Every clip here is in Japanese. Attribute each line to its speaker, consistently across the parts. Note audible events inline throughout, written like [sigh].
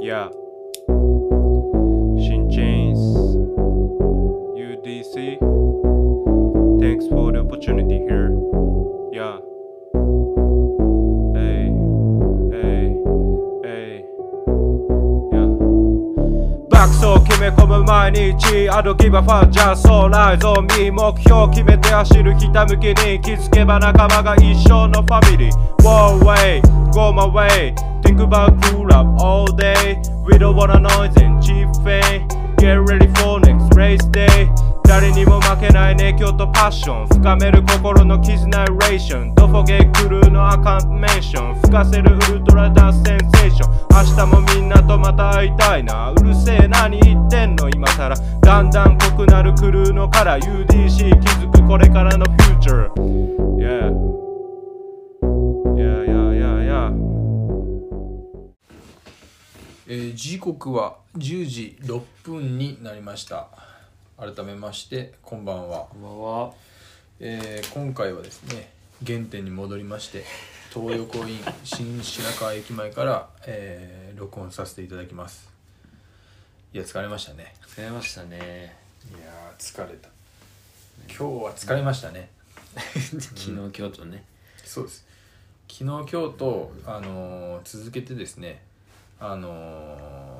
Speaker 1: Yeah. Shin Chains. UDC. Thanks for the opportunity here. Yeah. Hey. Hey. Hey. Yeah. 爆走を決め込む毎日 I don't give a fuck just so nice on me 目標を決めて走るひたむきに気づけば仲間が一緒のファミリー One way, go my way Think about cool up all day We don't wanna noise and cheap fame Get ready for next race day 誰にも負けない熱狂とパッション深める心の絆レーションドフォゲクルーのアカンメーション吹かせるウルトラダンスセンセーション明日もみんなとまた会いたいなうるせえ何言ってんの今さらだんだん濃くなるクルーのカラー UDC 気づくこれからのフューチャー Yeah Yeah yeah yeah yeah
Speaker 2: えー時刻は10時6分になりました改めましてこんばんは、
Speaker 3: こんばんは。
Speaker 2: えー今回はですね原点に戻りまして東横イン新白河駅前から、えー録音させていただきますいや疲れましたね
Speaker 3: 疲れましたね。
Speaker 2: いやー疲れた今日は疲れましたね
Speaker 3: 昨日、今日とね。
Speaker 2: そうです昨日今日と、あのー続けてですね、あの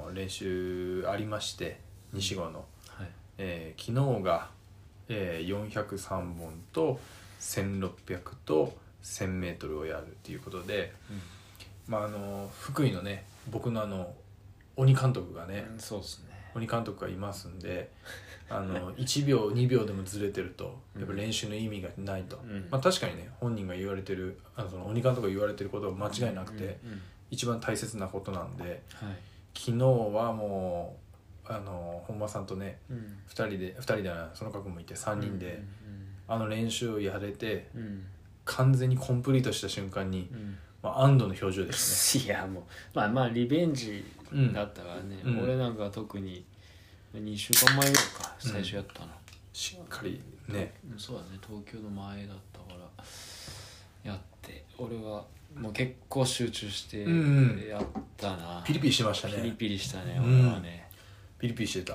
Speaker 2: ー練習ありまして西郷の、
Speaker 3: はい。
Speaker 2: えー昨日が、えー403本と1600と 1000m をやるっていうことで、まああのー福井のね僕のあの鬼監督がね、
Speaker 3: そうですね。
Speaker 2: 鬼監督がいますんで [laughs] あの1秒2秒でもずれてるとやっぱ練習の意味がないと、
Speaker 3: うん
Speaker 2: まあ、確かにね本人が言われてるあのその鬼監督が言われてることは間違いなくて、
Speaker 3: うんうん
Speaker 2: 一番大切なことなんで
Speaker 3: はい。
Speaker 2: 昨日はもうあの本間さんとね
Speaker 3: うん。
Speaker 2: 2人で2人ではないその覚もいて3人で、あの練習をやれて
Speaker 3: うん。うん。
Speaker 2: 完全にコンプリートした瞬間に
Speaker 3: う、ん。
Speaker 2: まあ、安堵の表情です
Speaker 3: いや、もう、まあまあ、リベンジ
Speaker 2: ね。うん
Speaker 3: だったからね。
Speaker 2: うん
Speaker 3: 俺なんか特に、2週間前ぐらいか、
Speaker 2: うん
Speaker 3: 最初やったの。
Speaker 2: しっかりね
Speaker 3: うんそうだね、東京の前だったから、やって、俺は、もう結構集中して
Speaker 2: うんうん
Speaker 3: やったな。
Speaker 2: ピリピリしてましたね
Speaker 3: ピリピリしたね、
Speaker 2: うん
Speaker 3: 俺はね。
Speaker 2: ピリピリしてた、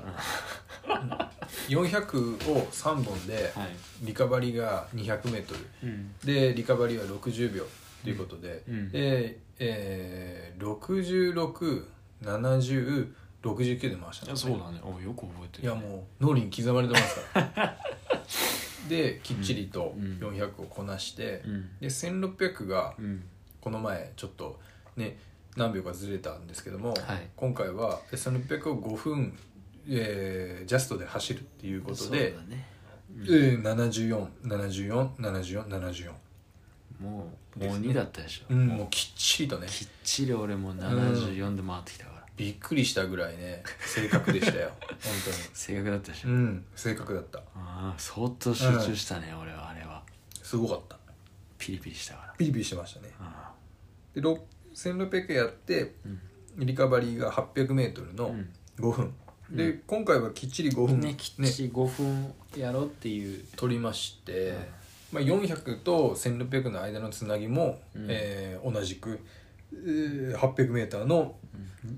Speaker 2: 400を3本で
Speaker 3: はい。
Speaker 2: リカバリーが 200m
Speaker 3: うん。
Speaker 2: でリカバリーは60秒ということで、
Speaker 3: うんうん
Speaker 2: で、えー、667069で回したん
Speaker 3: いやそうだね、およく覚えて
Speaker 2: い
Speaker 3: る、
Speaker 2: や
Speaker 3: ね。
Speaker 2: もう脳裏に刻まれてますからできっちりと
Speaker 3: うん
Speaker 2: 400をこなして、
Speaker 3: うん。
Speaker 2: で1600が
Speaker 3: うん。
Speaker 2: この前ちょっとね何秒かずれたんですけども、
Speaker 3: はい
Speaker 2: 今回はで1600を5分、えージャストで走るっていうことで、
Speaker 3: そうだね
Speaker 2: えー74、74、74、74、
Speaker 3: もうもう2だったでしょ、
Speaker 2: うん、もうきっちりとね
Speaker 3: きっちり俺もう74で回ってきたから、
Speaker 2: びっくりしたぐらいね正確でした
Speaker 3: [laughs]
Speaker 2: よ本
Speaker 3: 正確だったでし
Speaker 2: 当
Speaker 3: ょ、
Speaker 2: にうん正確だった
Speaker 3: ああ相当集中したね、俺はあれは
Speaker 2: すごかった
Speaker 3: ピリピリしたから
Speaker 2: ピリピリしてましたね
Speaker 3: ああ
Speaker 2: でろ1600やって
Speaker 3: うん
Speaker 2: リカバリーが 800m
Speaker 3: う
Speaker 2: の
Speaker 3: ん
Speaker 2: 5分、で今回はきっちり5分
Speaker 3: ねきっちり5分やろうっていう、
Speaker 2: 取りまして、まあ、400と1600の間のつなぎも、
Speaker 3: うん
Speaker 2: えー同じく、えー、800m の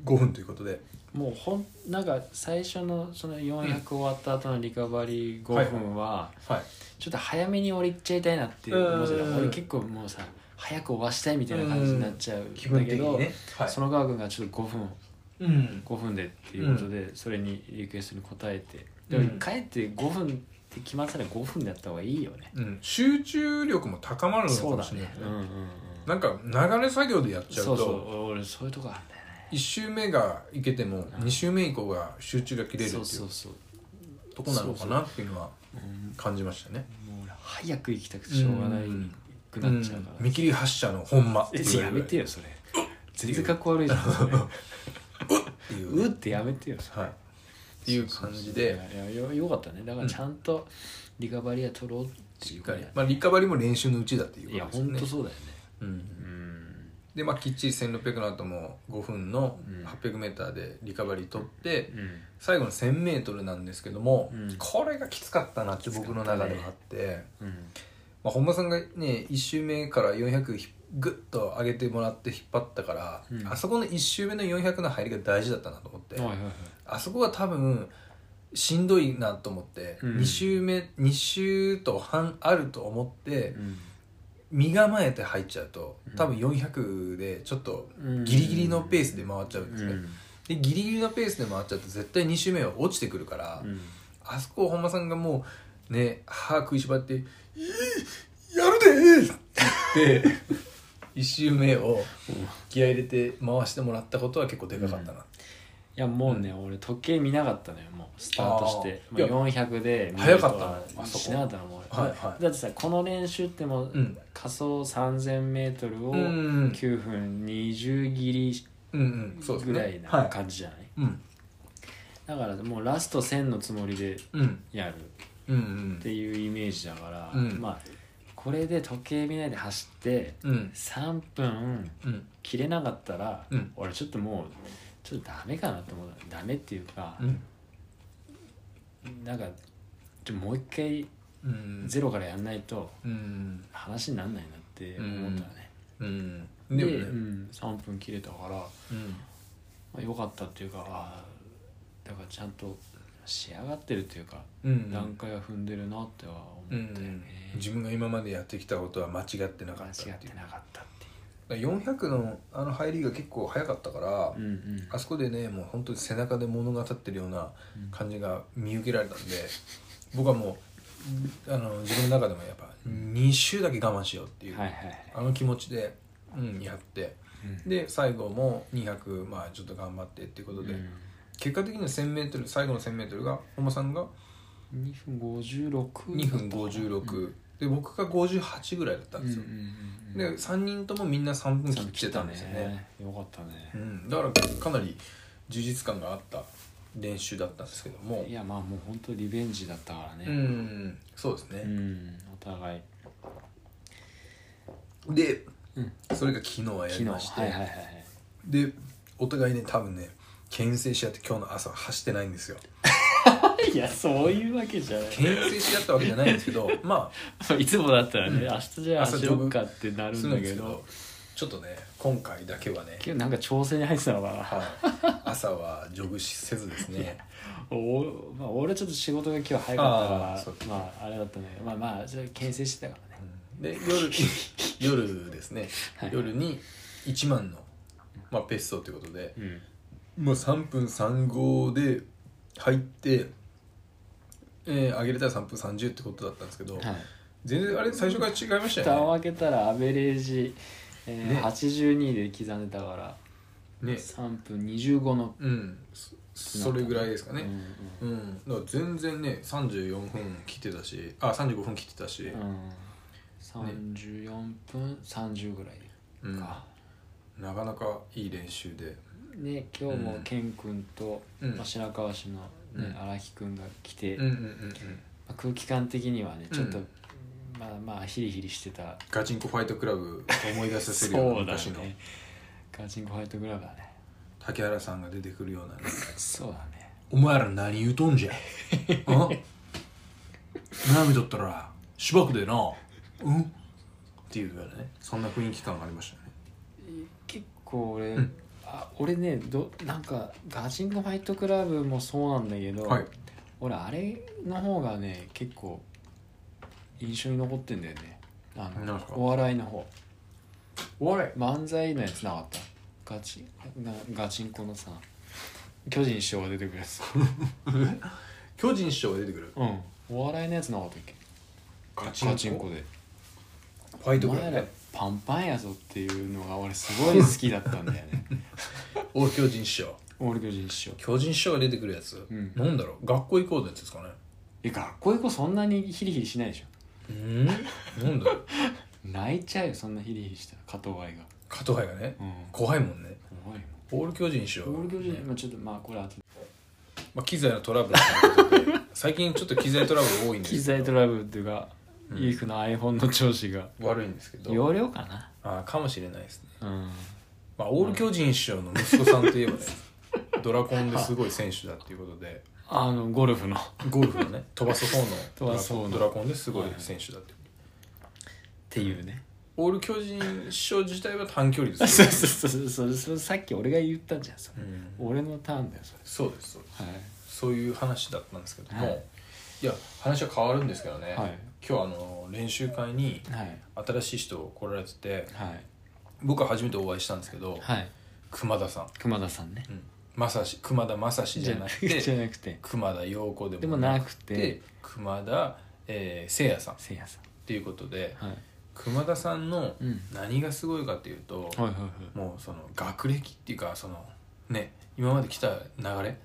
Speaker 2: 5分ということで、
Speaker 3: もうほんなんか最初のその400終わった後のリカバリー5分は
Speaker 2: はい
Speaker 3: ちょっと早めに俺行っちゃいたいなって思ってた、
Speaker 2: うん
Speaker 3: 俺結構もうさ早く終わしたいみたいな感じになっちゃうん
Speaker 2: 気
Speaker 3: だ
Speaker 2: 分
Speaker 3: け
Speaker 2: 的
Speaker 3: ど、
Speaker 2: にねはい
Speaker 3: その川君がちょっと5分
Speaker 2: うん
Speaker 3: 5分でっていうことで、それにリクエストに答えてでも
Speaker 2: うん
Speaker 3: 帰って5分って決まったら5分でやった方がいいよね、
Speaker 2: うん、集中力も高まるのか
Speaker 3: そう
Speaker 2: も
Speaker 3: だ
Speaker 2: しれない
Speaker 3: ね、うんうんうん、
Speaker 2: なんか流れ作業でやっちゃう
Speaker 3: そ
Speaker 2: と
Speaker 3: うそう俺そういうとこあるんだよね
Speaker 2: 1周目がいけても2周目以降が集中が切れるってい
Speaker 3: そう
Speaker 2: う
Speaker 3: そうそう
Speaker 2: とこなのかなっていうのは
Speaker 3: うん
Speaker 2: 感じましたね
Speaker 3: もう俺早く行きたくてしょうがない
Speaker 2: うん
Speaker 3: くなっちゃうから、
Speaker 2: 見切り発車のほんま
Speaker 3: えやめて
Speaker 2: よ
Speaker 3: よそれ全然かっこ悪いじゃんそれ
Speaker 2: っていう
Speaker 3: う
Speaker 2: ね
Speaker 3: ってやめてよそれ
Speaker 2: はいっていう感じで
Speaker 3: いやいやよよかったねだからちゃんとリカバリーは取ろうって
Speaker 2: し
Speaker 3: い
Speaker 2: っ
Speaker 3: う
Speaker 2: か
Speaker 3: こと
Speaker 2: り
Speaker 3: やね、
Speaker 2: まあリカバリーも練習のうちだっていう
Speaker 3: いや
Speaker 2: ことです
Speaker 3: 本
Speaker 2: ね
Speaker 3: 当そうだよね
Speaker 2: うん
Speaker 3: うん
Speaker 2: でまあきっちり1600の後も5分の
Speaker 3: うん
Speaker 2: 800m でリカバリー取って
Speaker 3: うん
Speaker 2: 最後の 1000m なんですけども、
Speaker 3: うん
Speaker 2: これがきつかったなって僕の中ではあって、
Speaker 3: うん
Speaker 2: まあ、本間さんがね1周目から400グッと上げてもらって引っ張ったから、
Speaker 3: うん
Speaker 2: あそこの1周目の400の入りが大事だったなと思って、
Speaker 3: はいはいはい
Speaker 2: あそこが多分しんどいなと思って、
Speaker 3: うん
Speaker 2: 2周目2周と半あると思って
Speaker 3: うん
Speaker 2: 身構えて入っちゃうと
Speaker 3: うん
Speaker 2: 多分400でちょっと
Speaker 3: うん
Speaker 2: ギリギリのペースで回っちゃうんですね、
Speaker 3: うん
Speaker 2: でギリギリのペースで回っちゃうと絶対2周目は落ちてくるから、
Speaker 3: うん
Speaker 2: あそこを本間さんがもうね歯食いしばって「いいやるで!」って言って1周目を気合い入れて回してもらったことは結構でかかったな、
Speaker 3: いやもうね、俺時計見なかったのよもうスタートして
Speaker 2: あ
Speaker 3: ま
Speaker 2: ー
Speaker 3: あ400で
Speaker 2: 早かったの
Speaker 3: 見ると
Speaker 2: あそこ
Speaker 3: しなかったのもう
Speaker 2: はいはい
Speaker 3: だってさこの練習ってもう、
Speaker 2: うん
Speaker 3: 仮想 3000m を
Speaker 2: うん
Speaker 3: 9分20ギリ
Speaker 2: うんうんそうですね
Speaker 3: ぐらいな
Speaker 2: はい
Speaker 3: 感じじゃない、
Speaker 2: うん
Speaker 3: だからもうラスト1000のつもりで
Speaker 2: うん
Speaker 3: やる
Speaker 2: うんう
Speaker 3: って
Speaker 2: ん
Speaker 3: いうイメージだから、
Speaker 2: うん
Speaker 3: まあこれで時計見ないで走って
Speaker 2: うん
Speaker 3: 3分
Speaker 2: うん
Speaker 3: 切れなかったら、
Speaker 2: うん
Speaker 3: 俺ちょっともうちょっとダメかなと思ったダメっていうか、
Speaker 2: うん
Speaker 3: なんかちょもう一回
Speaker 2: うん
Speaker 3: ゼロからやんないと
Speaker 2: うん
Speaker 3: 話にならないなって思ったね、
Speaker 2: うん
Speaker 3: で
Speaker 2: でもね
Speaker 3: うん、3分切れたから、ま
Speaker 2: うん
Speaker 3: あ、よかったっていうかあーだからちゃんと仕上がってるっていうか、
Speaker 2: うん
Speaker 3: 段階は踏んでるなっては思った
Speaker 2: う
Speaker 3: よ
Speaker 2: ん
Speaker 3: ね、
Speaker 2: 自分が今までやってきたことは間違ってなかった
Speaker 3: 間違っ
Speaker 2: ってていう
Speaker 3: なかったってい
Speaker 2: だから400のあの入りが結構早かったから、
Speaker 3: う、うんうん、
Speaker 2: あそこでねもう本当に背中で物語ってるような感じが見受けられたんで僕はもうあの自分の中でもやっぱ2周だけ我慢しようっていう、
Speaker 3: はいはいはい
Speaker 2: あの気持ちで、うん、やって
Speaker 3: うん
Speaker 2: で最後も200、まあ、ちょっと頑張ってっていうことで、結果的には 1000m 最後の 1000m が本間さんが
Speaker 3: うん、2分56
Speaker 2: 2分56、で僕が58ぐらいだったんですよ、で3人ともみんな3分切ってたんですよね
Speaker 3: よかったね
Speaker 2: う、ん、だからかなり充実感があった練習だったんですけども
Speaker 3: いやまあもう本当リベンジだったから
Speaker 2: う
Speaker 3: ね、
Speaker 2: んそうです
Speaker 3: うん
Speaker 2: ね、
Speaker 3: お互い
Speaker 2: で、
Speaker 3: うん
Speaker 2: それが昨日はや
Speaker 3: 昨
Speaker 2: り
Speaker 3: 日
Speaker 2: まして、
Speaker 3: はいはいはいはい
Speaker 2: でお互いね多分ね牽制し合って今日の朝走ってないん
Speaker 3: [laughs]
Speaker 2: ですよ
Speaker 3: いやそういうわけじゃない
Speaker 2: 牽制し合ったわけじゃないんですけどま
Speaker 3: [laughs] いつもだったらね、明日じゃあ
Speaker 2: 朝
Speaker 3: 走
Speaker 2: ジ
Speaker 3: ろ
Speaker 2: ョブ
Speaker 3: うかってな
Speaker 2: あ
Speaker 3: る
Speaker 2: す
Speaker 3: ん
Speaker 2: る
Speaker 3: だ
Speaker 2: んで
Speaker 3: け
Speaker 2: すけ
Speaker 3: ど
Speaker 2: どちょっとね今回だけはね、
Speaker 3: 今日なんか調整に入ってたのかな
Speaker 2: はい、朝はジョグしせずですね
Speaker 3: お、まあ、俺ちょっと仕事が今日早か
Speaker 2: あー
Speaker 3: った
Speaker 2: そう
Speaker 3: からまああれだったねまあまあそれ牽制してたからね
Speaker 2: で
Speaker 3: [laughs]
Speaker 2: 夜夜ですね、
Speaker 3: はい
Speaker 2: 夜に1万の、まあ、ペッソということで、
Speaker 3: うん
Speaker 2: もう3分35で入って、えー上げれたら3分30ってことだったんですけど、
Speaker 3: はい
Speaker 2: 全然あれ最初から違いました
Speaker 3: 蓋を
Speaker 2: よ
Speaker 3: 開けたらアベレージ、えー
Speaker 2: ね
Speaker 3: 82で刻んでたから
Speaker 2: ねね
Speaker 3: 3分25の
Speaker 2: うんそそれぐらいですか
Speaker 3: う
Speaker 2: ね
Speaker 3: ん
Speaker 2: うん、だから全然ね34分切ってたしあ35分切ってたし
Speaker 3: うんうん34分30ぐらい
Speaker 2: うん、
Speaker 3: か、
Speaker 2: なかなかいい練習で
Speaker 3: で今日もケン君と、
Speaker 2: うん
Speaker 3: まあ、白川市の、ね
Speaker 2: うん
Speaker 3: 荒木君が来て、
Speaker 2: うんうん
Speaker 3: ま
Speaker 2: うんうん
Speaker 3: あ、空気感的にはねちょっと、
Speaker 2: うん
Speaker 3: まあまあヒリヒリしてた
Speaker 2: ガチンコファイトクラブ思い出させるような
Speaker 3: そ
Speaker 2: 昔
Speaker 3: うだ
Speaker 2: の
Speaker 3: ねガチンコホワイトグラブだね
Speaker 2: 竹原さんが出てくるようなね
Speaker 3: そうだね
Speaker 2: お前ら何言うとんじゃあ悩みとったらしばくでなうんっていうようなねそんな雰囲気感がありましたね
Speaker 3: 結構俺、
Speaker 2: うん
Speaker 3: あ俺ねどなんかガチンコファイトクラブもそうなんだけど、
Speaker 2: はい
Speaker 3: 俺あれの方がね結構印象に残ってんだよねあ
Speaker 2: なん
Speaker 3: の
Speaker 2: すか
Speaker 3: お笑いの方
Speaker 2: お笑
Speaker 3: 漫才のやつなかったガチなガチンコのさ巨人師匠が出てくる
Speaker 2: [laughs]
Speaker 3: やつ
Speaker 2: い巨人師匠が出てくる
Speaker 3: うんお笑いのやつなかったっけ
Speaker 2: ガ
Speaker 3: ガチンコで
Speaker 2: ファイ
Speaker 3: 「
Speaker 2: ト
Speaker 3: お
Speaker 2: クラ
Speaker 3: 前
Speaker 2: ブ
Speaker 3: らパンパンやぞ」っていうのが俺すごい好きだったんだよ
Speaker 2: [laughs]
Speaker 3: ね
Speaker 2: お巨人師匠
Speaker 3: 俺巨人師匠
Speaker 2: 巨人師匠が出てくるやつ、
Speaker 3: うん
Speaker 2: なんだろう学校行こうのやつですかね
Speaker 3: え学校行こうそんなにヒリヒリしないでしょ
Speaker 2: うんなんだろう
Speaker 3: 泣いちゃうよそんなヒリヒリしたら加藤愛が
Speaker 2: 加藤杯がね
Speaker 3: うん
Speaker 2: 怖いもんね
Speaker 3: 怖いも
Speaker 2: オ
Speaker 3: ん
Speaker 2: ール巨人師匠
Speaker 3: オール巨人、
Speaker 2: ね
Speaker 3: まあ、ちょっとまあこれ後で
Speaker 2: まあ、機材のトラブルということで最近ちょっと機材トラブル多いんですけ
Speaker 3: 機
Speaker 2: ど
Speaker 3: 材トラブルっていうか、
Speaker 2: うん
Speaker 3: イーフの iPhone の調子が
Speaker 2: 悪いんですけど
Speaker 3: 容量かな
Speaker 2: あーかもしれないですね
Speaker 3: うん
Speaker 2: まあ、オール巨人師匠の息子さんといえばねドラコンですごい選手だっていうことで
Speaker 3: あのゴルフのっ
Speaker 2: ゴルフのね飛ばす方の
Speaker 3: 飛ばす方の
Speaker 2: ドラコンですごい選手だって、
Speaker 3: ていうね
Speaker 2: オール巨人師匠自体は短距離で
Speaker 3: そう
Speaker 2: す
Speaker 3: そう
Speaker 2: よ、
Speaker 3: そうそうそれさっき俺が言ったんじゃんそれ
Speaker 2: うん
Speaker 3: 俺のターンだよ
Speaker 2: そ
Speaker 3: そ
Speaker 2: うですそうです
Speaker 3: れはい
Speaker 2: そういう話だったんですけども、
Speaker 3: はい
Speaker 2: い、や話は変わるんですけどね、
Speaker 3: はい
Speaker 2: 今日あの練習会に
Speaker 3: はい
Speaker 2: 新しい人来られてて
Speaker 3: はい
Speaker 2: 僕は初めてお会いしたんですけど、
Speaker 3: はい
Speaker 2: 熊田さん、
Speaker 3: 熊田さんね
Speaker 2: うん、正志熊田正志じゃなく
Speaker 3: じゃ
Speaker 2: て
Speaker 3: なくて
Speaker 2: 熊田陽子で
Speaker 3: で
Speaker 2: も
Speaker 3: も
Speaker 2: な
Speaker 3: な
Speaker 2: く
Speaker 3: く
Speaker 2: て
Speaker 3: て
Speaker 2: 熊田、えー、聖也さんっ
Speaker 3: せいやさん
Speaker 2: ていうことで
Speaker 3: はい
Speaker 2: 熊田さんの
Speaker 3: うん
Speaker 2: 何がすごいかっていうと、
Speaker 3: はいはいはい
Speaker 2: もうその学歴っていうかそのね今まで来た流れ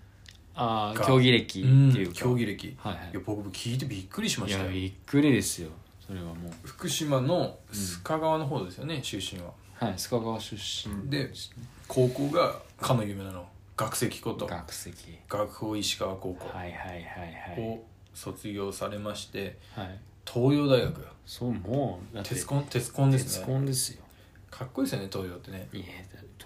Speaker 3: ああ
Speaker 2: が
Speaker 3: 競技歴っていう
Speaker 2: うん
Speaker 3: か
Speaker 2: 競技歴、
Speaker 3: はいはい
Speaker 2: いや僕聞いてびっくりしま
Speaker 3: い
Speaker 2: した
Speaker 3: や
Speaker 2: よ
Speaker 3: びっくりですよそれはもう
Speaker 2: 福島の須賀川の方ですよね、出身は
Speaker 3: はい須賀川出身
Speaker 2: で
Speaker 3: し
Speaker 2: 高校がかの有名なの学籍こと
Speaker 3: 学籍
Speaker 2: 学法石川高校
Speaker 3: はいはいはいはい
Speaker 2: を卒業されまして
Speaker 3: はい
Speaker 2: 東洋大学
Speaker 3: そうもうだって
Speaker 2: 鉄コン鉄コンです
Speaker 3: 鉄
Speaker 2: ね
Speaker 3: コンですよ
Speaker 2: かっこいいですよね東洋ってね
Speaker 3: いやだって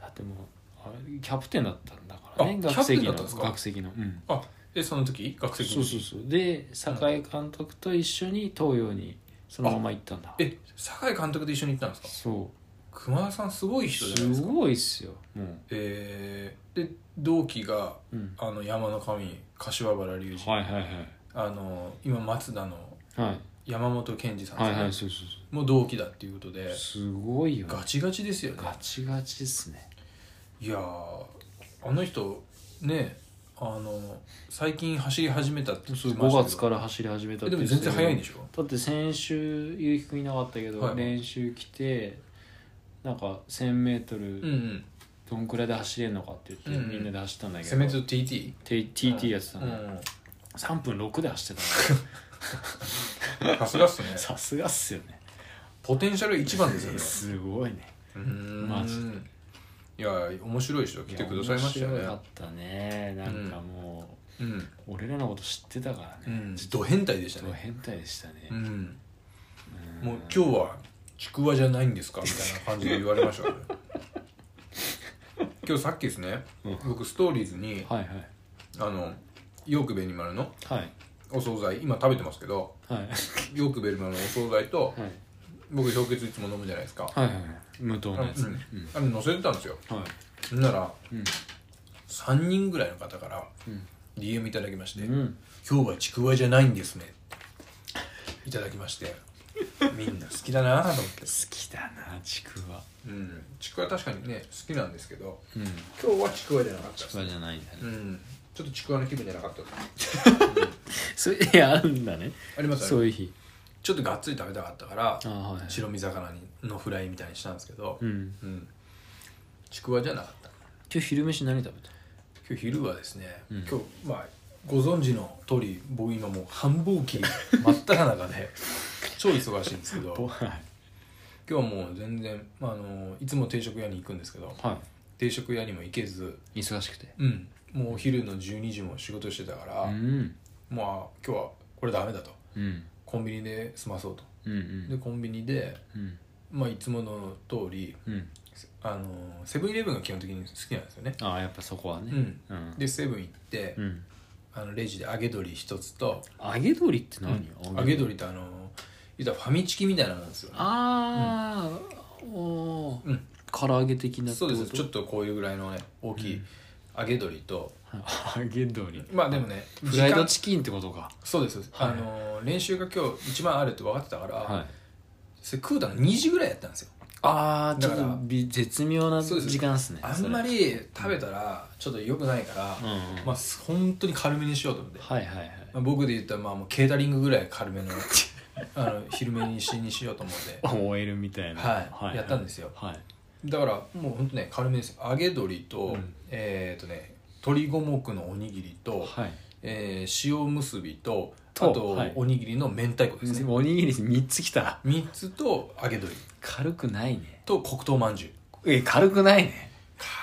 Speaker 3: だってもうあれキャプテンだったんだか
Speaker 2: あ
Speaker 3: らね
Speaker 2: キャプ
Speaker 3: 学
Speaker 2: テン
Speaker 3: 籍
Speaker 2: だ
Speaker 3: の
Speaker 2: ったんですか
Speaker 3: 学籍のうん
Speaker 2: あでその時学籍
Speaker 3: そうそうそうで酒井監督と一緒に東洋にそのまま行ったんだ
Speaker 2: え酒井監督と一緒に行ったんですか
Speaker 3: そ
Speaker 2: 熊田さんすごいう人じゃないですすか
Speaker 3: ごいっすよも
Speaker 2: えー、で同期が
Speaker 3: ううん
Speaker 2: あの山の神柏原隆二、
Speaker 3: はいはいはい
Speaker 2: あの今松田の
Speaker 3: はい
Speaker 2: 山本健二さんです
Speaker 3: は
Speaker 2: ね
Speaker 3: いはいそうそう
Speaker 2: もう同期だっていうことで
Speaker 3: そうすごいよ
Speaker 2: ガチガチですよね
Speaker 3: ガチガチですね
Speaker 2: いやーあの人ねあの最近走り始めたって
Speaker 3: そう
Speaker 2: ってましたけ
Speaker 3: 5
Speaker 2: ど
Speaker 3: 月から走り始めた
Speaker 2: えでも全然早いんで
Speaker 3: ょ
Speaker 2: しょ
Speaker 3: だって先週ゆうきくんいなかったけど、
Speaker 2: はい
Speaker 3: 練習来てなんか 1000m、
Speaker 2: うんうん
Speaker 3: どんくらいで走れるのかって言って、
Speaker 2: うん
Speaker 3: みんなで走ったんだけ
Speaker 2: セメン
Speaker 3: ど
Speaker 2: ト TT?
Speaker 3: T- TT やってた
Speaker 2: う
Speaker 3: の、
Speaker 2: ん
Speaker 3: 3分6で走ってたの
Speaker 2: さすがっすね [laughs]
Speaker 3: さすがっすよね
Speaker 2: ポテンシャル一番ですよね
Speaker 3: すごいね
Speaker 2: うーん
Speaker 3: マジ
Speaker 2: いや面白い人来てくださいましたよ
Speaker 3: い
Speaker 2: ね
Speaker 3: や面白かったねなんかも
Speaker 2: うん、
Speaker 3: う、俺らのこと知ってたからね、
Speaker 2: うん
Speaker 3: ちょ、
Speaker 2: ド変態でし
Speaker 3: ったと
Speaker 2: ね
Speaker 3: 変態でしたね、
Speaker 2: うん
Speaker 3: うん
Speaker 2: もう今日はちくわじゃないんですかみたいな感じで言われましたね [laughs] 今日さっきですね、
Speaker 3: うん
Speaker 2: 僕ストーリーズに
Speaker 3: はいはい
Speaker 2: あのヨークベニマルの
Speaker 3: はい
Speaker 2: お惣菜今食べてますけど
Speaker 3: はい
Speaker 2: ヨークベルマルのお惣菜と
Speaker 3: はい
Speaker 2: 僕氷結いつも飲むじゃないですか、
Speaker 3: はいはい無糖
Speaker 2: あ
Speaker 3: の
Speaker 2: の
Speaker 3: やつね、
Speaker 2: う
Speaker 3: うんん
Speaker 2: あれ乗せてたんですよ
Speaker 3: はい
Speaker 2: そんなら
Speaker 3: うん
Speaker 2: 3人ぐらいの方から
Speaker 3: うん
Speaker 2: DM いただきまして「
Speaker 3: うん
Speaker 2: 今日はちくわじゃないんですね」いただきまして [laughs] みんな好きだなと思って
Speaker 3: 好、きだなちくわ
Speaker 2: うん、ちくわ確かにね好きなんですけど
Speaker 3: うん
Speaker 2: 今日はちくわじゃなかった
Speaker 3: ち
Speaker 2: で
Speaker 3: く
Speaker 2: す
Speaker 3: わじゃないんだね、
Speaker 2: うんちょっとちくわの気分じゃなかったです
Speaker 3: そういやあるんだね
Speaker 2: あります
Speaker 3: そ
Speaker 2: よ
Speaker 3: う
Speaker 2: ね
Speaker 3: いう日
Speaker 2: ちょっとがっつり食べたかったから
Speaker 3: あはいはい
Speaker 2: 白身魚にのフライみたいにしたんですけど、
Speaker 3: うん
Speaker 2: うん、ちくわじゃなかった
Speaker 3: 今日昼飯何食べた
Speaker 2: 今日昼はですね、
Speaker 3: うん
Speaker 2: 今日まあご存知の通り僕今もう繁忙
Speaker 3: [laughs]
Speaker 2: 期真っ只中で超忙しいんですけど今
Speaker 3: はい
Speaker 2: 日はもう全然、まあ、あのいつも定食屋に行くんですけど
Speaker 3: は
Speaker 2: 定食屋にも行けず、
Speaker 3: い忙しくて
Speaker 2: うん、もうお昼の12時も仕事してたから、
Speaker 3: うん
Speaker 2: もうあ今日はこれダメだと
Speaker 3: うん
Speaker 2: コンビニで済まそうと
Speaker 3: うんう
Speaker 2: で
Speaker 3: ん
Speaker 2: コンビニで、
Speaker 3: うん
Speaker 2: まあ、いつもの通り
Speaker 3: うん
Speaker 2: あのセブンイレブンが基本的に好きなんですよね、
Speaker 3: ああやっぱそこは
Speaker 2: う
Speaker 3: ね
Speaker 2: ん、
Speaker 3: うん
Speaker 2: でセブン行って、
Speaker 3: うん
Speaker 2: あのレジで揚げ鶏一つと
Speaker 3: 揚げ鶏って何
Speaker 2: 揚げ鶏ってあの言ったらファミチキみたいなもんですよね
Speaker 3: ああおお
Speaker 2: うん
Speaker 3: 唐揚げ的なって
Speaker 2: そう
Speaker 3: こ
Speaker 2: で
Speaker 3: と
Speaker 2: すちょっとこういうぐらいのね大きい揚げ鶏と、
Speaker 3: はい揚げ鶏
Speaker 2: まあでもね
Speaker 3: フライド
Speaker 2: 時間
Speaker 3: チキンってことか
Speaker 2: そうですそうです、
Speaker 3: はい
Speaker 2: あの練習が今日一番あるって分かってたから、
Speaker 3: はい
Speaker 2: それ食うたの2時ぐらいやったんですよ
Speaker 3: ああちょっ
Speaker 2: だか
Speaker 3: と
Speaker 2: ら
Speaker 3: び絶妙な
Speaker 2: そうです
Speaker 3: 時間っすね
Speaker 2: あんま
Speaker 3: それ
Speaker 2: り食べたらちょっと良くないから、
Speaker 3: うんうん
Speaker 2: まあ本当に軽めにしようと思って、
Speaker 3: はいはいはい
Speaker 2: まあ、僕で言ったらまあもうケータリングぐらい軽
Speaker 3: [laughs]
Speaker 2: めのあの昼めにしにしようと思って
Speaker 3: OL みたいな
Speaker 2: はいやったんですよ
Speaker 3: はい
Speaker 2: だからもうほんとね軽めです揚げ鶏と、
Speaker 3: うん
Speaker 2: えっ、とね鶏五目のおにぎりと、
Speaker 3: はい
Speaker 2: えー塩むすびと
Speaker 3: と
Speaker 2: あと、
Speaker 3: はい
Speaker 2: おにぎりの明太子ですね
Speaker 3: おにぎり3つきたら
Speaker 2: 3つと揚げ鶏
Speaker 3: 軽くないね
Speaker 2: と黒糖まんじゅう
Speaker 3: え軽くないね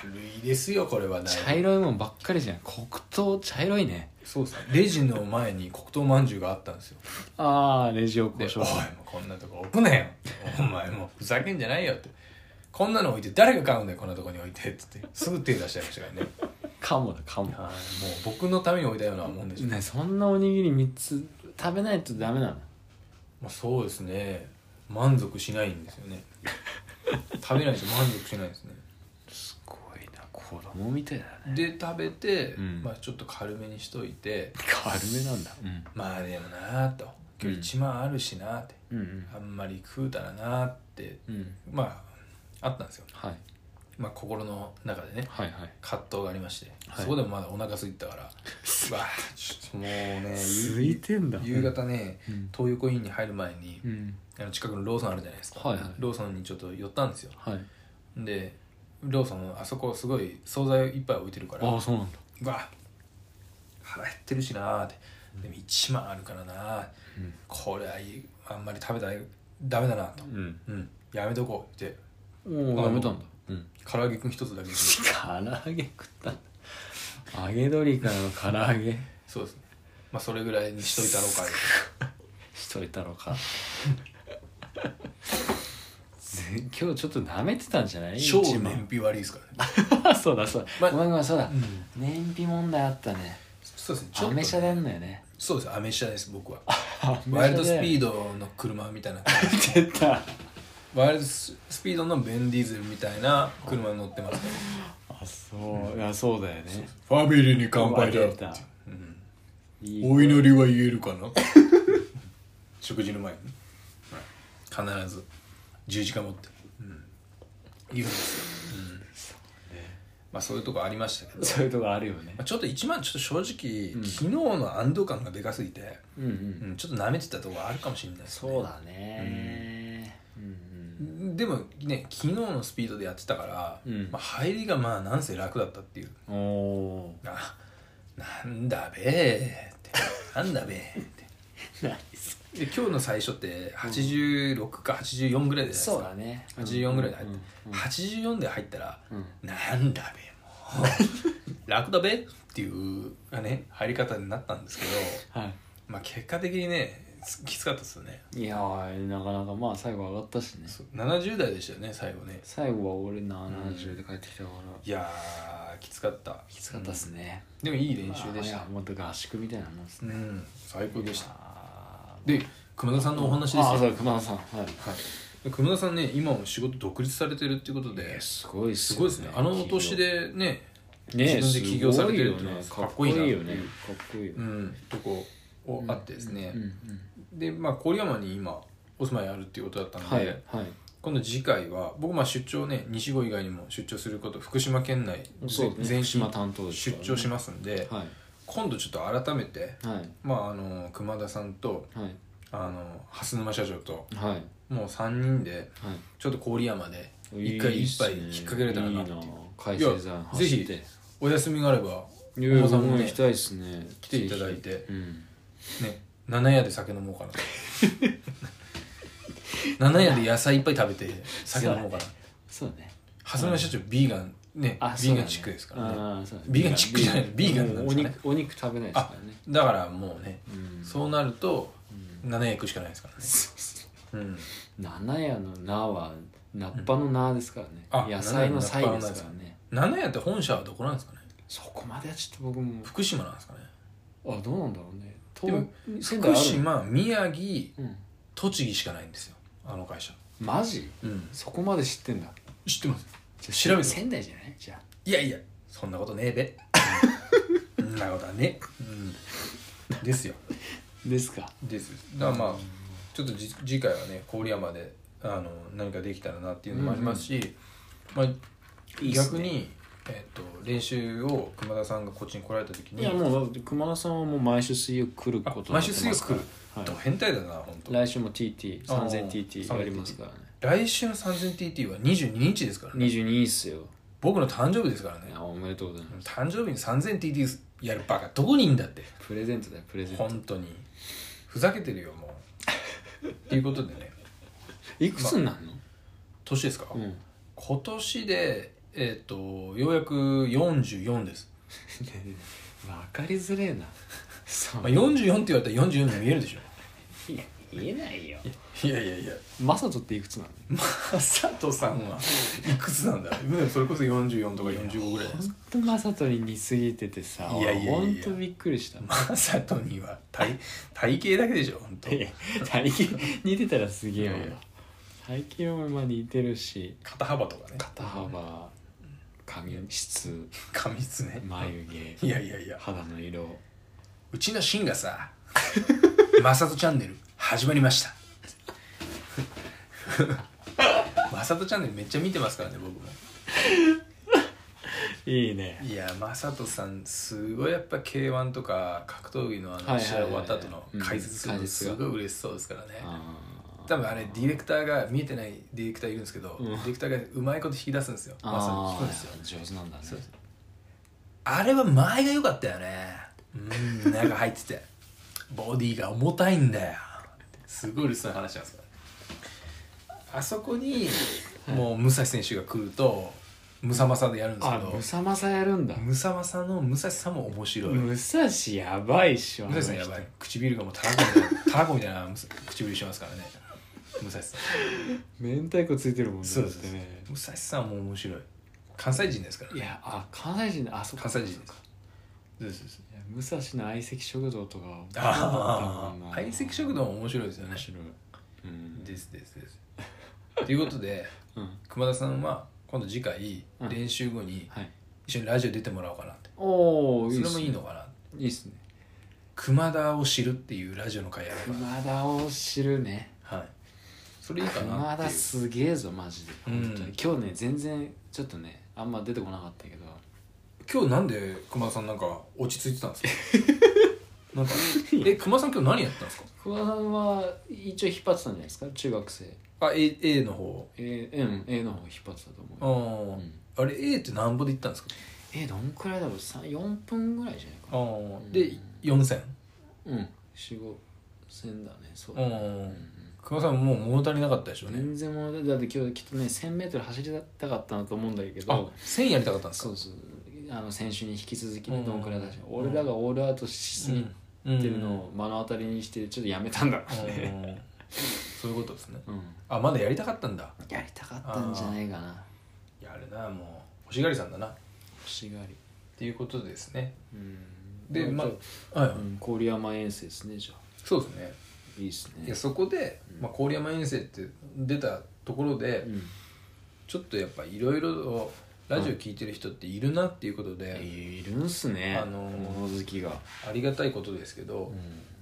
Speaker 2: 軽いですよこれはだ
Speaker 3: 茶
Speaker 2: いぶ
Speaker 3: 色いもんばっかりじゃん黒糖茶色いね
Speaker 2: そうですねレジの前に黒糖まんじゅうがあったんですよ
Speaker 3: ああレジオ
Speaker 2: で
Speaker 3: コ
Speaker 2: 「
Speaker 3: シ
Speaker 2: お
Speaker 3: ョウ
Speaker 2: いもうこんなとこ置くなよお前もうふざけんじゃないよ」って「こんなの置いて誰が買うんだよこんなとこに置いて」っつってすぐ手出しちゃいましたからね
Speaker 3: かもだかも
Speaker 2: はいもう僕のために置いたようなもんでしょ、
Speaker 3: ねそんなおにぎり3つ食べないとダメなの
Speaker 2: まあ、そうですね満足しないんですよね食べないと満足しないですね
Speaker 3: すごいな子供みたいだね
Speaker 2: で食べて、
Speaker 3: うん
Speaker 2: まあ、ちょっと軽めにしといて
Speaker 3: 軽めなんだうん
Speaker 2: まあでもなあと今日1万あるしなあって、
Speaker 3: うん
Speaker 2: あんまり食うたらなあって
Speaker 3: うんうん
Speaker 2: まああったんですよ、
Speaker 3: はい
Speaker 2: まあ、心の中でね
Speaker 3: はいはい
Speaker 2: 葛藤がありまして、
Speaker 3: はい
Speaker 2: そこでもまだお腹空いてた
Speaker 3: [laughs]
Speaker 2: からうわあちょっともうね
Speaker 3: 空いてんだ
Speaker 2: 夕方ね
Speaker 3: うん
Speaker 2: 東横インに入る前に、
Speaker 3: うん
Speaker 2: あの近くのローソンあるじゃないですか、
Speaker 3: はいはい
Speaker 2: ローソンにちょっと寄ったんですよ
Speaker 3: はい
Speaker 2: でローソンあそこすごい惣菜いっぱい置いてるから
Speaker 3: ああそうなんだ
Speaker 2: うわ腹減ってるしなーってでも1万あるからなー
Speaker 3: うん
Speaker 2: これはいいあんまり食べたらダメだなと、
Speaker 3: うん
Speaker 2: うん、やめとこうって
Speaker 3: おお
Speaker 2: あ
Speaker 3: やめたんだうん
Speaker 2: 唐揚げくん一つだけに
Speaker 3: 唐揚げ食ったんだ揚げ鶏からの唐揚げ
Speaker 2: そうですねまあそれぐらいにしといたろうか
Speaker 3: しといたのかぜ今日ちょっと舐めてたんじゃ [laughs] ない
Speaker 2: 超
Speaker 3: 一
Speaker 2: 燃
Speaker 3: 番
Speaker 2: 費悪いですからね、
Speaker 3: [laughs] そうだそうだ、
Speaker 2: ま
Speaker 3: ごめんごめんそうだ、
Speaker 2: うん
Speaker 3: 燃費問題あったね
Speaker 2: そうですねちょ
Speaker 3: ア
Speaker 2: っとね
Speaker 3: メ車なんだよね
Speaker 2: そうですアメ車です僕はワ
Speaker 3: [laughs] ワ
Speaker 2: イルドスピー
Speaker 3: ド
Speaker 2: ドの車みたいな
Speaker 3: 出た
Speaker 2: ワイルドスピードのベン・ディーゼルみたいな車に乗ってますね
Speaker 3: あそういやそうだよね
Speaker 2: ファミリーに乾杯だ
Speaker 3: 出た
Speaker 2: うん
Speaker 3: いい
Speaker 2: お祈りは言えるかな食事の前にね、必ず十字架持って、うん、言うんですよ、うんまあ、そういうとこありましたけど、ま
Speaker 3: そういうとこあるよね
Speaker 2: あ、ちょっと一番ちょっと正直、
Speaker 3: うん
Speaker 2: 昨日の安堵感がでかすぎて、
Speaker 3: うんう
Speaker 2: うんん、ちょっと舐めてたとこあるかもしれないですね
Speaker 3: そうだねうん
Speaker 2: でもね昨日のスピードでやってたから、
Speaker 3: うん
Speaker 2: まあ、入りがまあなんせ楽だったっていう
Speaker 3: うんおー
Speaker 2: あなんだべーってなんだべーって
Speaker 3: [laughs] 何それ
Speaker 2: で今日の最初って86か84ぐらいじゃ
Speaker 3: そう
Speaker 2: な
Speaker 3: だ
Speaker 2: い
Speaker 3: ね
Speaker 2: ですか84ぐらいで入っ
Speaker 3: うん
Speaker 2: て
Speaker 3: うん
Speaker 2: 84で入ったら
Speaker 3: うん
Speaker 2: なんだべ
Speaker 3: [laughs]
Speaker 2: もう楽だべっていうね入り方になったんですけど
Speaker 3: は
Speaker 2: まあ結果的にねすきつかったですよね
Speaker 3: いいやーなかなかまあ最後上がったしね
Speaker 2: そう70代でしたよね最後ね
Speaker 3: 最後は俺70で帰ってきたから
Speaker 2: いやーきつかった
Speaker 3: きつかったっすね
Speaker 2: でもいい練習でした
Speaker 3: まあいやもっと合宿みたいなもんです
Speaker 2: う
Speaker 3: ね
Speaker 2: ん最高でした
Speaker 3: あー
Speaker 2: で熊田さんのお話ですよ
Speaker 3: あそう熊田さんはい
Speaker 2: はい、熊田さんね今も仕事独立されてるっていうことです
Speaker 3: ごいっ
Speaker 2: す
Speaker 3: す
Speaker 2: ごいですねあのお年でね
Speaker 3: ね
Speaker 2: 自分で起業されてるっていうのは
Speaker 3: す
Speaker 2: か
Speaker 3: ご
Speaker 2: っこいいな
Speaker 3: よねかっこいいよ
Speaker 2: う
Speaker 3: ね
Speaker 2: んとこをあってですね、
Speaker 3: うん
Speaker 2: でまあ郡山に今お住まいあるっていうことだった
Speaker 3: うん
Speaker 2: ので、
Speaker 3: はいはい
Speaker 2: 今度次回は僕まあ出張ね西郷以外にも出張すること福島県内
Speaker 3: そうですね
Speaker 2: 全
Speaker 3: 福島
Speaker 2: 島
Speaker 3: 担当で
Speaker 2: 出
Speaker 3: すからね
Speaker 2: 張しますんで
Speaker 3: は
Speaker 2: 今度ちょっと改めて
Speaker 3: いは
Speaker 2: まああの熊田さんと
Speaker 3: いは
Speaker 2: あの蓮沼社長と
Speaker 3: いはい
Speaker 2: もう3人で
Speaker 3: はい
Speaker 2: ちょっと郡山で一
Speaker 3: い
Speaker 2: 回
Speaker 3: いっ
Speaker 2: 一
Speaker 3: すね
Speaker 2: 杯引っ掛けれたらなっていう
Speaker 3: い海星山走って
Speaker 2: いやぜお休みがあれば
Speaker 3: いやいや
Speaker 2: お子さんも
Speaker 3: もう
Speaker 2: ね
Speaker 3: 行きたいっすね
Speaker 2: 来ていただい
Speaker 3: ぜ
Speaker 2: て
Speaker 3: ひうん
Speaker 2: ね七屋で酒飲もうかな [laughs] 七屋で野菜いっぱい食べて酒飲もうかな
Speaker 3: そうだね
Speaker 2: 蓮沼社長ビーガンね
Speaker 3: あ
Speaker 2: ビーガンチックですからねだ
Speaker 3: ね
Speaker 2: ビーガンチックじゃないビーガンなんですかね
Speaker 3: お肉お肉食べないですからね
Speaker 2: からもうね、
Speaker 3: うん
Speaker 2: そうなると七屋行くしかないですからね、うん、
Speaker 3: 七夜の「な」は菜っぱの「な」ですからね、
Speaker 2: あ
Speaker 3: 野菜の「
Speaker 2: 菜
Speaker 3: 菜」で
Speaker 2: っぱの菜
Speaker 3: すからね
Speaker 2: 七屋って本社はどこなんですかね
Speaker 3: そこまではちょっと僕も
Speaker 2: 福島なんですかね
Speaker 3: あどうなんだろうね
Speaker 2: でも
Speaker 3: 東
Speaker 2: 福
Speaker 3: 仙台あ
Speaker 2: 島宮城
Speaker 3: るうん
Speaker 2: 栃木しかないんですよあの会社
Speaker 3: マジ
Speaker 2: うん
Speaker 3: そこまで知ってんだ
Speaker 2: 知ってます
Speaker 3: じゃ
Speaker 2: 調べて
Speaker 3: 仙台じゃないじゃ
Speaker 2: いやいやそんなことねえ [laughs] べそんなことはね、うん、ですよ
Speaker 3: あですか
Speaker 2: ですだからまあちょっとじ次回はね郡山であの何かできたらなっていうのもありますし、まあ、
Speaker 3: いいっす
Speaker 2: 逆
Speaker 3: ね
Speaker 2: に、えっと練習を熊田さんがこっちに来られた時に
Speaker 3: いやもうだって熊田さんはもう毎週水曜来ることになってますから
Speaker 2: 毎週ド変態だな本当
Speaker 3: はい、来週も TT
Speaker 2: あー
Speaker 3: 3000TT やりますからね
Speaker 2: 来週の 3000TT は22日ですからね
Speaker 3: 22いっすよ
Speaker 2: 僕の誕生日ですからね
Speaker 3: いやおめでとうございます
Speaker 2: 誕生日に 3000TT やるバカどこにいんだって
Speaker 3: プレゼントだよプレゼント
Speaker 2: 本当にふざけてるよもうっていうことでね
Speaker 3: いくつになるの、
Speaker 2: 年ですか、
Speaker 3: [laughs] うん
Speaker 2: 今年でえっ、とようやく44です、
Speaker 3: わかりづれえな [laughs] そう
Speaker 2: まあ、44って言われたら44に見えるでしょ
Speaker 3: いや言えないよ
Speaker 2: いやいやいや
Speaker 3: マサトっていくつなの
Speaker 2: 佐藤さんはいくつなんだでもそれこそ44とか45ぐらいじゃないです
Speaker 3: 本当マサトに似すぎててさ
Speaker 2: いやいやいや
Speaker 3: 俺本当びっくりした
Speaker 2: か佐藤には体体型だけでしょ本当
Speaker 3: いや体型似てたらすげえわ
Speaker 2: いやいや
Speaker 3: 最近はまあ似てるし
Speaker 2: 肩幅とかね
Speaker 3: 肩幅髪質
Speaker 2: 髪質ね
Speaker 3: 眉
Speaker 2: い
Speaker 3: 毛
Speaker 2: やいやいや
Speaker 3: 肌の色
Speaker 2: うちのシンがさ「マサトチャンネル始まりました」マサトチャンネルめっちゃ見てますからね僕も
Speaker 3: いいね
Speaker 2: いやマサトさんすごいやっぱ k 1とか格闘技のあ
Speaker 3: はいは
Speaker 2: の
Speaker 3: いはい
Speaker 2: 試合終わった後の
Speaker 3: うん
Speaker 2: 解説する
Speaker 3: 解
Speaker 2: の
Speaker 3: 説
Speaker 2: す
Speaker 3: が
Speaker 2: ごい嬉しそうですからね
Speaker 3: あ
Speaker 2: 多分あれディレクターが見えてないディレクターいるんですけど、
Speaker 3: うん
Speaker 2: ディレクターがうまいこと引き出すんですよ
Speaker 3: ー
Speaker 2: マサト聞くん
Speaker 3: あ
Speaker 2: ですよ
Speaker 3: ー上手なんだね
Speaker 2: そうですあれは間合いが良かったよねうんなんか入っててボディが重たいんだよすごい留守な話なんですからあそこにもう武蔵選手が来るとムサマサでやるんですけ
Speaker 3: あ
Speaker 2: ど
Speaker 3: ムサマサやるんだ
Speaker 2: ムサマサの武蔵さんも面白い武
Speaker 3: 武蔵やばいっしょ
Speaker 2: 蔵さん
Speaker 3: あ
Speaker 2: や
Speaker 3: の人
Speaker 2: ばい唇がもうタラコみたいなタラコみたいな唇してますからね武蔵さん
Speaker 3: 明太子ついてるもんね
Speaker 2: そうです
Speaker 3: だってね
Speaker 2: 武蔵さんも面白い関西人ですから
Speaker 3: い
Speaker 2: ね
Speaker 3: やあ関西人だあそっか
Speaker 2: 関西人です
Speaker 3: そっか
Speaker 2: そうそうそう
Speaker 3: いや武蔵の相席食堂とか面白か
Speaker 2: あ
Speaker 3: ったもん
Speaker 2: あ
Speaker 3: な
Speaker 2: 相席食堂も面白いですよね
Speaker 3: 面白いうん
Speaker 2: ですです [laughs] ですということで
Speaker 3: うん
Speaker 2: 熊田さんは今度次回
Speaker 3: うん
Speaker 2: 練習後に
Speaker 3: はい
Speaker 2: 一緒にラジオ出てもらおうかなって、
Speaker 3: おお
Speaker 2: それもいいのかない
Speaker 3: いっすね
Speaker 2: 熊田を知るっていうラジオの会やれば、
Speaker 3: 熊田を知るね
Speaker 2: はいそれいいかな
Speaker 3: 熊
Speaker 2: っていう
Speaker 3: 田すげえぞマジで
Speaker 2: うん
Speaker 3: 本当に今日ね全然ちょっとねあんま出てこなかったけど
Speaker 2: 今日なんで熊田さんなんか落ち着いてたんですか
Speaker 3: [laughs]
Speaker 2: なんかえ熊田さん今日何やったんですか
Speaker 3: 熊田さんは一応引っ張ってたんじゃないですか中学生
Speaker 2: あ A, A の方
Speaker 3: A, うん、A の方引っ張ってたと
Speaker 2: あ
Speaker 3: 思うよ、
Speaker 2: ー、
Speaker 3: うん
Speaker 2: あれ A って何歩で行ったんですか
Speaker 3: えどんくらいだろうさ4分ぐらいじゃないか
Speaker 2: あ
Speaker 3: な
Speaker 2: ー
Speaker 3: う
Speaker 2: で
Speaker 3: ん
Speaker 2: 4000
Speaker 3: うん45戦だねそう
Speaker 2: う
Speaker 3: だ
Speaker 2: ん
Speaker 3: ね、
Speaker 2: 熊田さんもう物足りなかったでしょうね、
Speaker 3: 全然もうだって今日きっとね 1000m 走りたかったなと思うんだけ
Speaker 2: あ
Speaker 3: ど
Speaker 2: 1000やりたかったんですか
Speaker 3: そうそうあの先週に引き続きね
Speaker 2: うん
Speaker 3: どんくらいだし俺らがオールアウトしすぎてるのを目の当たりにしてちょっとやめたんだろうね、
Speaker 2: うんそういうことですね
Speaker 3: うん
Speaker 2: あまだやりたかったんだ
Speaker 3: やりたかったんじゃないかな
Speaker 2: やるなもう欲しがりさんだなっ
Speaker 3: 欲しがり
Speaker 2: ていうことですね
Speaker 3: うん
Speaker 2: でまあ、
Speaker 3: あ
Speaker 2: はい
Speaker 3: うん、郡山遠征ですねじゃあ
Speaker 2: そうですね
Speaker 3: いいですね
Speaker 2: いやそこで、まあ、郡山遠征って出たところで、
Speaker 3: うん
Speaker 2: ちょっとやっぱいろいろラジオ聞いてる人っているなっていうことで、
Speaker 3: いるんすね
Speaker 2: あのー
Speaker 3: 物好きが
Speaker 2: ありがたいことですけど、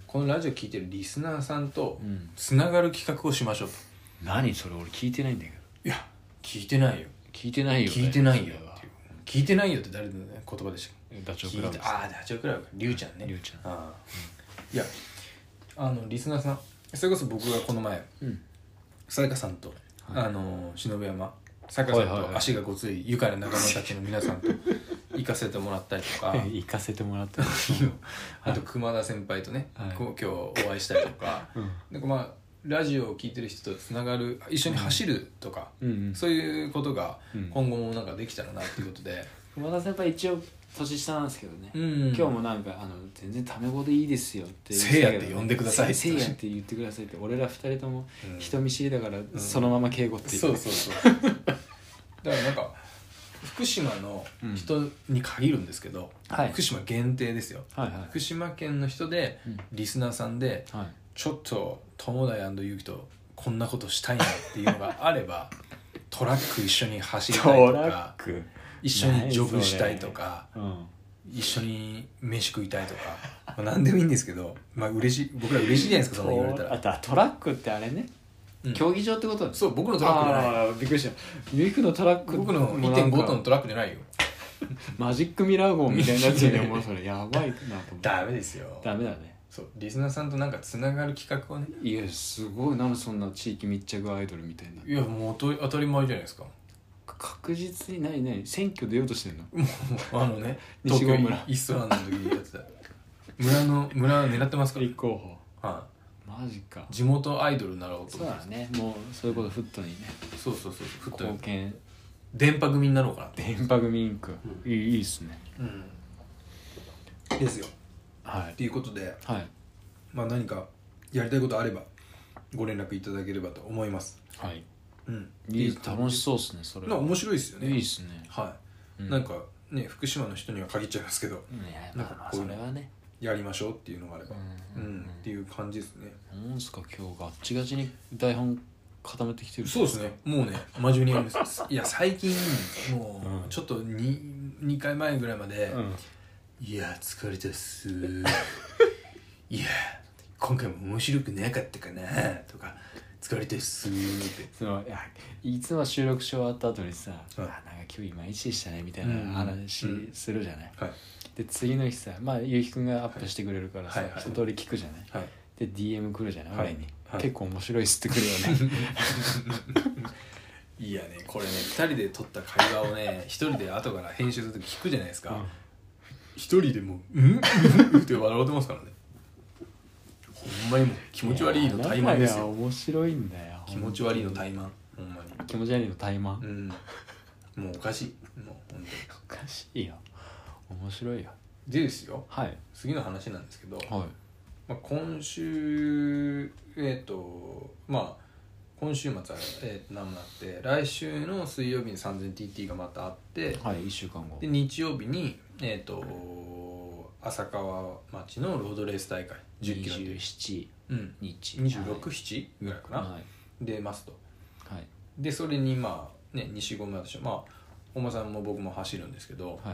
Speaker 2: このラジオ聞いてるリスナーさんと
Speaker 3: うん
Speaker 2: つながる企画をしましょうと
Speaker 3: 何それ俺聞いてないんだけど
Speaker 2: いや聞いてないよ
Speaker 3: 聞いてないよね
Speaker 2: 聞いてないよ
Speaker 3: それは
Speaker 2: っていう聞いてないよって誰のね言葉でしたっけ
Speaker 3: ダチョ
Speaker 2: 聞
Speaker 3: ウ倶
Speaker 2: い
Speaker 3: 楽部
Speaker 2: てああダチョウ倶楽部りゅうちゃんね
Speaker 3: りゅうちゃん
Speaker 2: あーいやあのリスナーさんそれこそ僕がこの前
Speaker 3: うん
Speaker 2: さやかさんと、あの忍山さやか
Speaker 3: は
Speaker 2: さん
Speaker 3: いはいはい
Speaker 2: と足がごつい愉快な仲間たちの皆
Speaker 3: [laughs]
Speaker 2: さんと行かせてもらったりとか
Speaker 3: 行かせてもらって
Speaker 2: [laughs] あと熊田先輩とね、
Speaker 3: はい
Speaker 2: こう今日お会いしたりとか、
Speaker 3: うん
Speaker 2: なんかまあラジオを聞いてる人とつながる一緒に走るとか、
Speaker 3: うんうん
Speaker 2: そういうことが
Speaker 3: うん
Speaker 2: 今後もなんかできたらなっていうことで、
Speaker 3: 熊田先輩一応年下なんですけどね、
Speaker 2: うん
Speaker 3: 今日もなんかあの「全然タメ語でいいですよ」って
Speaker 2: せいやって呼んでくださいって
Speaker 3: せいやって言ってくださいって俺ら二人とも
Speaker 2: うん
Speaker 3: 人見知りだからそのまま敬語っていう、
Speaker 2: そうそうそうだからなんか福島の人に限るんですけど、
Speaker 3: はい
Speaker 2: 福島限定ですよ
Speaker 3: はいはい
Speaker 2: 福島県の人で
Speaker 3: うん
Speaker 2: リスナーさんで
Speaker 3: はい
Speaker 2: ちょっと友田ゆきとこんなことしたいなっていうのがあれ
Speaker 3: [laughs]
Speaker 2: ばトラック一緒に走りたいとか
Speaker 3: ク
Speaker 2: 一緒にジョブしたいとか
Speaker 3: うん
Speaker 2: 一緒に飯食いたいとか、まあ、何でもいいんですけど、まあ、嬉しい僕ら嬉しいじゃないですかそんな言われた
Speaker 3: あ
Speaker 2: ら、
Speaker 3: とはトラックってあれね、
Speaker 2: うん
Speaker 3: 競技場ってこと
Speaker 2: そう僕のトラックじゃない
Speaker 3: ああーびっくりしたミクのトラック
Speaker 2: 僕の
Speaker 3: もうなんか
Speaker 2: 1.5トントラックじゃないよ
Speaker 3: マジックミラー号みたいになっちゃうねもうそれやばいなと思って
Speaker 2: ダメですよ
Speaker 3: ダメだね
Speaker 2: そうリスナーさんとなんかつながる企画をね
Speaker 3: いやすごいなんでそんな地域密着アイドルみたいない
Speaker 2: やもうと当たり前じゃないですかも
Speaker 3: 確実に何何選挙出ようとしてんの
Speaker 2: う [laughs] あの [laughs] ね
Speaker 3: 西郷村
Speaker 2: イストランドの時にやってた村の村狙ってますから、
Speaker 3: 立候補
Speaker 2: は
Speaker 3: マジか
Speaker 2: い、地元アイドルになろうと
Speaker 3: そう
Speaker 2: 思って
Speaker 3: だねもうそういうことフットにね
Speaker 2: そうそうそうふっと
Speaker 3: 貢献
Speaker 2: 電波組になろうかなって、
Speaker 3: 電波組インクいいいいっすね
Speaker 2: うん、ですよ
Speaker 3: は
Speaker 2: ということで、
Speaker 3: いはい
Speaker 2: まあ、何かやりたいことあればご連絡いただければと思います
Speaker 3: はい
Speaker 2: うん
Speaker 3: いい楽しそうっすねそれ
Speaker 2: なんか面白いですよね
Speaker 3: いいっすね
Speaker 2: はい、
Speaker 3: うん
Speaker 2: なんかね福島の人には限っちゃいますけど
Speaker 3: いや
Speaker 2: なん
Speaker 3: ま
Speaker 2: か
Speaker 3: あまあ
Speaker 2: こうい
Speaker 3: そう
Speaker 2: の
Speaker 3: れはね
Speaker 2: やりましょうっていうのがあれば
Speaker 3: う
Speaker 2: うんんっていう感じですね
Speaker 3: なんすか今日ガッチガチに台本固めてきてる
Speaker 2: そうですねもうね真面目にやりますいや最近もうちょっと 2, 二回前ぐらいまで、
Speaker 1: うん
Speaker 2: いや疲れたっすいや今回も面白くなかったかなとか疲れたっすって
Speaker 3: そのいやいつも収録し終わった後にさ、
Speaker 2: うん
Speaker 3: あなんか今日いまいちでしたねみたい
Speaker 2: うん
Speaker 3: な話
Speaker 2: うん
Speaker 3: するじゃない、
Speaker 2: はい
Speaker 3: で次の日さまあゆうきくんがアップしてくれるからさ、
Speaker 2: はいはいはい
Speaker 3: 一通り聞くじゃない
Speaker 2: はい
Speaker 3: で DM 来るじゃない、
Speaker 2: はい
Speaker 3: 俺に、
Speaker 2: はい
Speaker 3: 結構面白いっすってくるよね
Speaker 2: いやねこれね2人で撮った会話をね1人
Speaker 3: [laughs]
Speaker 2: で後から編集するとき聞くじゃないですか、
Speaker 3: うん
Speaker 2: 一1人でもう「うん?
Speaker 3: [laughs]
Speaker 2: うん」って笑ってますからねほんまにもう [laughs] 気持ち悪いの怠慢です
Speaker 3: いや
Speaker 2: よ
Speaker 3: 面白いんだよ
Speaker 2: 気持ち悪いの怠慢ほんまに
Speaker 3: 気持ち悪いの怠慢、
Speaker 2: う
Speaker 3: お
Speaker 2: んもうおかしいもう本
Speaker 3: かしいよ面白いよ
Speaker 2: 当にでですよ
Speaker 3: はい
Speaker 2: 次の話なんですけど、
Speaker 3: はい
Speaker 2: まあ、今週えっ、とまあ今週末は、えー、何もなって来週の水曜日に 3000TT がまたあって
Speaker 3: はい1週間後
Speaker 2: で日曜日にえっ、と浅川町のロードレース大会10キロっていう
Speaker 3: 27
Speaker 2: うん
Speaker 3: 日
Speaker 2: 267ぐらいかな、
Speaker 3: はい
Speaker 2: 出ますと
Speaker 3: はい
Speaker 2: でそれにまあね西込私まあ本間さんも僕も走るんですけど
Speaker 3: は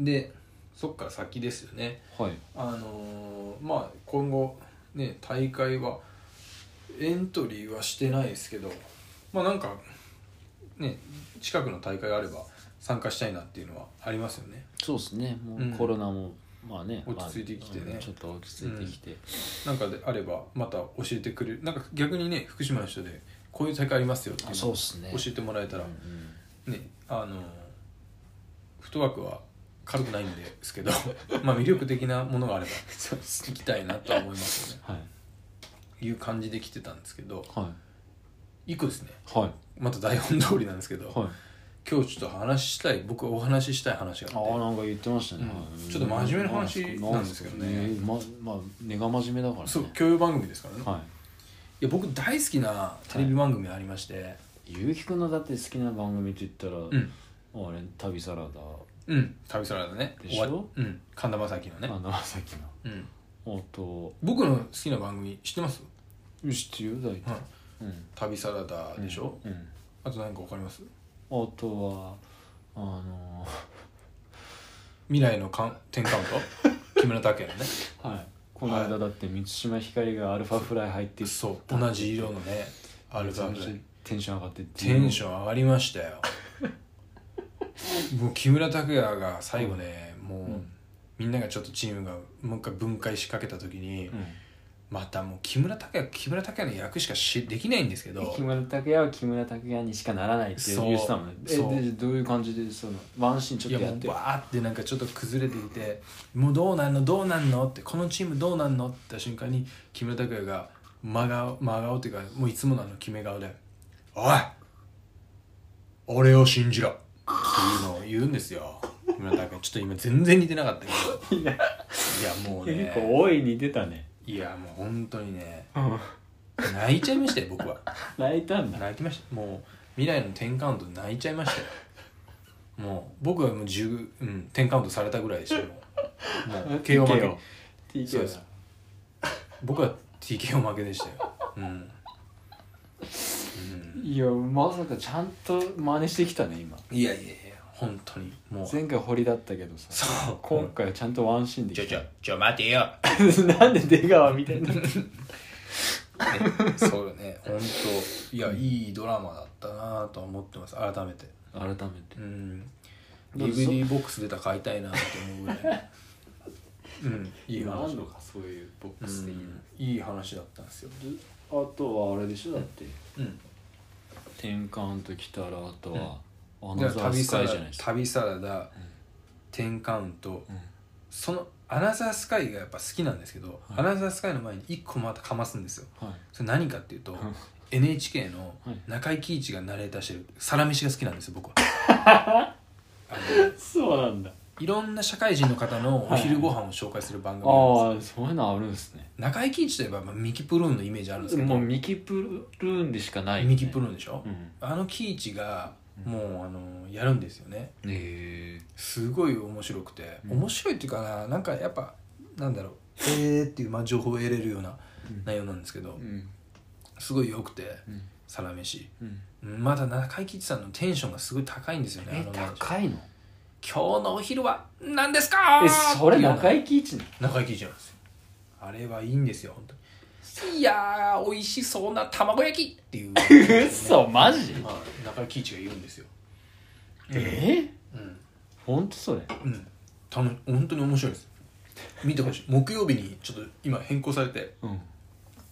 Speaker 3: い
Speaker 2: でそっから先ですよね
Speaker 3: はい
Speaker 2: あのーまあ今後ね大会はエントリーはしてないですけどまあなんかね近くの大会があれば参加したいなっていうのはありますよね
Speaker 3: そうですねも
Speaker 2: うん
Speaker 3: うコロナも、まあね
Speaker 2: 落ち着いてきてね
Speaker 3: まあうんちょっと落ち着いてきて、
Speaker 2: なんかであればまた教えてくれるなんか逆にね福島の人でこういう大会ありますよっていう
Speaker 3: あ
Speaker 2: の
Speaker 3: そう
Speaker 2: を
Speaker 3: っ
Speaker 2: 教
Speaker 3: すね
Speaker 2: えてもらえたら
Speaker 3: うんうん
Speaker 2: ねあのフットワークは軽くないんですけど [laughs] まあ魅力的なものがあれば
Speaker 3: そうっす
Speaker 2: 聞きたいなとは思いますよ
Speaker 3: [laughs]
Speaker 2: ね
Speaker 3: はい
Speaker 2: いう感じで来てたんですけど
Speaker 3: は
Speaker 2: 一個ですね
Speaker 3: いはい
Speaker 2: また台本通りなんですけど、
Speaker 3: はい
Speaker 2: 今日ちょっと話したい僕お話ししたい話があ
Speaker 3: あ
Speaker 2: って
Speaker 3: あなんか言ってましたね、
Speaker 2: うん
Speaker 3: はい
Speaker 2: ちょっと真面目な話なんですけどね
Speaker 3: えーままあ根が真面目だからね
Speaker 2: そう教養番組ですからね、い、
Speaker 3: は
Speaker 2: や僕大好きなテレビ番組ありまして、
Speaker 3: いゆうきくんのだって好きな番組って言ったら、
Speaker 2: うん
Speaker 3: あれ旅サラダ、
Speaker 2: うん旅サラダね
Speaker 3: でしょ
Speaker 2: 終わりうん神田正輝のね、
Speaker 3: あのさっき
Speaker 2: うん、
Speaker 3: のあ [laughs] と
Speaker 2: 僕の好きな番組知ってます、
Speaker 3: 知ってるよ大
Speaker 2: う
Speaker 3: 体、
Speaker 2: ん、
Speaker 3: うん
Speaker 2: 旅サラダでしょ、
Speaker 3: うん、
Speaker 2: あと何かわかります
Speaker 3: あとはあの
Speaker 2: 未来のかん10カウン
Speaker 3: [laughs]
Speaker 2: ト木村拓哉のね
Speaker 3: ーはい [laughs] この間だって満島ひかりがアルファフライ入って
Speaker 2: そう同じ色のねアルファ
Speaker 3: めちゃめちゃテンション上がって
Speaker 2: テンシ
Speaker 3: ョン
Speaker 2: ョン上がりましたよもう木村拓哉が最後ね、もう、
Speaker 3: うん
Speaker 2: みんながちょっとチームがもう一回分解しかけた時に、
Speaker 3: うん
Speaker 2: またもう木村拓哉木村拓哉の役しかしできないんですけ
Speaker 3: で
Speaker 2: ど
Speaker 3: 木村拓哉は木村拓哉にしかならないっていう
Speaker 2: そう
Speaker 3: 言ってたもんねえ
Speaker 2: そう
Speaker 3: でどういう感じでそのワンシーンち
Speaker 2: いや
Speaker 3: ょっとや
Speaker 2: も
Speaker 3: っ
Speaker 2: う
Speaker 3: て
Speaker 2: バーってなんかちょっと崩れていて「もうどうなんのどうなんの?」って「このチームどうなんの?」って言った瞬間に木村拓哉が真顔真顔っていうかもういつものあの決め顔で「おい俺を信じろ」っていうのを言うんですよ木村拓哉ちょっと今全然似てなかったけ
Speaker 3: [laughs]
Speaker 2: どいやもう
Speaker 3: 結
Speaker 2: ね
Speaker 3: 構大いに出たね
Speaker 2: いやもう本当にね泣いちゃいましたよ僕は
Speaker 3: 泣いたんだ
Speaker 2: 泣きましたもう未来の10カウントで泣いちゃいましたよもう僕はもう10、うん、10カウントされたぐらいでしたよもう [laughs] もう KO 負け
Speaker 3: TKO
Speaker 2: そうです僕は TKO 負けでしたようん、うん、
Speaker 3: いやまさかちゃんと真似してきたね今
Speaker 2: いやいやいや本当にもう
Speaker 3: 前回堀だったけどさ
Speaker 2: そう
Speaker 3: 今回はちゃんとワンシーンで
Speaker 2: ちょ
Speaker 3: き
Speaker 2: ちょ
Speaker 3: た
Speaker 2: ちょ待てよ
Speaker 3: [laughs] なんで出川みたいな
Speaker 2: そうよね本当いやいいドラマだったなとは思ってます改めて
Speaker 3: 改めて
Speaker 2: うん
Speaker 3: どうぞ
Speaker 2: DVD ボックス出たら買いたいなって思うぐら [laughs] いうんいい話
Speaker 3: 何度かそういうボックスでいい
Speaker 2: うんいい話だったんですよ、
Speaker 3: であとはあれでしょだって
Speaker 2: うん、
Speaker 3: 転換ときたらあとはア
Speaker 2: だ
Speaker 3: ナ
Speaker 2: か
Speaker 3: ザ
Speaker 2: ら
Speaker 3: ー
Speaker 2: 旅
Speaker 3: ス
Speaker 2: サ
Speaker 3: カイ
Speaker 2: ラ
Speaker 3: じ
Speaker 2: ダ
Speaker 3: ゃないですか
Speaker 2: 旅サラダテンカウント、
Speaker 3: ん
Speaker 2: そのアナザースカイがやっぱ好きなんですけど、アナザースカイの前に1個またかますんですよ
Speaker 3: はい
Speaker 2: それ何かっていうと、
Speaker 3: ん
Speaker 2: NHK の
Speaker 3: はい
Speaker 2: 中井貴一がナレーターしてる「サラメシ」が好きなんですよ僕は
Speaker 3: [laughs]
Speaker 2: あの
Speaker 3: そうなんだ
Speaker 2: いろんな社会人の方のお昼ご飯を紹介する番組なんですよ
Speaker 3: ああそういうのあるんですね
Speaker 2: 中井貴一といえばまあミキプルーンのイメージあるんですけど
Speaker 3: もうミキプルーンでしかないよね
Speaker 2: ミキプルーンでしょ、
Speaker 3: うん
Speaker 2: あの貴一がもうあのやるんですよね
Speaker 3: へえ
Speaker 2: すごい面白くて、
Speaker 3: うん
Speaker 2: 面白いっていうかななんかやっぱなんだろうえーっていう、まあ、情報を得れるような内容なんですけど、
Speaker 3: うん
Speaker 2: すごい良くて、
Speaker 3: うん
Speaker 2: サラメシ
Speaker 3: うん、
Speaker 2: まだ中井貴一さんのテンションがすごい高いんですよね
Speaker 3: え
Speaker 2: あの毎日
Speaker 3: 高いの
Speaker 2: 今日のお昼は何ですか
Speaker 3: えそれ中
Speaker 2: 井
Speaker 3: 井貴一なの
Speaker 2: 中井貴一なんですよあれはいいんですよ本当にいやー美味しそうな卵焼きっていう、
Speaker 3: [laughs] 嘘マジ
Speaker 2: はい中井貴一が言うんですよ
Speaker 3: え
Speaker 2: うん
Speaker 3: ほんとそれ
Speaker 2: うんたの本当に面白いです見てほしい木曜日にちょっと今変更されて
Speaker 3: うん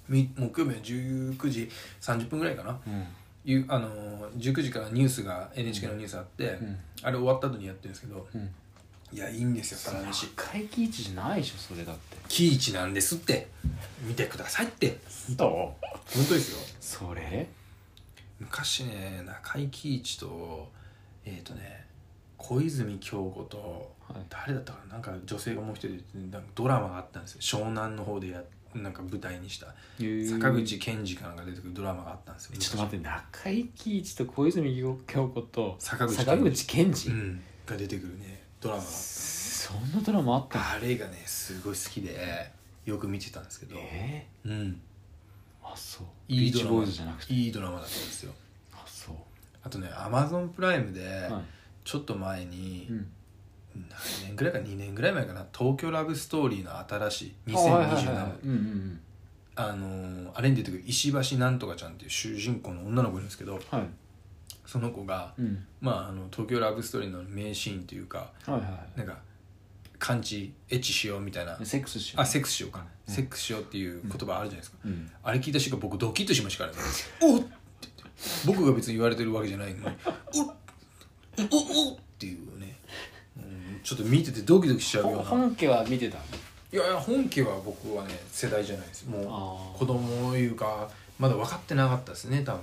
Speaker 2: み木曜日の19時30分ぐらいかな
Speaker 3: うん
Speaker 2: いうあのー19時からニュースが NHK のニュースあって、
Speaker 3: ん
Speaker 2: あれ終わった後にやってるんですけど
Speaker 3: うん
Speaker 2: いやいいんですよサラメシ
Speaker 3: 中井貴一じゃないでしょそれだって
Speaker 2: キイチなんですって見てくださいって
Speaker 3: そ
Speaker 2: 本当ですよ
Speaker 3: それ
Speaker 2: 昔ね中井貴一とえっ、とね小泉京子と
Speaker 3: はい
Speaker 2: 誰だったかななんか女性がもう一人でなんかドラマがあったんですよ湘南の方でやなんか舞台にした坂口健二かなんか出てくるドラマがあったんですよ
Speaker 3: えちょっと待って中井貴一と小泉京子と
Speaker 2: 坂口健二
Speaker 3: 坂口健二、
Speaker 2: うんが出てくるねドラマがあった
Speaker 3: そんなドラマあったの
Speaker 2: あれがねすごい好きでよく見てたんですけど、
Speaker 3: え
Speaker 2: うん
Speaker 3: ー、あそう
Speaker 2: い
Speaker 3: ビ
Speaker 2: い
Speaker 3: ー
Speaker 2: ド
Speaker 3: チ
Speaker 2: ラ
Speaker 3: ボ
Speaker 2: マ
Speaker 3: ーイズじゃなくて
Speaker 2: いいドラマだったんですよ
Speaker 3: あそう
Speaker 2: あとねアマゾンプライムで
Speaker 3: は
Speaker 2: ちょっと前に
Speaker 3: い、、うん、
Speaker 2: 何年ぐらいか2年ぐらい前かな「東京ラブストーリー」の新しい2027、
Speaker 3: うんうんうん
Speaker 2: あのーあれに出てくる石橋なんとかちゃんっていう主人公の女の子いるんですけど
Speaker 3: はい
Speaker 2: その子が、
Speaker 3: うん
Speaker 2: まあ、あの東京ラブストーリーの名シーンというか
Speaker 3: はいはい
Speaker 2: なんか完治エッチしようみたいな
Speaker 3: セックスしよう
Speaker 2: あセックスしようか、
Speaker 3: うん
Speaker 2: セックスしようっていう言葉あるじゃないですか、
Speaker 3: うん
Speaker 2: あれ聞いた瞬間僕ドキッとしましたからね「おっ!」って言って僕が別に言われてるわけじゃないのに「おっおっおっ!」っていうね、うん、ちょっと見ててドキドキしちゃうよ
Speaker 3: ほ
Speaker 2: うな
Speaker 3: 本家は見てた
Speaker 2: いやいや本家は僕はね世代じゃないですも
Speaker 3: あ
Speaker 2: う
Speaker 3: あ
Speaker 2: 子供というかまだ分かってなかったですね多分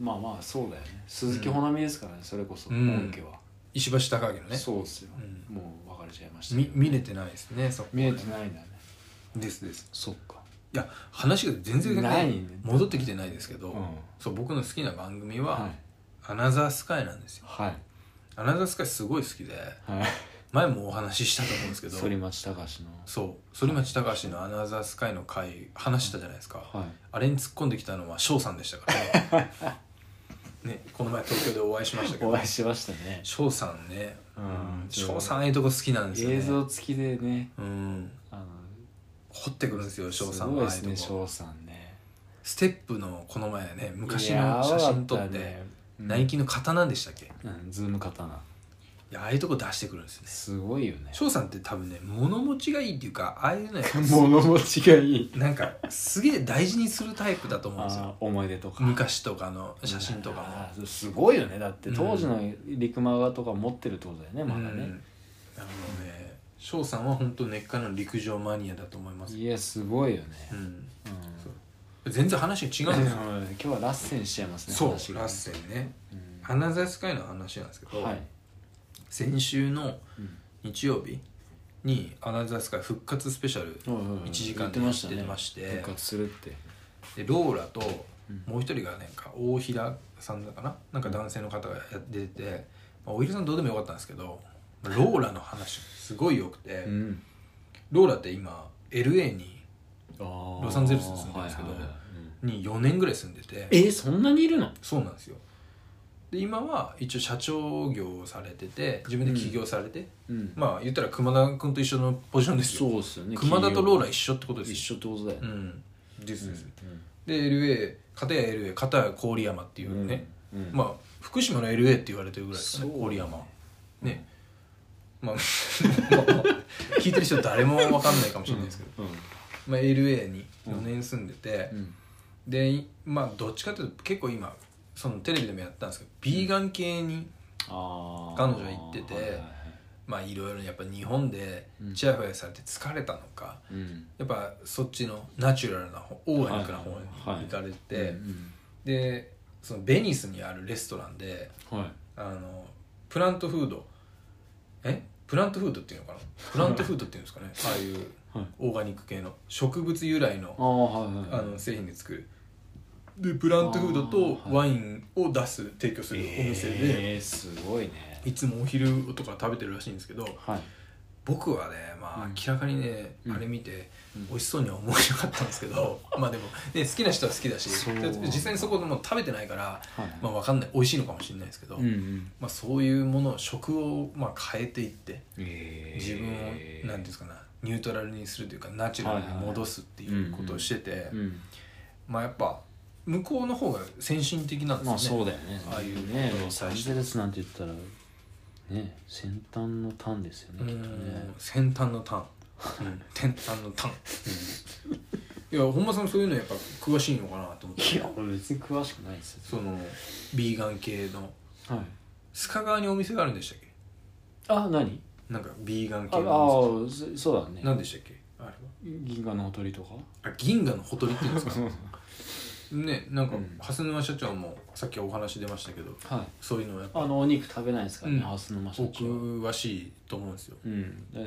Speaker 3: まあまあそうだよね鈴木保奈美ですからねそれこそ
Speaker 2: うん
Speaker 3: 本家は、
Speaker 2: 石橋貴明のね
Speaker 3: そうっすよ、
Speaker 2: うん
Speaker 3: もう別れちゃいましたけ
Speaker 2: み
Speaker 3: ど
Speaker 2: 見れてないですねそこ
Speaker 3: 見えてないんだね
Speaker 2: ですです
Speaker 3: そっか
Speaker 2: いや話が全然、
Speaker 3: ないね
Speaker 2: 戻ってきてないですけど、
Speaker 3: うん
Speaker 2: そう僕の好きな番組は、
Speaker 3: はい
Speaker 2: アナザースカイなんですよ
Speaker 3: はい
Speaker 2: アナザースカイすごい好きで
Speaker 3: はい
Speaker 2: 前もお話ししたと思うんですけど
Speaker 3: 反町隆史の
Speaker 2: そう反町隆史の「アナザースカイ」の回話したじゃないですか、
Speaker 3: はい
Speaker 2: あれに突っ込んできたのは翔さんでしたからね
Speaker 3: [laughs]
Speaker 2: ねこの前東京でお会いしましたけ
Speaker 3: お
Speaker 2: ど
Speaker 3: 会いしましたね
Speaker 2: 翔さんね
Speaker 3: うん
Speaker 2: 翔さんああいうとこ好きなんですよね
Speaker 3: 映像付きでね
Speaker 2: うん
Speaker 3: あの
Speaker 2: 掘ってくるんですよ翔さ
Speaker 3: す
Speaker 2: ん
Speaker 3: ごい
Speaker 2: はああ
Speaker 3: で
Speaker 2: い
Speaker 3: すね
Speaker 2: うとこ
Speaker 3: 翔さんね
Speaker 2: ステップのこの前ね昔の写真撮って、
Speaker 3: いやーうん
Speaker 2: ナイキの刀でしたっけい
Speaker 3: うんズーム刀
Speaker 2: やああいうとこ出してくるんですよね
Speaker 3: すごいよ
Speaker 2: [laughs]
Speaker 3: ね
Speaker 2: 翔さんって多分ね物持ちがいいっていうかああいうのやっぱ
Speaker 3: [laughs] 物持ちがいい
Speaker 2: なんかすげえ大事にするタイプだと思うんですよ
Speaker 3: あー思い出とか
Speaker 2: 昔とかの写真とか
Speaker 3: あーすごいよねだって
Speaker 2: うん
Speaker 3: 当時の陸マガとか持ってるってことだよね
Speaker 2: も、
Speaker 3: まだ
Speaker 2: うん
Speaker 3: ね
Speaker 2: あのね翔さんは本当根っからの陸上マニアだと思います、
Speaker 3: いやすごいよね
Speaker 2: うん、
Speaker 3: うん
Speaker 2: 全然話が違うんですよ
Speaker 3: うん今日はラッセンしちゃいますね
Speaker 2: そう
Speaker 3: 話が
Speaker 2: ラッセンね
Speaker 3: うん
Speaker 2: アナザースカイの話なんですけど、
Speaker 3: はい
Speaker 2: 先週の
Speaker 3: うん
Speaker 2: 日曜日にアナザースカイ復活スペシャル1時間でやってまして
Speaker 3: 復活するって
Speaker 2: でローラと
Speaker 3: うん
Speaker 2: もう一人がなんか大平さんだかななんか男性の方がや出てて、まあ、大平さんどうでもよかったんですけどローラの話すごいよくて、
Speaker 3: うん
Speaker 2: ローラって今 LA に
Speaker 3: ロ
Speaker 2: ロサンゼルスに住んでるんですけどに4年ぐらい住んでて
Speaker 3: えそんなにいるの
Speaker 2: そうなんですよで今は一応社長業をされてて自分で起業されて、
Speaker 3: うん
Speaker 2: まあ言ったら熊田君と一緒のポジションですよ
Speaker 3: そうっすよね
Speaker 2: 熊田とローラ
Speaker 3: 企
Speaker 2: 一緒ってことで
Speaker 3: 業
Speaker 2: す
Speaker 3: 一緒ってことだよ
Speaker 2: う
Speaker 3: ね
Speaker 2: んですです、
Speaker 3: うん
Speaker 2: で LA 片や LA 片や郡山っていうね、
Speaker 3: うん
Speaker 2: まあ福島の LA って言われてるぐらいですね
Speaker 3: そう
Speaker 2: 郡山ね、まあ [laughs] 聞いてる人誰も分かんないかもしれないですけど、
Speaker 3: うん
Speaker 2: まあ、LA に4年住んでて、
Speaker 3: うん
Speaker 2: でいまあどっちかというと結構今そのテレビでもやったんですけどビーガン系に、
Speaker 3: あー
Speaker 2: 彼女行ってて
Speaker 3: はいはいはい
Speaker 2: まあいろいろやっぱ日本で
Speaker 3: うん
Speaker 2: チヤホヤされて疲れたのか、
Speaker 3: うん
Speaker 2: やっぱそっちのナチュラルな方オーガニックな方に
Speaker 3: はい
Speaker 2: 行かれて、
Speaker 3: うん
Speaker 2: でそのベニスにあるレストランで
Speaker 3: うんはい
Speaker 2: あのプラントフードえプラントフードっていうのかなプラントフードっていうんですかねああいう
Speaker 3: はい
Speaker 2: オーガニック系の植物由来
Speaker 3: あ
Speaker 2: の
Speaker 3: あはいはい
Speaker 2: あの製品で作るでプラントフードと
Speaker 3: あーは
Speaker 2: ワインを出す提供するお店で、
Speaker 3: えーすごいね
Speaker 2: いつもお昼とか食べてるらしいんですけど
Speaker 3: はい
Speaker 2: 僕はねまあ
Speaker 3: うん
Speaker 2: 明らかにね、
Speaker 3: うん
Speaker 2: あれ見て
Speaker 3: うん
Speaker 2: 美味しそうには思わなかったんですけど、まあでも、ね、好きな人は好きだし
Speaker 3: そう
Speaker 2: 実際にそこでもう食べてないから、
Speaker 3: はい
Speaker 2: まあ、分かんない美味しいのかもしれないですけど、
Speaker 3: うんうん
Speaker 2: まあ、そういうものを食をまあ変えていって
Speaker 3: え
Speaker 2: 自分を何ていうんですかなニュートラルにするというかナチュラルに戻すっていうことをしてて、
Speaker 3: うん
Speaker 2: まあやっぱ向こうの方が先進的なんですね、
Speaker 3: まあそうだよね
Speaker 2: ああいう
Speaker 3: ね
Speaker 2: ことを
Speaker 3: サ
Speaker 2: 最
Speaker 3: ン
Speaker 2: 初
Speaker 3: ゼルスなんて言ったらね先端の端ですよ
Speaker 2: う
Speaker 3: ねきっとね
Speaker 2: ん先端の端、うん、天端の端、いや本間さんそういうのやっぱ詳しいのかなと思って
Speaker 3: いや俺別に詳しくないですよ
Speaker 2: そのビーガン系の
Speaker 3: はい
Speaker 2: 須賀川にお店があるんでしたっけ
Speaker 3: あ何
Speaker 2: なんかビーガン
Speaker 3: あ
Speaker 2: 系
Speaker 3: あ
Speaker 2: の
Speaker 3: そそうだ
Speaker 2: お
Speaker 3: ね
Speaker 2: 店何でしたっけあれは
Speaker 3: 銀河のほとりとか
Speaker 2: あ銀河のほとりっていうん
Speaker 3: [laughs]
Speaker 2: ですかねなんか
Speaker 3: うん
Speaker 2: 蓮沼社長もさっきお話出ましたけど
Speaker 3: はい
Speaker 2: そういうのをやっぱ
Speaker 3: あのお肉食べないですからね、
Speaker 2: うん
Speaker 3: 蓮沼社長
Speaker 2: 詳しいと思うんですよ
Speaker 3: うんだから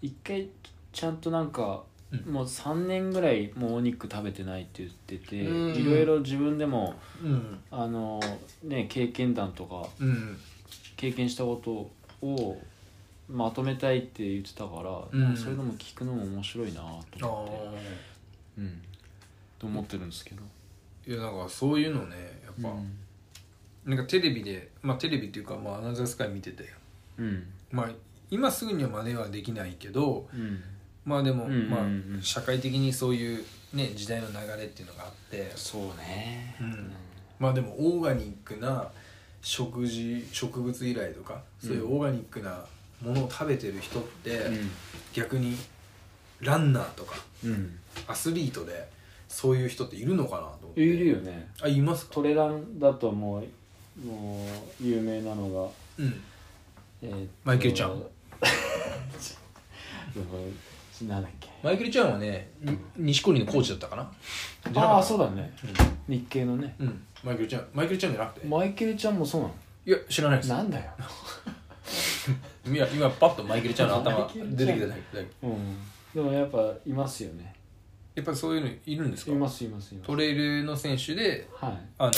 Speaker 3: 一回ちゃんとなんか、
Speaker 2: うん
Speaker 3: もう3年ぐらいもうお肉食べてないって言ってて
Speaker 2: うん
Speaker 3: いろいろ自分でも
Speaker 2: うん
Speaker 3: あのね経験談とか
Speaker 2: うん
Speaker 3: 経験したことをまとめたいって言ってたから、
Speaker 2: うん
Speaker 3: それでも聞くのも面白いな
Speaker 2: あ
Speaker 3: と思って、
Speaker 2: あ
Speaker 3: うん、と思ってるんですけど、
Speaker 2: いやなんかそういうのねやっ
Speaker 3: う
Speaker 2: ぱ、
Speaker 3: ん
Speaker 2: なんかテレビでまあテレビっていうか、まあ、アナザースカイ見てて
Speaker 3: うん
Speaker 2: まあ今すぐには真似はできないけど
Speaker 3: うん、
Speaker 2: まあでも、
Speaker 3: うんうんうん
Speaker 2: まあ、社会的にそういう、ね、時代の流れっていうのがあって、
Speaker 3: そうね、
Speaker 2: うんまあでもオーガニックな食事植物由来とかそういうオーガニックなものを食べてる人って、逆にランナーとか
Speaker 3: うん、うん、
Speaker 2: アスリートでそういう人っているのかなと思って
Speaker 3: いるよね
Speaker 2: あいますか
Speaker 3: トレランだともうもう有名なのが、
Speaker 2: うん
Speaker 3: えーっと
Speaker 2: マイケル
Speaker 3: [laughs]
Speaker 2: ちゃん
Speaker 3: やばいなんだっけ
Speaker 2: マイケルちゃんはねに錦織のコーチだったかなじゃなか
Speaker 3: あ
Speaker 2: った
Speaker 3: あそうだね日系のね
Speaker 2: うん、マイケルちゃんマイケルちゃんじゃなくて
Speaker 3: マイケルちゃんもそうない
Speaker 2: や知らないで
Speaker 3: の
Speaker 2: す
Speaker 3: なんだよ、
Speaker 2: いや今パッとマイケルちゃんの頭
Speaker 3: マイケルちゃん
Speaker 2: 出てきただけ
Speaker 3: うん、でもやっぱいますよね
Speaker 2: やっぱそういうのいるんです
Speaker 3: い
Speaker 2: か
Speaker 3: ますいますいます
Speaker 2: トレイルの選手で
Speaker 3: は
Speaker 2: あの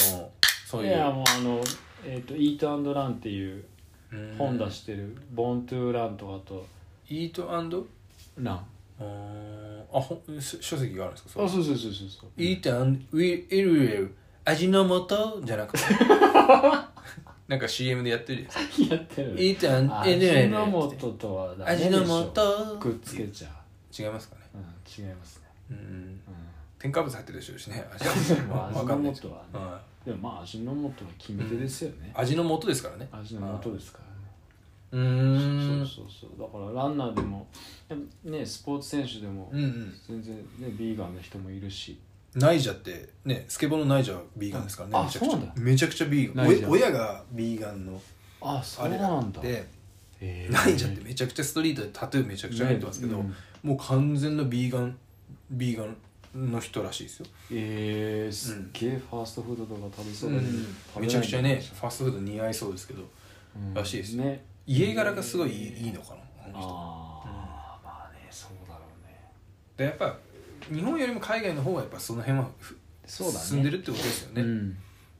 Speaker 2: そ
Speaker 3: いうい
Speaker 2: いう
Speaker 3: やもうあのえっ、と「イートアンドラン」っていう
Speaker 2: うん
Speaker 3: 本出してる「ボーントゥーラン」とかあと
Speaker 2: イートアンド
Speaker 3: 「ラン
Speaker 2: あーあほん書書籍があるんです」か
Speaker 3: あ
Speaker 2: そ
Speaker 3: そうそうそうそうそう
Speaker 2: うイートアンドウィエルエル味の素じゃなくて [laughs] なんか CM でやってるやつ
Speaker 3: [laughs] やってる
Speaker 2: イートアンドエルエル
Speaker 3: 味の素とはダメでし
Speaker 2: 味
Speaker 3: ょ
Speaker 2: の素
Speaker 3: くっつけちゃ
Speaker 2: 違いますかね
Speaker 3: う、うん、違いますね、
Speaker 2: うん
Speaker 3: う
Speaker 2: 添加物入ってるでしょうしね味 [laughs]
Speaker 3: ん、まあ
Speaker 2: わ
Speaker 3: 味
Speaker 2: かんない
Speaker 3: の
Speaker 2: です
Speaker 3: 素
Speaker 2: けど
Speaker 3: はね、
Speaker 2: は
Speaker 3: でもまあ味の素は決め手ですよ
Speaker 2: い
Speaker 3: ね、
Speaker 2: 味の素ですからね
Speaker 3: 味の素ですからね
Speaker 2: う
Speaker 3: そ
Speaker 2: ー
Speaker 3: うんそうそうだからランナーでもでもねスポーツ選手でも
Speaker 2: うんうん
Speaker 3: 全然ねビーガンの人もいるし
Speaker 2: ナイジャってねスケボーのナイジャはビーガンですからね
Speaker 3: あ
Speaker 2: めちゃくち
Speaker 3: そ
Speaker 2: ゃ
Speaker 3: うなんだ
Speaker 2: めちゃくちゃビーガン
Speaker 3: ナイジャ
Speaker 2: お親がビーガンの
Speaker 3: あそ
Speaker 2: あ
Speaker 3: う
Speaker 2: れ
Speaker 3: なんだ
Speaker 2: で
Speaker 3: へー
Speaker 2: ナイジャってめちゃくちゃストリートでタトゥーめちゃくちゃ入ってますけど、
Speaker 3: ねうん
Speaker 2: もう完全なビーガンビーガンの人らしいですよ、
Speaker 3: えー、すっげえファーストフードとか食べそうだけど食べない
Speaker 2: めちゃくちゃねファーストフード似合いそうですけど
Speaker 3: うん
Speaker 2: らしいです
Speaker 3: ね
Speaker 2: 家柄がすごいいいいいのかなあの人
Speaker 3: ああまあねそうだろうね
Speaker 2: でやっぱ日本よりも海外の方がやっぱその辺はふ
Speaker 3: そうだね
Speaker 2: 進んでるってことですよね
Speaker 3: うん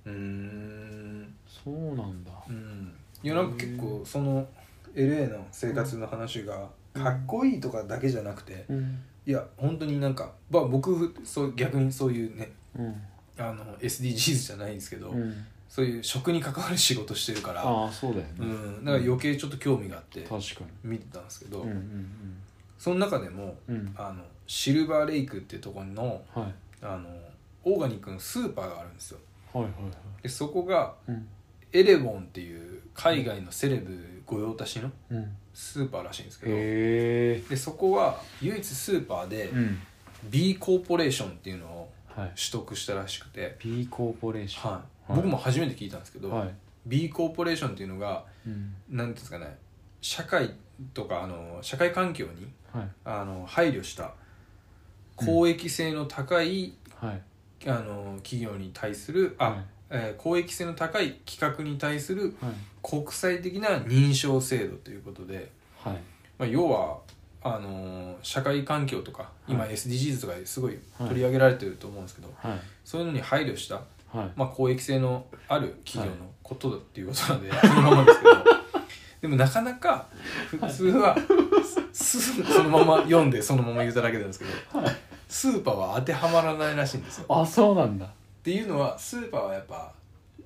Speaker 2: うーん
Speaker 3: そうなんだ
Speaker 2: うんいやなんか結構その LA の生活の話がかっこいいとかだけじゃなくて
Speaker 3: うん
Speaker 2: いや本当になんか、まあ、僕そう逆にそういうね
Speaker 3: うん
Speaker 2: あの SDGs じゃないんですけど、
Speaker 3: うん
Speaker 2: そういう食に関わる仕事してるから、
Speaker 3: ああそうだよ
Speaker 2: う
Speaker 3: ね
Speaker 2: ん、だから余計ちょっと興味があって
Speaker 3: 確か
Speaker 2: 見てたんですけど、
Speaker 3: にうんうん
Speaker 2: その中でも
Speaker 3: うんうん
Speaker 2: あのシルバーレイクってとこの
Speaker 3: はい
Speaker 2: あのオーガニックのスーパーがあるんですよ
Speaker 3: はいはいはい
Speaker 2: でそこが
Speaker 3: うん
Speaker 2: エレボンっていう海外のセレブ御用達の
Speaker 3: うん
Speaker 2: スーパーらしいんですけど、
Speaker 3: へ
Speaker 2: でそこは唯一スーパーで
Speaker 3: えうん
Speaker 2: B コーポレーションっていうのを
Speaker 3: はい
Speaker 2: 取得したらしくて、
Speaker 3: B コーポレーション
Speaker 2: はい僕も初めて聞いたんですけど、
Speaker 3: はい、
Speaker 2: B コーポレーションっていうのが
Speaker 3: うん
Speaker 2: 何んですかね社会とかあの社会環境に
Speaker 3: はい
Speaker 2: あの配慮した公益性の高い、
Speaker 3: はい
Speaker 2: あの企業に対するあ、
Speaker 3: はい
Speaker 2: えー公益性の高い企画に対する
Speaker 3: はい
Speaker 2: 国際的な認証制度ということで、
Speaker 3: はい
Speaker 2: まあ、要はあのー社会環境とか今
Speaker 3: は
Speaker 2: SDGs とかですごい
Speaker 3: はい
Speaker 2: 取り上げられてると思うんですけど、
Speaker 3: はい
Speaker 2: そういうのに配慮した、
Speaker 3: はい
Speaker 2: まあ、公益性のある企業のことだっていうことなんで、そのままですけどでもなかなか普通はススーそのまま読んでそのまま言っただけなんですけど
Speaker 3: はい
Speaker 2: スーパーは当てはまらないらしいんですよ
Speaker 3: あそうなんだ
Speaker 2: っていうのはスーパーはやっぱ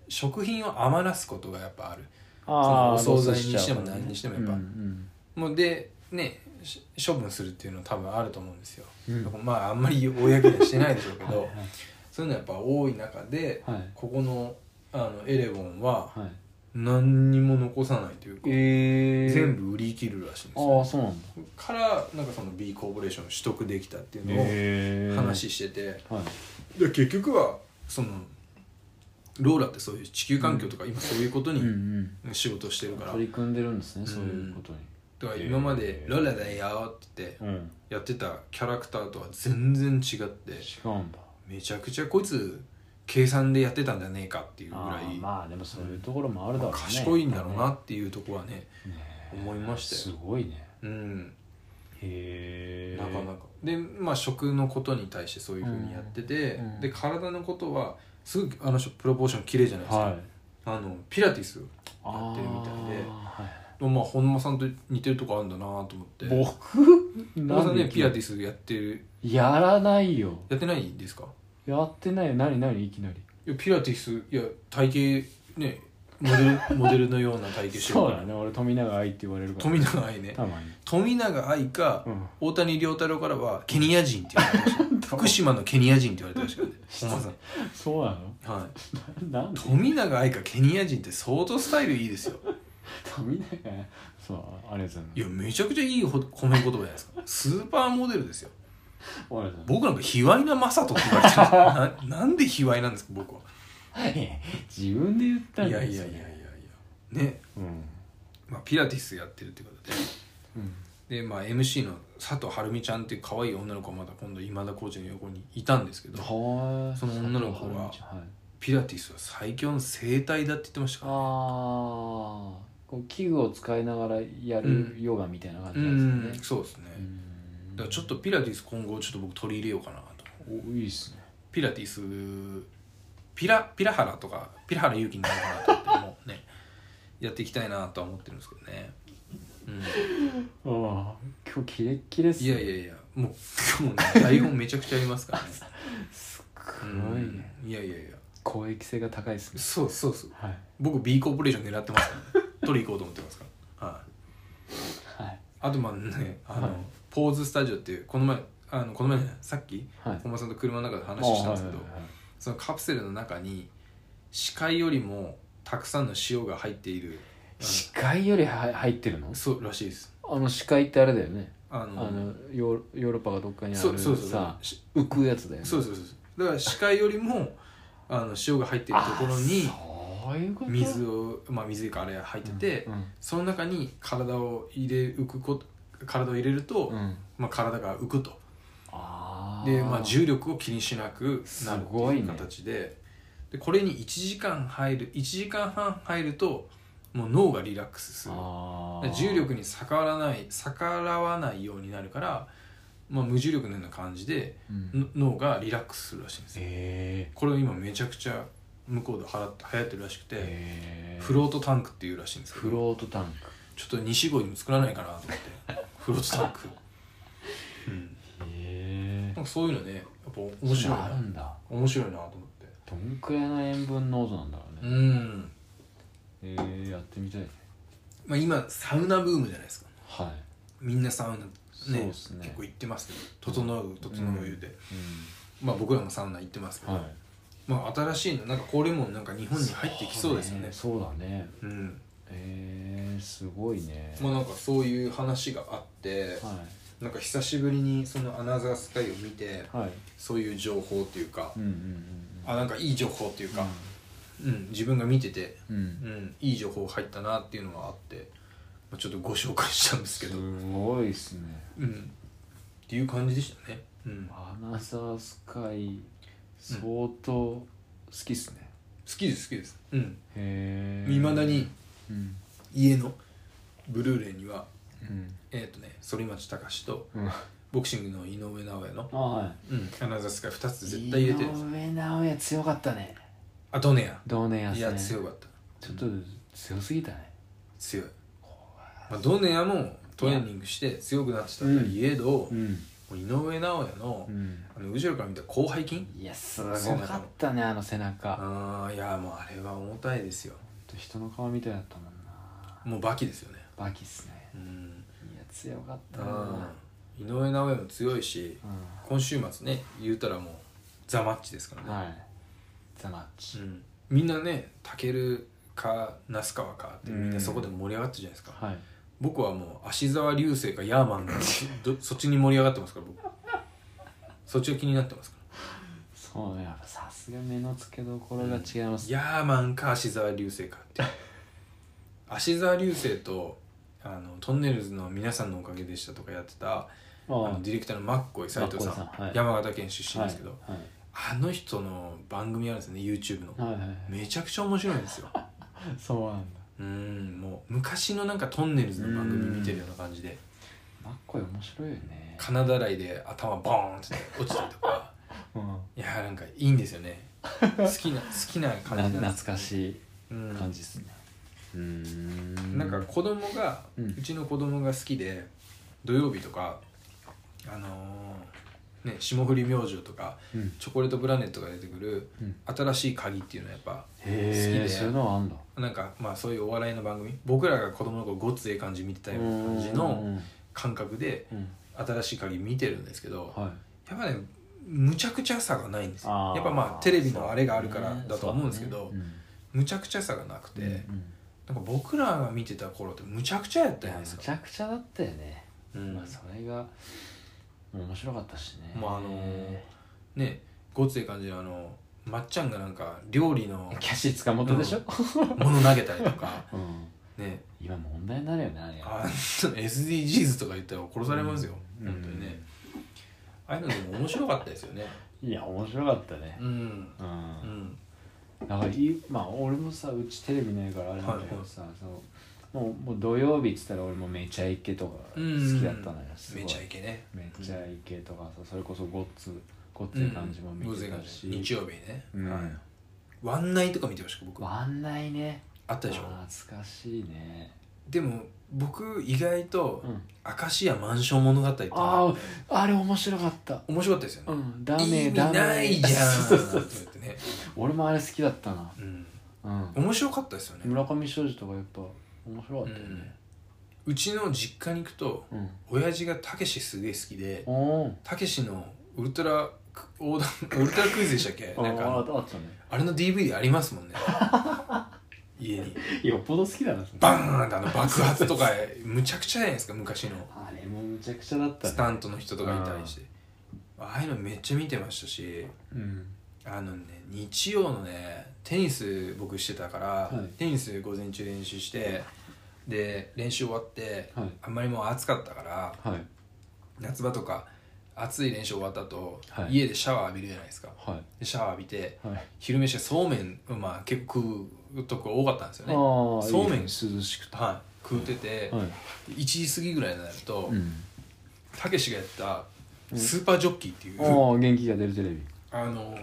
Speaker 2: 食品を余らすことがやっぱある
Speaker 3: あー
Speaker 2: そのお惣菜に
Speaker 3: ロスちゃう
Speaker 2: しても何にしてもやっぱ
Speaker 3: うん
Speaker 2: もうでねし処分するっていうのは多分あると思うんですよ、
Speaker 3: うん
Speaker 2: まああんまり公にはしてないでしょうけ
Speaker 3: うん
Speaker 2: どそういうのやっぱ多い中で
Speaker 3: はい
Speaker 2: ここのあのエレボンは
Speaker 3: はいはい
Speaker 2: 何にも残さないというか、
Speaker 3: えー、
Speaker 2: 全部売り切るらしいんです
Speaker 3: あ
Speaker 2: よ
Speaker 3: あそうなんだ
Speaker 2: からなんかその B コーポレーションを取得できたっていう
Speaker 3: え
Speaker 2: のを話してて、
Speaker 3: はい
Speaker 2: で結局はそのローラってそういう地球環境とか今そういうこと
Speaker 3: うんう
Speaker 2: に
Speaker 3: ん
Speaker 2: 仕事してるから、
Speaker 3: 取り組んでるんですねそういうことに
Speaker 2: だから今まで「
Speaker 3: へー
Speaker 2: ローラだよ」って言って
Speaker 3: うん
Speaker 2: やってたキャラクターとは全然違って
Speaker 3: 違うんだ
Speaker 2: めちゃくちゃこいつ計算でやってたんじゃねえかっていうぐ
Speaker 3: あ
Speaker 2: ら
Speaker 3: ー
Speaker 2: い、
Speaker 3: まあでもそういうところもあるだろうね
Speaker 2: 賢いんだろうなっていうとこはね
Speaker 3: ねね
Speaker 2: 思いました
Speaker 3: す
Speaker 2: よ、
Speaker 3: ごいね
Speaker 2: うん、
Speaker 3: へえ
Speaker 2: なかなかでまあ食のことに対してそういうふうにやってて、
Speaker 3: うんうん
Speaker 2: で体のことはすごくあの人プロポーション綺麗じゃないですか、
Speaker 3: はい
Speaker 2: あのピラティスや
Speaker 3: あ
Speaker 2: ってるみたいで
Speaker 3: ーは
Speaker 2: まあ本間さんと似てるとこあるんだなと思って
Speaker 3: い
Speaker 2: 本
Speaker 3: 僕
Speaker 2: 間さんねピラ
Speaker 3: で
Speaker 2: ティスやってる
Speaker 3: やらないよ
Speaker 2: やってないんですか
Speaker 3: やってないよ何何いきなり
Speaker 2: いやピラティスいや体型ねモデ
Speaker 3: [laughs]
Speaker 2: ルモデルのような体型してる
Speaker 3: そう
Speaker 2: か
Speaker 3: だ
Speaker 2: ら、
Speaker 3: ね俺富永愛って言われるから
Speaker 2: 富永愛ね
Speaker 3: たまに
Speaker 2: 富永愛か、
Speaker 3: うん
Speaker 2: 大谷亮太郎からはケニア人って言われ
Speaker 3: [laughs]
Speaker 2: たらしい福島のケニア人って言われたらしくて本間さ
Speaker 3: そうなの [laughs]
Speaker 2: ん、はい、
Speaker 3: なんで
Speaker 2: 富永愛かケニア人って相当スタイルいいですよ
Speaker 3: 富永愛そうありがとうございます
Speaker 2: いやめちゃくちゃいいほ褒め言葉じゃないですかスーパーモデルですよ
Speaker 3: ありがとうございます
Speaker 2: 僕なんか卑猥なマサトって言われてる
Speaker 3: [laughs]
Speaker 2: ななんで卑猥なんですか僕は
Speaker 3: 自分で言ったん
Speaker 2: い
Speaker 3: で
Speaker 2: や
Speaker 3: す
Speaker 2: いやいやいやいやね、
Speaker 3: うん、
Speaker 2: まあ、ピラティスやってるってこと
Speaker 3: うん、
Speaker 2: でで、まあ、MC の佐藤晴美ちゃんっていう可愛い女の子がまた今度今田コーチの横にいたんですけど
Speaker 3: は
Speaker 2: その女の子が
Speaker 3: はい、
Speaker 2: ピラティスは最強の生態だって言ってました
Speaker 3: あ
Speaker 2: から、ね
Speaker 3: あこう器具を使いながらやるヨガみたいな感
Speaker 2: う
Speaker 3: じなん
Speaker 2: ん
Speaker 3: ですね
Speaker 2: そうですね
Speaker 3: うん
Speaker 2: だからちょっとピラティス今後ちょっと僕取り入れようかなと
Speaker 3: おいいっすね
Speaker 2: ピラティスピラピラハラとかピラハラ勇気になるかなと思
Speaker 3: [laughs]
Speaker 2: ってもうねやっていきたいなとは思ってるんですけどね、うん
Speaker 3: ああ今日キレッキレっす
Speaker 2: い
Speaker 3: ね
Speaker 2: やいやいやもう今日ね台本めちゃくちゃありますからね
Speaker 3: すっごいね、
Speaker 2: うんいやいやいや
Speaker 3: 公益性が高いっすね
Speaker 2: そうそうそう
Speaker 3: はい
Speaker 2: 僕 B コーポレーション狙ってます
Speaker 3: [laughs]
Speaker 2: からね取り行こうと思ってますから、はい
Speaker 3: はい
Speaker 2: あとまあねあの、
Speaker 3: はい
Speaker 2: ポーズスタジオっていうこの前あのこの前じゃないさっき
Speaker 3: はい
Speaker 2: 本間さんと車の中で話したんですけど、
Speaker 3: あーはいはいはい
Speaker 2: そのカプセルの中に視界よりもたくさんの塩が入っているあの
Speaker 3: 視界よりは入ってるの
Speaker 2: そうらしいです
Speaker 3: あの視界ってあれだよね、
Speaker 2: あの
Speaker 3: あのヨーヨーロッパがどっかにあ
Speaker 2: そう
Speaker 3: る
Speaker 2: そうそう
Speaker 3: さ
Speaker 2: し
Speaker 3: 浮くやつだよね
Speaker 2: そうそうそうそうだから視界よりもあの塩が入っているところに
Speaker 3: あーそういうこと
Speaker 2: 水をまあ水かあれ入ってて、
Speaker 3: うん
Speaker 2: その中に体を入れ浮くこと体を入れると、
Speaker 3: うん
Speaker 2: まあ、体が浮くと
Speaker 3: あー
Speaker 2: で、まあ、重力を気にしなくなる
Speaker 3: す
Speaker 2: って
Speaker 3: ごい
Speaker 2: いう
Speaker 3: ね
Speaker 2: 形で,、でこれに1時間入る1時間半入るともう脳がリラックスする
Speaker 3: あ
Speaker 2: で
Speaker 3: ー
Speaker 2: 重力に逆らわない逆らわないようになるから、まあ、無重力のような感じで
Speaker 3: うん、
Speaker 2: の脳がリラックスするらしいんですよ
Speaker 3: え
Speaker 2: これを今めちゃくちゃ向こうで流行って流行ってるらしくて、
Speaker 3: え
Speaker 2: フロートタンクっていうらしいんですけ
Speaker 3: フ
Speaker 2: ど
Speaker 3: ロートタン
Speaker 2: ちょっと西郷にも作らないかなと思っ
Speaker 3: [laughs]
Speaker 2: てフロートタンク、うん、
Speaker 3: クへえ
Speaker 2: なんかそういうのねやっぱ面白い
Speaker 3: ある
Speaker 2: なん
Speaker 3: だ
Speaker 2: 面白いなと思って
Speaker 3: どんくらいの塩分濃度なんだろう
Speaker 2: う
Speaker 3: ね、
Speaker 2: ん、
Speaker 3: ええやってみたいね
Speaker 2: まあ、今サウナブームじゃないですか
Speaker 3: はい、
Speaker 2: みんなサウナね
Speaker 3: そうですね
Speaker 2: 結構行ってますけど整う整う言うて、
Speaker 3: う
Speaker 2: まあ僕らもサウナ行ってますけど、
Speaker 3: ん、はい
Speaker 2: まあ新しいのなんかこれもなんか日本に入ってきそうですよね
Speaker 3: そうだね
Speaker 2: うん
Speaker 3: ええすごいね、
Speaker 2: まあなんかそういう話があって
Speaker 3: は
Speaker 2: なんか久しぶりにそのアナザースカイを見て
Speaker 3: いはい
Speaker 2: そういう情報っていうか
Speaker 3: うんうんうん
Speaker 2: あなんかいい情報っていうか、うん、自分が見てて、
Speaker 3: うん、うん
Speaker 2: うん、いい情報入ったなっていうのがあって、まあ、ちょっとご紹介したんですけ
Speaker 3: す
Speaker 2: ど、
Speaker 3: ごいっすね
Speaker 2: うん、っていう感じでしたね、うん、好
Speaker 3: アナザースカイ相当好きっすね、
Speaker 2: きです好きですうん
Speaker 3: へえ
Speaker 2: 未だに
Speaker 3: うん
Speaker 2: 家のブルーレイには
Speaker 3: うん
Speaker 2: えっ、とね反町隆史と
Speaker 3: うん
Speaker 2: ボクシングの井上尚弥の、
Speaker 3: あは
Speaker 2: うん、アナザースカイ2
Speaker 3: い
Speaker 2: つ絶対入れてるんです
Speaker 3: 井上尚弥強かったね
Speaker 2: あとねや
Speaker 3: 同年や
Speaker 2: い
Speaker 3: ね
Speaker 2: や強かった
Speaker 3: ちょっと強すぎたね
Speaker 2: 強い
Speaker 3: こ
Speaker 2: まあ、ドネアもトレーニングして強くなってたといえど、
Speaker 3: うん、
Speaker 2: もう井上尚弥の,、
Speaker 3: うん、
Speaker 2: あの後ろから見た広背筋
Speaker 3: いやすごかったねあの背中
Speaker 2: ああいやもうあれは重たいですよ
Speaker 3: 人の顔みたいだったもんな
Speaker 2: もうバキですよね
Speaker 3: バキっすね
Speaker 2: うん
Speaker 3: いや強かった
Speaker 2: あ
Speaker 3: な
Speaker 2: ー井上尚弥も強いし
Speaker 3: う
Speaker 2: 今週末ね言うたらもうザ・マッチですから
Speaker 3: ん
Speaker 2: ね、
Speaker 3: はいザマッチ
Speaker 2: うん、みんなねタケルか那須川かってみんなそこで盛り上がったじゃないですか、
Speaker 3: はい
Speaker 2: 僕はもう芦沢流星かヤーマンかど [laughs] そっちに盛り上がってますから僕そっちが気になってますから
Speaker 3: そうねやっぱさすが目の付けどころが違います
Speaker 2: ヤーマンか芦沢流星かっていう芦沢流星とあのトンネルズの皆さんのおかげでしたとかやってた
Speaker 3: あ
Speaker 2: あのディレクターのマッコイ斎藤さん
Speaker 3: マッコイさんはい
Speaker 2: 山形県出身ですけど、
Speaker 3: はい
Speaker 2: あの人の番組あるんですよね YouTube の、
Speaker 3: はいはいはい
Speaker 2: めちゃくちゃ面白いん
Speaker 3: [laughs]
Speaker 2: ですよ
Speaker 3: そうなんだ
Speaker 2: うんもう昔のなんかトンネルズの番組見てるような感じで
Speaker 3: マッコイ面白いよね
Speaker 2: 金だらいで頭ボーンって落ちたりとか
Speaker 3: う
Speaker 2: いやーなんかいいんですよね好き
Speaker 3: [laughs]
Speaker 2: な好きな感
Speaker 3: ん
Speaker 2: じ
Speaker 3: な
Speaker 2: なんで
Speaker 3: 懐
Speaker 2: す
Speaker 3: かしい
Speaker 2: うん
Speaker 3: 感じですねうん
Speaker 2: なんか子供が、
Speaker 3: う
Speaker 2: うんちの子供が好きで土曜日とかあのーね霜降り明星とか
Speaker 3: うん
Speaker 2: チョコレートプラネットが出てくる
Speaker 3: うん
Speaker 2: 新しい鍵っていうのはやっぱ
Speaker 3: へ
Speaker 2: 好
Speaker 3: え
Speaker 2: きで
Speaker 3: そういうのはあんだ
Speaker 2: なんかまあそういうお笑いの番組僕らが子供の頃ごっつええ感じ見てたような感じの感覚で
Speaker 3: うんうん
Speaker 2: 新しい鍵見てるんですけど
Speaker 3: はい
Speaker 2: やっぱねむちゃくちゃさがないんですよ
Speaker 3: あー
Speaker 2: やっぱまあテレビのあれがあるからだと思うんですけど、
Speaker 3: そうだね
Speaker 2: むちゃくちゃさがなくて、
Speaker 3: うんうん
Speaker 2: なんか僕らが見てた頃ってむちゃくちゃやったじゃない
Speaker 3: む
Speaker 2: です
Speaker 3: ち
Speaker 2: か、
Speaker 3: ゃくちゃだったよね
Speaker 2: うん
Speaker 3: まあそれが面白かったしね
Speaker 2: もうあのーねごっつい感じであのまっちゃんがなんか料理の
Speaker 3: キャシー塚本でしょ
Speaker 2: もの投げたりと
Speaker 3: [laughs]
Speaker 2: か
Speaker 3: うん
Speaker 2: ね
Speaker 3: 今問題になるよねあれ
Speaker 2: あの SDGs とか言ったら殺されますよ、
Speaker 3: うん
Speaker 2: 本当にねああいうのでも面白かったですよね
Speaker 3: いや面白かったね
Speaker 2: うん
Speaker 3: う
Speaker 2: うんん
Speaker 3: なんかいいまあ俺もさうちテレビないからあれなんだけどさそのもうもう土曜日っつったら俺もめちゃイケとか
Speaker 2: うん
Speaker 3: 好きだったのよすごい
Speaker 2: めちゃイケね
Speaker 3: めちゃイケとかさそれこそごっつごっつい感じも見
Speaker 2: うんごっつ
Speaker 3: て
Speaker 2: い感
Speaker 3: た
Speaker 2: じ
Speaker 3: し
Speaker 2: 日曜日ね、
Speaker 3: うん
Speaker 2: はいワンナイとか見てました僕あ
Speaker 3: ワンナイね
Speaker 2: ったでしょ
Speaker 3: 懐かしいね
Speaker 2: でも僕意外と
Speaker 3: うん
Speaker 2: 「明石家マンション物語」っていうのが
Speaker 3: あああれ面白かった
Speaker 2: 面白かったですよ
Speaker 3: う
Speaker 2: ね、
Speaker 3: んダ
Speaker 2: 意
Speaker 3: メ
Speaker 2: 味
Speaker 3: ダメ
Speaker 2: ないじゃん
Speaker 3: そうそうそう
Speaker 2: とか言ってね、
Speaker 3: [laughs] 俺もあれ好きだったな
Speaker 2: うん、
Speaker 3: うん
Speaker 2: 面白かったですよね、
Speaker 3: 村上庄司とかやっぱ面白かったよね
Speaker 2: うちの実家に行くと
Speaker 3: うん
Speaker 2: 親父がたけしすげえ好きで
Speaker 3: おお
Speaker 2: たけしのウルトラク横断 [laughs] ウルトラクイズでしたっけ
Speaker 3: あ
Speaker 2: なんかあ
Speaker 3: ああっ
Speaker 2: の
Speaker 3: たね
Speaker 2: あれの DVD あります
Speaker 3: [laughs]
Speaker 2: もんね家に
Speaker 3: よっぽど好きだなそれ
Speaker 2: バーンってあの爆発とかむちゃくちゃじゃないですか昔の
Speaker 3: あれもむちゃくちゃだったね
Speaker 2: スタントの人とかいたりしてああいうのめっちゃ見てましたし
Speaker 3: うん
Speaker 2: あのね日曜のねテニス僕してたから、
Speaker 3: い
Speaker 2: テニス午前中練習してで練習終わって、
Speaker 3: はい
Speaker 2: あんまりもう暑かったから
Speaker 3: はい
Speaker 2: 夏場とか暑い練習終わった後、
Speaker 3: はい
Speaker 2: 家でシャワー浴びるじゃないですか
Speaker 3: はい
Speaker 2: でシャワー浴びて
Speaker 3: はい
Speaker 2: 昼飯はそうめんをまあ結構食うとこ多かったんですよね
Speaker 3: ああ
Speaker 2: そうめん
Speaker 3: 涼しくては
Speaker 2: はい食うてて、1時過ぎぐらいになると
Speaker 3: いうん
Speaker 2: たけしがやったスーパージョッキーっていう、
Speaker 3: おお元気が出るテレビ
Speaker 2: あの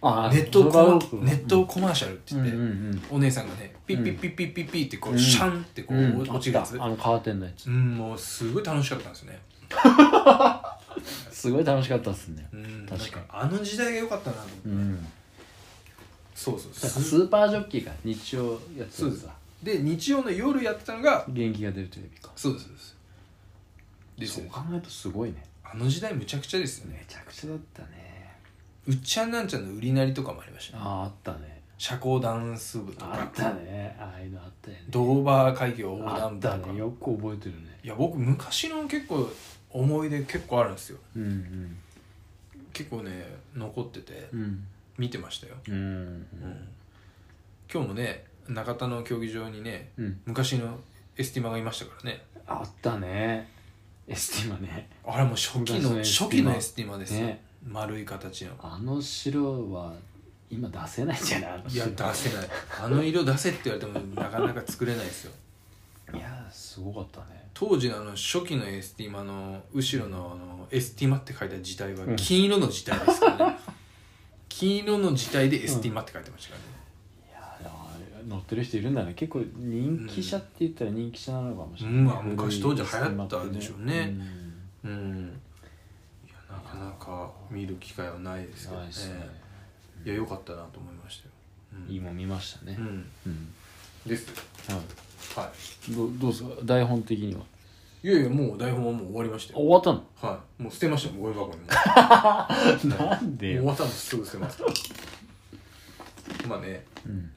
Speaker 3: あ
Speaker 2: ネットコマ
Speaker 3: それは
Speaker 2: ネットコマーシャルって
Speaker 3: う
Speaker 2: 言
Speaker 3: ん
Speaker 2: っ
Speaker 3: う
Speaker 2: て、
Speaker 3: んうん
Speaker 2: お姉さんがねピッピッピッピッピッピッってこう、
Speaker 3: うん
Speaker 2: シャンってこう、
Speaker 3: うん
Speaker 2: 落ちるやつ
Speaker 3: あったあのカーテンのやつ
Speaker 2: うんもうすごい楽しかったんですよね、
Speaker 3: [laughs] すごい楽しかったっすね
Speaker 2: うん、
Speaker 3: 確かに
Speaker 2: なんあの時代が良かったなと思って、
Speaker 3: うん
Speaker 2: そうそう
Speaker 3: だから
Speaker 2: す
Speaker 3: スーパージョッキーが日曜やって
Speaker 2: そう
Speaker 3: る
Speaker 2: です
Speaker 3: さ
Speaker 2: で日曜の夜やってたのが
Speaker 3: 元気が出るテレビか
Speaker 2: そうですそうですです
Speaker 3: そう
Speaker 2: よね
Speaker 3: 考えるとすごいね
Speaker 2: あの時代むちゃくちゃですよね
Speaker 3: めちゃくちゃだったね
Speaker 2: うっちゃんなんちゃんの売りなりとかもありましたね
Speaker 3: あああったね
Speaker 2: 社交ダンス部と
Speaker 3: あ
Speaker 2: か
Speaker 3: ったねああいうのあったよね
Speaker 2: ドーバー海峡横
Speaker 3: あ
Speaker 2: 断
Speaker 3: っ
Speaker 2: 部と
Speaker 3: た
Speaker 2: か、
Speaker 3: ねよく覚えてるね
Speaker 2: いや僕昔の結構思い出結構あるんですよ
Speaker 3: うん
Speaker 2: 結構ね残ってて
Speaker 3: うんうん
Speaker 2: 見てましたよ
Speaker 3: うん
Speaker 2: うん今日もね中田の競技場にね
Speaker 3: うん
Speaker 2: 昔のエスティマがいましたからね
Speaker 3: あったねエスティマね
Speaker 2: あれもう初期の
Speaker 3: 昔の
Speaker 2: 初
Speaker 3: ST
Speaker 2: 期のエスティマですよ、
Speaker 3: ね
Speaker 2: 丸い形の
Speaker 3: あの白は今出せないんじゃないあの
Speaker 2: いや
Speaker 3: 白
Speaker 2: 出せないあの色出せって言われてもなかなか作れないですよ
Speaker 3: いやすごかったね
Speaker 2: 当時のあの初期のエスティマの後ろのあのエスティマって書いた字体は金色の字体 [laughs] ですからね金色の字体でエスティマって書いてましたからね
Speaker 3: いやでもあれ乗ってる人いるんだね結構人気者って言ったら人気者なのかもしれない、
Speaker 2: うんまあ昔当時流行ったんでしょうね
Speaker 3: うん
Speaker 2: うんいやなかなか見る機会はないですけど
Speaker 3: ない
Speaker 2: ね
Speaker 3: ですね
Speaker 2: いや良かったなと思いましたよ、うん、
Speaker 3: いいもん見ましたね
Speaker 2: うん
Speaker 3: うん、
Speaker 2: です
Speaker 3: は、
Speaker 2: はい
Speaker 3: どどうですか台本的にはい
Speaker 2: いやいやもう台本はもう終わりましたよ
Speaker 3: 終わったの
Speaker 2: はいもう捨てましたよゴミ箱にも
Speaker 3: なんで
Speaker 2: 終
Speaker 3: よ、
Speaker 2: わったんですすぐ捨てます [laughs] まあね、
Speaker 3: うん、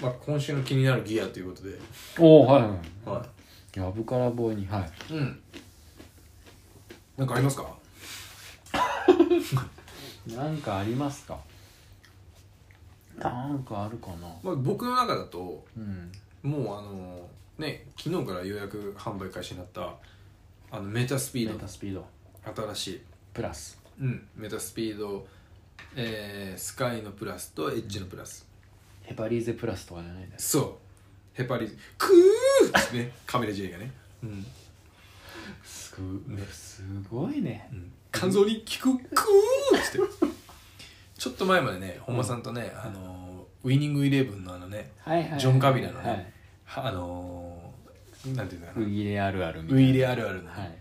Speaker 2: まあ、今週の気になるギアということで
Speaker 3: おおはいはい
Speaker 2: は
Speaker 3: やぶから棒にはい
Speaker 2: いうんなんかありますか
Speaker 3: なんかありますかなんかあるかな
Speaker 2: まあ、僕の中だと
Speaker 3: うん
Speaker 2: もうあのね昨日から予約販売開始になったあのメタスピ
Speaker 3: メ
Speaker 2: ー
Speaker 3: タスピード
Speaker 2: ド新しい、
Speaker 3: プラス
Speaker 2: うん、メタスピード、えースカイのプラスとエッジのプラス、
Speaker 3: ヘパリーゼプラスとかじゃないんだよ
Speaker 2: そうヘパリークーってねカメラ J がね、うん
Speaker 3: すごすごいね
Speaker 2: うん、肝臓に効くクーってちょっと前までね本間さんとね、あのウイニングイレブンのあのね
Speaker 3: はいはいはい
Speaker 2: ジョンカビラのね
Speaker 3: はい
Speaker 2: あのーなんていうんだろう
Speaker 3: ウ
Speaker 2: な
Speaker 3: イレあるあるみたい
Speaker 2: ウ
Speaker 3: な
Speaker 2: イイレあるあるのね、
Speaker 3: はい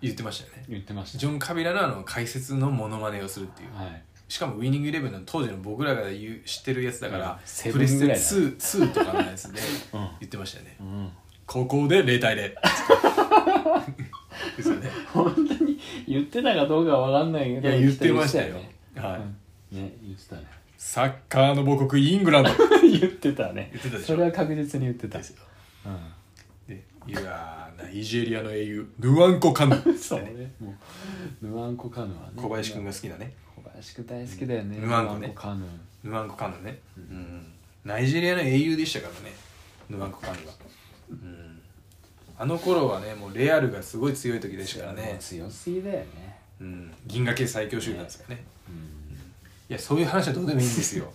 Speaker 2: 言ってましたよね
Speaker 3: 言ってました
Speaker 2: ジョン・カビラのあの解説のモノマネをするっていう
Speaker 3: はい
Speaker 2: しかもウイニングイレブンの当時の僕らが言う知ってるやつだから、
Speaker 3: セ
Speaker 2: プレ
Speaker 3: ブン
Speaker 2: ス
Speaker 3: ぐら
Speaker 2: テ
Speaker 3: いだ
Speaker 2: 2 2とかのやつで
Speaker 3: うん
Speaker 2: 言ってましたよね
Speaker 3: うん、
Speaker 2: ここで0対0
Speaker 3: [laughs]
Speaker 2: ですよね
Speaker 3: 本当に言ってたかどうかは分かんないけ
Speaker 2: い
Speaker 3: ど
Speaker 2: や言ってましたよはい、
Speaker 3: うんね言ってたね
Speaker 2: サッカーの母国イングランド
Speaker 3: [laughs] 言ってたね
Speaker 2: 言ってたでしょ
Speaker 3: それは確実に言ってた
Speaker 2: ですよ
Speaker 3: うん
Speaker 2: でいやーナイジェリアの英雄ヌアンコカヌー
Speaker 3: そうね。もう、ヌアンコカヌーはね。
Speaker 2: 小林くんが好きなね
Speaker 3: 小林くん大好きだよね。
Speaker 2: ヌアンコね
Speaker 3: カヌー。
Speaker 2: ヌアンコカヌーね、うん、ナイジェリアの英雄でしたからねヌアンコカヌーは、うん、あの頃はねもうレアルがすごい強い時ですから
Speaker 3: もう
Speaker 2: ね、
Speaker 3: 強すぎだよね。
Speaker 2: うん、銀河系最強集団ですからね
Speaker 3: うん
Speaker 2: いやそういう話はどうでもいいんですよ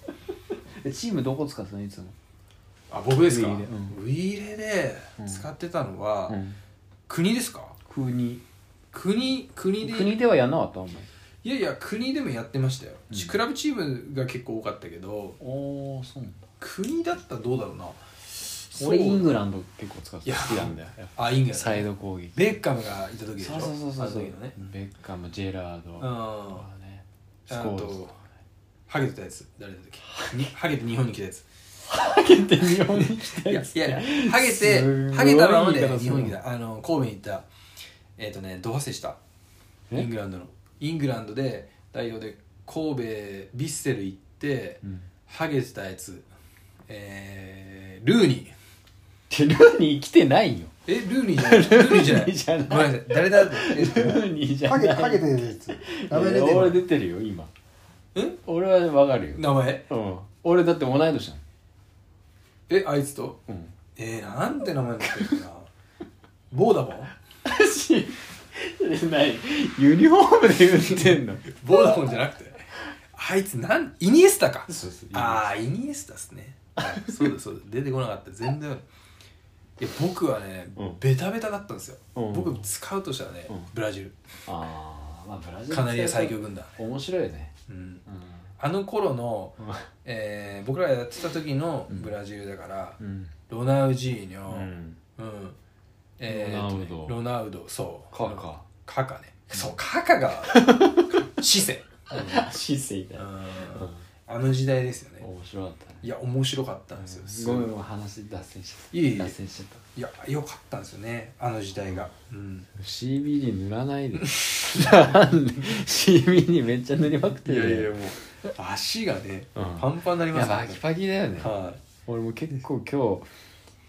Speaker 3: えチームどこ使ってたのいつも。
Speaker 2: [laughs] あ僕ですか
Speaker 3: ウ
Speaker 2: ウ
Speaker 3: イ
Speaker 2: イ
Speaker 3: イレ
Speaker 2: イレ,、
Speaker 3: う
Speaker 2: で使ってたのは、
Speaker 3: うん。
Speaker 2: 国ですか
Speaker 3: 国。
Speaker 2: 国国で
Speaker 3: 国ではやんなかったお前。
Speaker 2: いやいや国でもやってましたよ、
Speaker 3: うん
Speaker 2: ちクラブチームが結構多かったけど
Speaker 3: おお、そうなんだ。
Speaker 2: 国だったらどうだろうな
Speaker 3: 俺イン
Speaker 2: そう
Speaker 3: グランド結構使って
Speaker 2: い
Speaker 3: た。
Speaker 2: や
Speaker 3: 好きなんだよ。やっ
Speaker 2: あイングラン
Speaker 3: ぱ
Speaker 2: ド
Speaker 3: サイド攻撃。
Speaker 2: ベッカムがいた時でしょ
Speaker 3: そうそうそうそう
Speaker 2: あの
Speaker 3: そう
Speaker 2: 時のね。
Speaker 3: ベッカム、ジェラード。
Speaker 2: う
Speaker 3: と
Speaker 2: ん
Speaker 3: かねス
Speaker 2: あ
Speaker 3: コールズ
Speaker 2: とハゲてたやつ誰だったっけにハゲて日本に来たやつ
Speaker 3: ハゲて日本に来
Speaker 2: [laughs]
Speaker 3: た
Speaker 2: い
Speaker 3: や
Speaker 2: や
Speaker 3: つ
Speaker 2: いやいやハゲて
Speaker 3: すごい
Speaker 2: ハゲたままで
Speaker 3: 言い方する
Speaker 2: 日本に来たあの神戸に行ったえっ、とねドハセした
Speaker 3: え
Speaker 2: イングランドのイングランドで代表で神戸ヴィッセル行って
Speaker 3: うん
Speaker 2: ハゲてたやつえー、ルーニー
Speaker 3: てルーニー来てないよ
Speaker 2: えルーニーじゃないルーニーじゃな
Speaker 3: ルーニーじゃない
Speaker 2: いごめんなさい誰だって
Speaker 3: [laughs] ルーニーじゃ
Speaker 4: ハ
Speaker 3: ない
Speaker 4: ゲハゲてるやつ名前出
Speaker 3: い
Speaker 4: て
Speaker 3: や俺
Speaker 4: る
Speaker 3: 出てるよ今
Speaker 2: え
Speaker 3: 俺はわかるよ
Speaker 2: 名前
Speaker 3: うん俺だって同い年な
Speaker 2: えあいつと
Speaker 3: のうん
Speaker 2: えー、なんて名前になってるかなボーダボン
Speaker 3: 私ないユニフォームで言ってんの
Speaker 2: ボーダフォンじゃなくてあいつなんイニエスタか
Speaker 3: そうそう
Speaker 2: ああイニエスタっすねはいそうだそうだ出てこなかった全然いや僕はね、
Speaker 3: うん
Speaker 2: ベタベタだったんですよ、
Speaker 3: うん
Speaker 2: 僕使うとしたらね、
Speaker 3: うん
Speaker 2: ブラジ
Speaker 3: あーまあブラジ
Speaker 2: ル
Speaker 3: ル
Speaker 2: カナリア最強軍団、
Speaker 3: 面白いよね
Speaker 2: うん、
Speaker 3: う
Speaker 2: あの頃の、
Speaker 3: ん
Speaker 2: えー僕らやってた時の
Speaker 3: うん
Speaker 2: ブラジルだから、
Speaker 3: うん
Speaker 2: ロナウジーニ
Speaker 3: う
Speaker 2: ョ、うん
Speaker 3: ん
Speaker 2: えーとね
Speaker 3: ロナウド
Speaker 2: ロナウドそう
Speaker 3: カカ
Speaker 2: カカねそうカカ
Speaker 3: [laughs]
Speaker 2: がシセ、
Speaker 3: 姿勢
Speaker 2: う
Speaker 3: だ
Speaker 2: んあの時代ですよね
Speaker 3: 面白かったね
Speaker 2: いや面白かったんですよ、
Speaker 3: ごめんごめん話脱線し
Speaker 2: いえいえ
Speaker 3: た脱線しちゃった
Speaker 2: いや良かったんですよねあの時代が、うん、
Speaker 3: CBD 塗らないで [laughs] なんで CBD めっちゃ塗りまくって
Speaker 2: い
Speaker 3: る
Speaker 2: や
Speaker 3: よ
Speaker 2: いやもう足がね、
Speaker 3: うん
Speaker 2: パンパンにないり
Speaker 3: や
Speaker 2: ます
Speaker 3: バキバキだよね
Speaker 2: は
Speaker 3: 俺も結構今日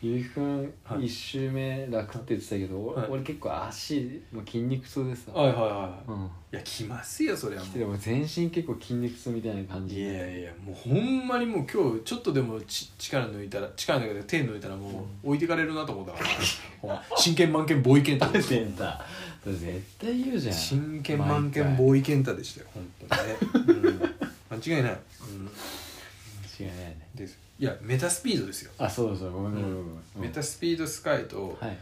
Speaker 3: ゆうきくん
Speaker 2: はい
Speaker 3: 1周目楽って言ってたけど、
Speaker 2: はい
Speaker 3: 俺結構足もう筋肉痛で
Speaker 2: い、
Speaker 3: さ、
Speaker 2: はいはいは
Speaker 3: う
Speaker 2: い
Speaker 3: ん、
Speaker 2: いや来ますよそれは
Speaker 3: 来
Speaker 2: も
Speaker 3: てでも全身結構筋肉痛みたいな感
Speaker 2: う
Speaker 3: じ
Speaker 2: いやいやもうほんまにもう今日ちょっとでもち力抜いたら力抜いたら手抜いたらもう置いてかれるなと思ったから [laughs] ほんま真剣満剣ボーイケンタ
Speaker 3: 食べ [laughs] てんだ絶対言うじゃん
Speaker 2: 真剣満剣
Speaker 3: 毎
Speaker 2: ボーイケンタでしたよ本当にね、うん、間違いない、
Speaker 3: 回間違いないね
Speaker 2: うん、ですいやメタスピードですよ、
Speaker 3: あそうそうごめんごめんごめんごめ
Speaker 2: メ
Speaker 3: ん
Speaker 2: タスピードスカイと
Speaker 3: はい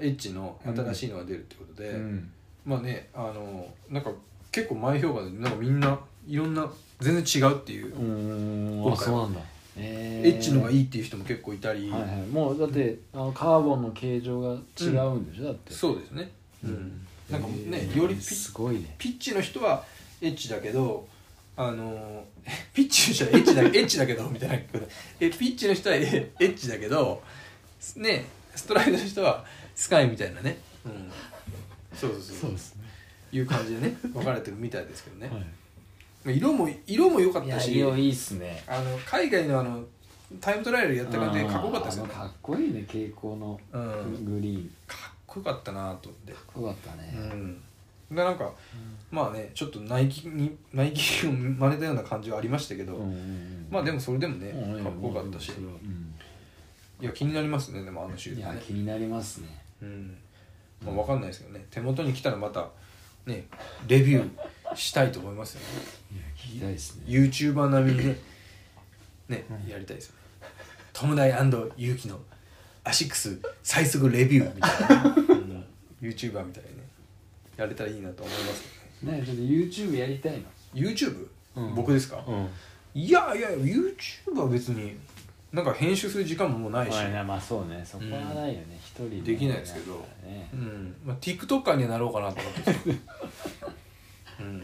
Speaker 2: エッジの新しいのが出るってことで、
Speaker 3: うん
Speaker 2: まあねあのなんか結構前評判でなんかみんないろんな全然違うっていう
Speaker 3: うーんあそうなんだえ
Speaker 2: エッチのがいいっていう人も結構いたり、
Speaker 3: はいはい、もうだってあのカーボンの形状が違うんでしょ、だって
Speaker 2: そうですね、うんなんかね
Speaker 3: えー
Speaker 2: よりピ
Speaker 3: すごいね
Speaker 2: ピッチの人はエッチだけどあの [laughs] ーピッチの人はエッチだ
Speaker 3: [laughs]
Speaker 2: エッチだけどみたいなえピッチの人はえエッチだけどねストライドの人はスカイみたいなね、うん、そうそうそう
Speaker 3: ですね、
Speaker 2: いう感じでね分かれてるみたいですけどね、
Speaker 3: は
Speaker 2: 色も色も良かっ
Speaker 3: い、い
Speaker 2: た
Speaker 3: や
Speaker 2: し
Speaker 3: 色いいっすね
Speaker 2: あの海外のあのタイムトライアルやった感じでかっこよかったですよね
Speaker 3: あーあのかっこいいね蛍光の
Speaker 2: うん
Speaker 3: グリーン、
Speaker 2: かっこよかったなと思って
Speaker 3: かっこよかったね、
Speaker 2: うん、でなんか、まあねちょっとナイキにナイキを真似たような感じはありましたけど、
Speaker 3: うんうんうん
Speaker 2: まあでもそれでもね、
Speaker 3: うん
Speaker 2: かっこよかったし、
Speaker 3: うん
Speaker 2: いや気になりますねでもあのシュー
Speaker 3: い
Speaker 2: ズ
Speaker 3: や
Speaker 2: ね
Speaker 3: 気になりますね
Speaker 2: うんまあ分かんないですけどね手元に来たらまたねレビューしたいと思いますよね
Speaker 3: いや聞きたいですね
Speaker 2: YouTuber 並みにねね、やりたいですよねトムダイユウキのアシックス最速レビューみたいな、うん、YouTuber みたいにねやれたらいいなと思いますけどね
Speaker 3: ねちょっと YouTube やりたい
Speaker 2: YouTube、
Speaker 3: うん
Speaker 2: 僕ですか、
Speaker 3: のうん
Speaker 2: いやいや YouTube は別になんか編集する時間ももうないし、
Speaker 3: まあねまあそうねそこはないよね一、人
Speaker 2: できないですけど
Speaker 3: ね
Speaker 2: うんまあ、TikToker にはなろうかなと思ってます、うん、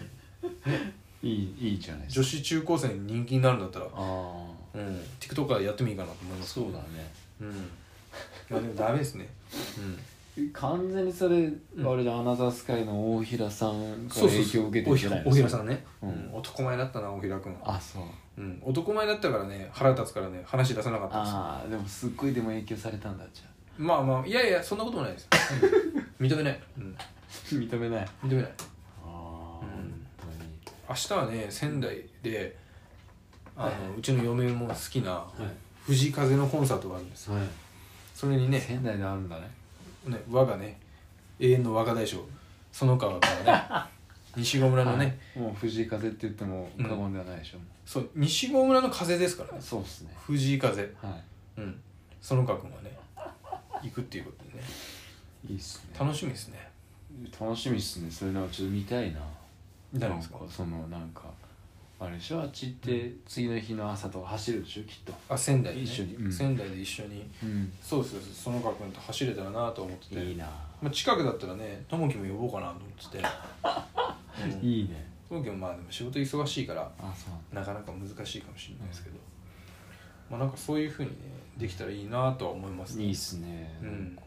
Speaker 3: いいいいじゃないです
Speaker 2: 女
Speaker 3: か
Speaker 2: 子中高生に人気になるんだったら、
Speaker 3: あ
Speaker 2: うん、TikToker やってもいいかなと思いま
Speaker 3: あ
Speaker 2: すけど
Speaker 3: そうだね
Speaker 2: うんまあでもダメですね、うん、
Speaker 3: 完全にそれ、
Speaker 2: ん
Speaker 3: あれだアナザースカイの大平さんから
Speaker 2: そうそう
Speaker 3: 影
Speaker 2: そ
Speaker 3: 響
Speaker 2: う
Speaker 3: を受けて
Speaker 2: お
Speaker 3: る
Speaker 2: ひ
Speaker 3: じゃない
Speaker 2: お平さんね、
Speaker 3: う
Speaker 2: うんん、男前だったなおひらくん
Speaker 3: あそう
Speaker 2: うん、男前だったからね腹立つからね話出さなかったです
Speaker 3: ああでもすっごいでも影響されたんだじゃ
Speaker 2: まあまあいやいやそんなこともないです、うん認めない、うん、
Speaker 3: あ認めないあ
Speaker 2: [laughs] 認めない
Speaker 3: あ、
Speaker 2: うん
Speaker 3: 本当に
Speaker 2: 明日はね仙台であの、うちの嫁も好きな藤井風のコンサートがあるんですよ
Speaker 3: はい、
Speaker 2: それにね
Speaker 3: 仙台であるんだね
Speaker 2: ね我がね永遠の若大将その川からね
Speaker 3: [laughs]
Speaker 2: 西郷村のね、
Speaker 3: もう藤井風って言っても過言ではないでしょ、
Speaker 2: そう西郷村の風ですからね
Speaker 3: そうっすね
Speaker 2: 藤井風
Speaker 3: は
Speaker 2: うんその川君はね行くっていうことでね
Speaker 3: いいいっすね
Speaker 2: 楽しみですね
Speaker 3: 楽しみっすねそれなんかちょっと見たいな
Speaker 2: 誰ですか
Speaker 3: なんそのなんかあれでしょあっち行って次の日の朝とか走るでしょきっと
Speaker 2: あ仙台で、ね、
Speaker 3: 一緒にうん
Speaker 2: 仙台で一緒に
Speaker 3: うん
Speaker 2: そうですそうですその川君と走れたらなと思ってて
Speaker 3: いいな
Speaker 2: まあ、近くだったらね友樹も呼ぼうかなと思ってて
Speaker 3: [laughs]
Speaker 2: うん
Speaker 3: いいね
Speaker 2: 友樹もまあでも仕事忙しいから
Speaker 3: あそうなんだ
Speaker 2: なかなか難しいかもしれないですけど、まあなんかそういうふうにねできたらいいなとは思います
Speaker 3: いいっすね、
Speaker 2: うん
Speaker 3: なんか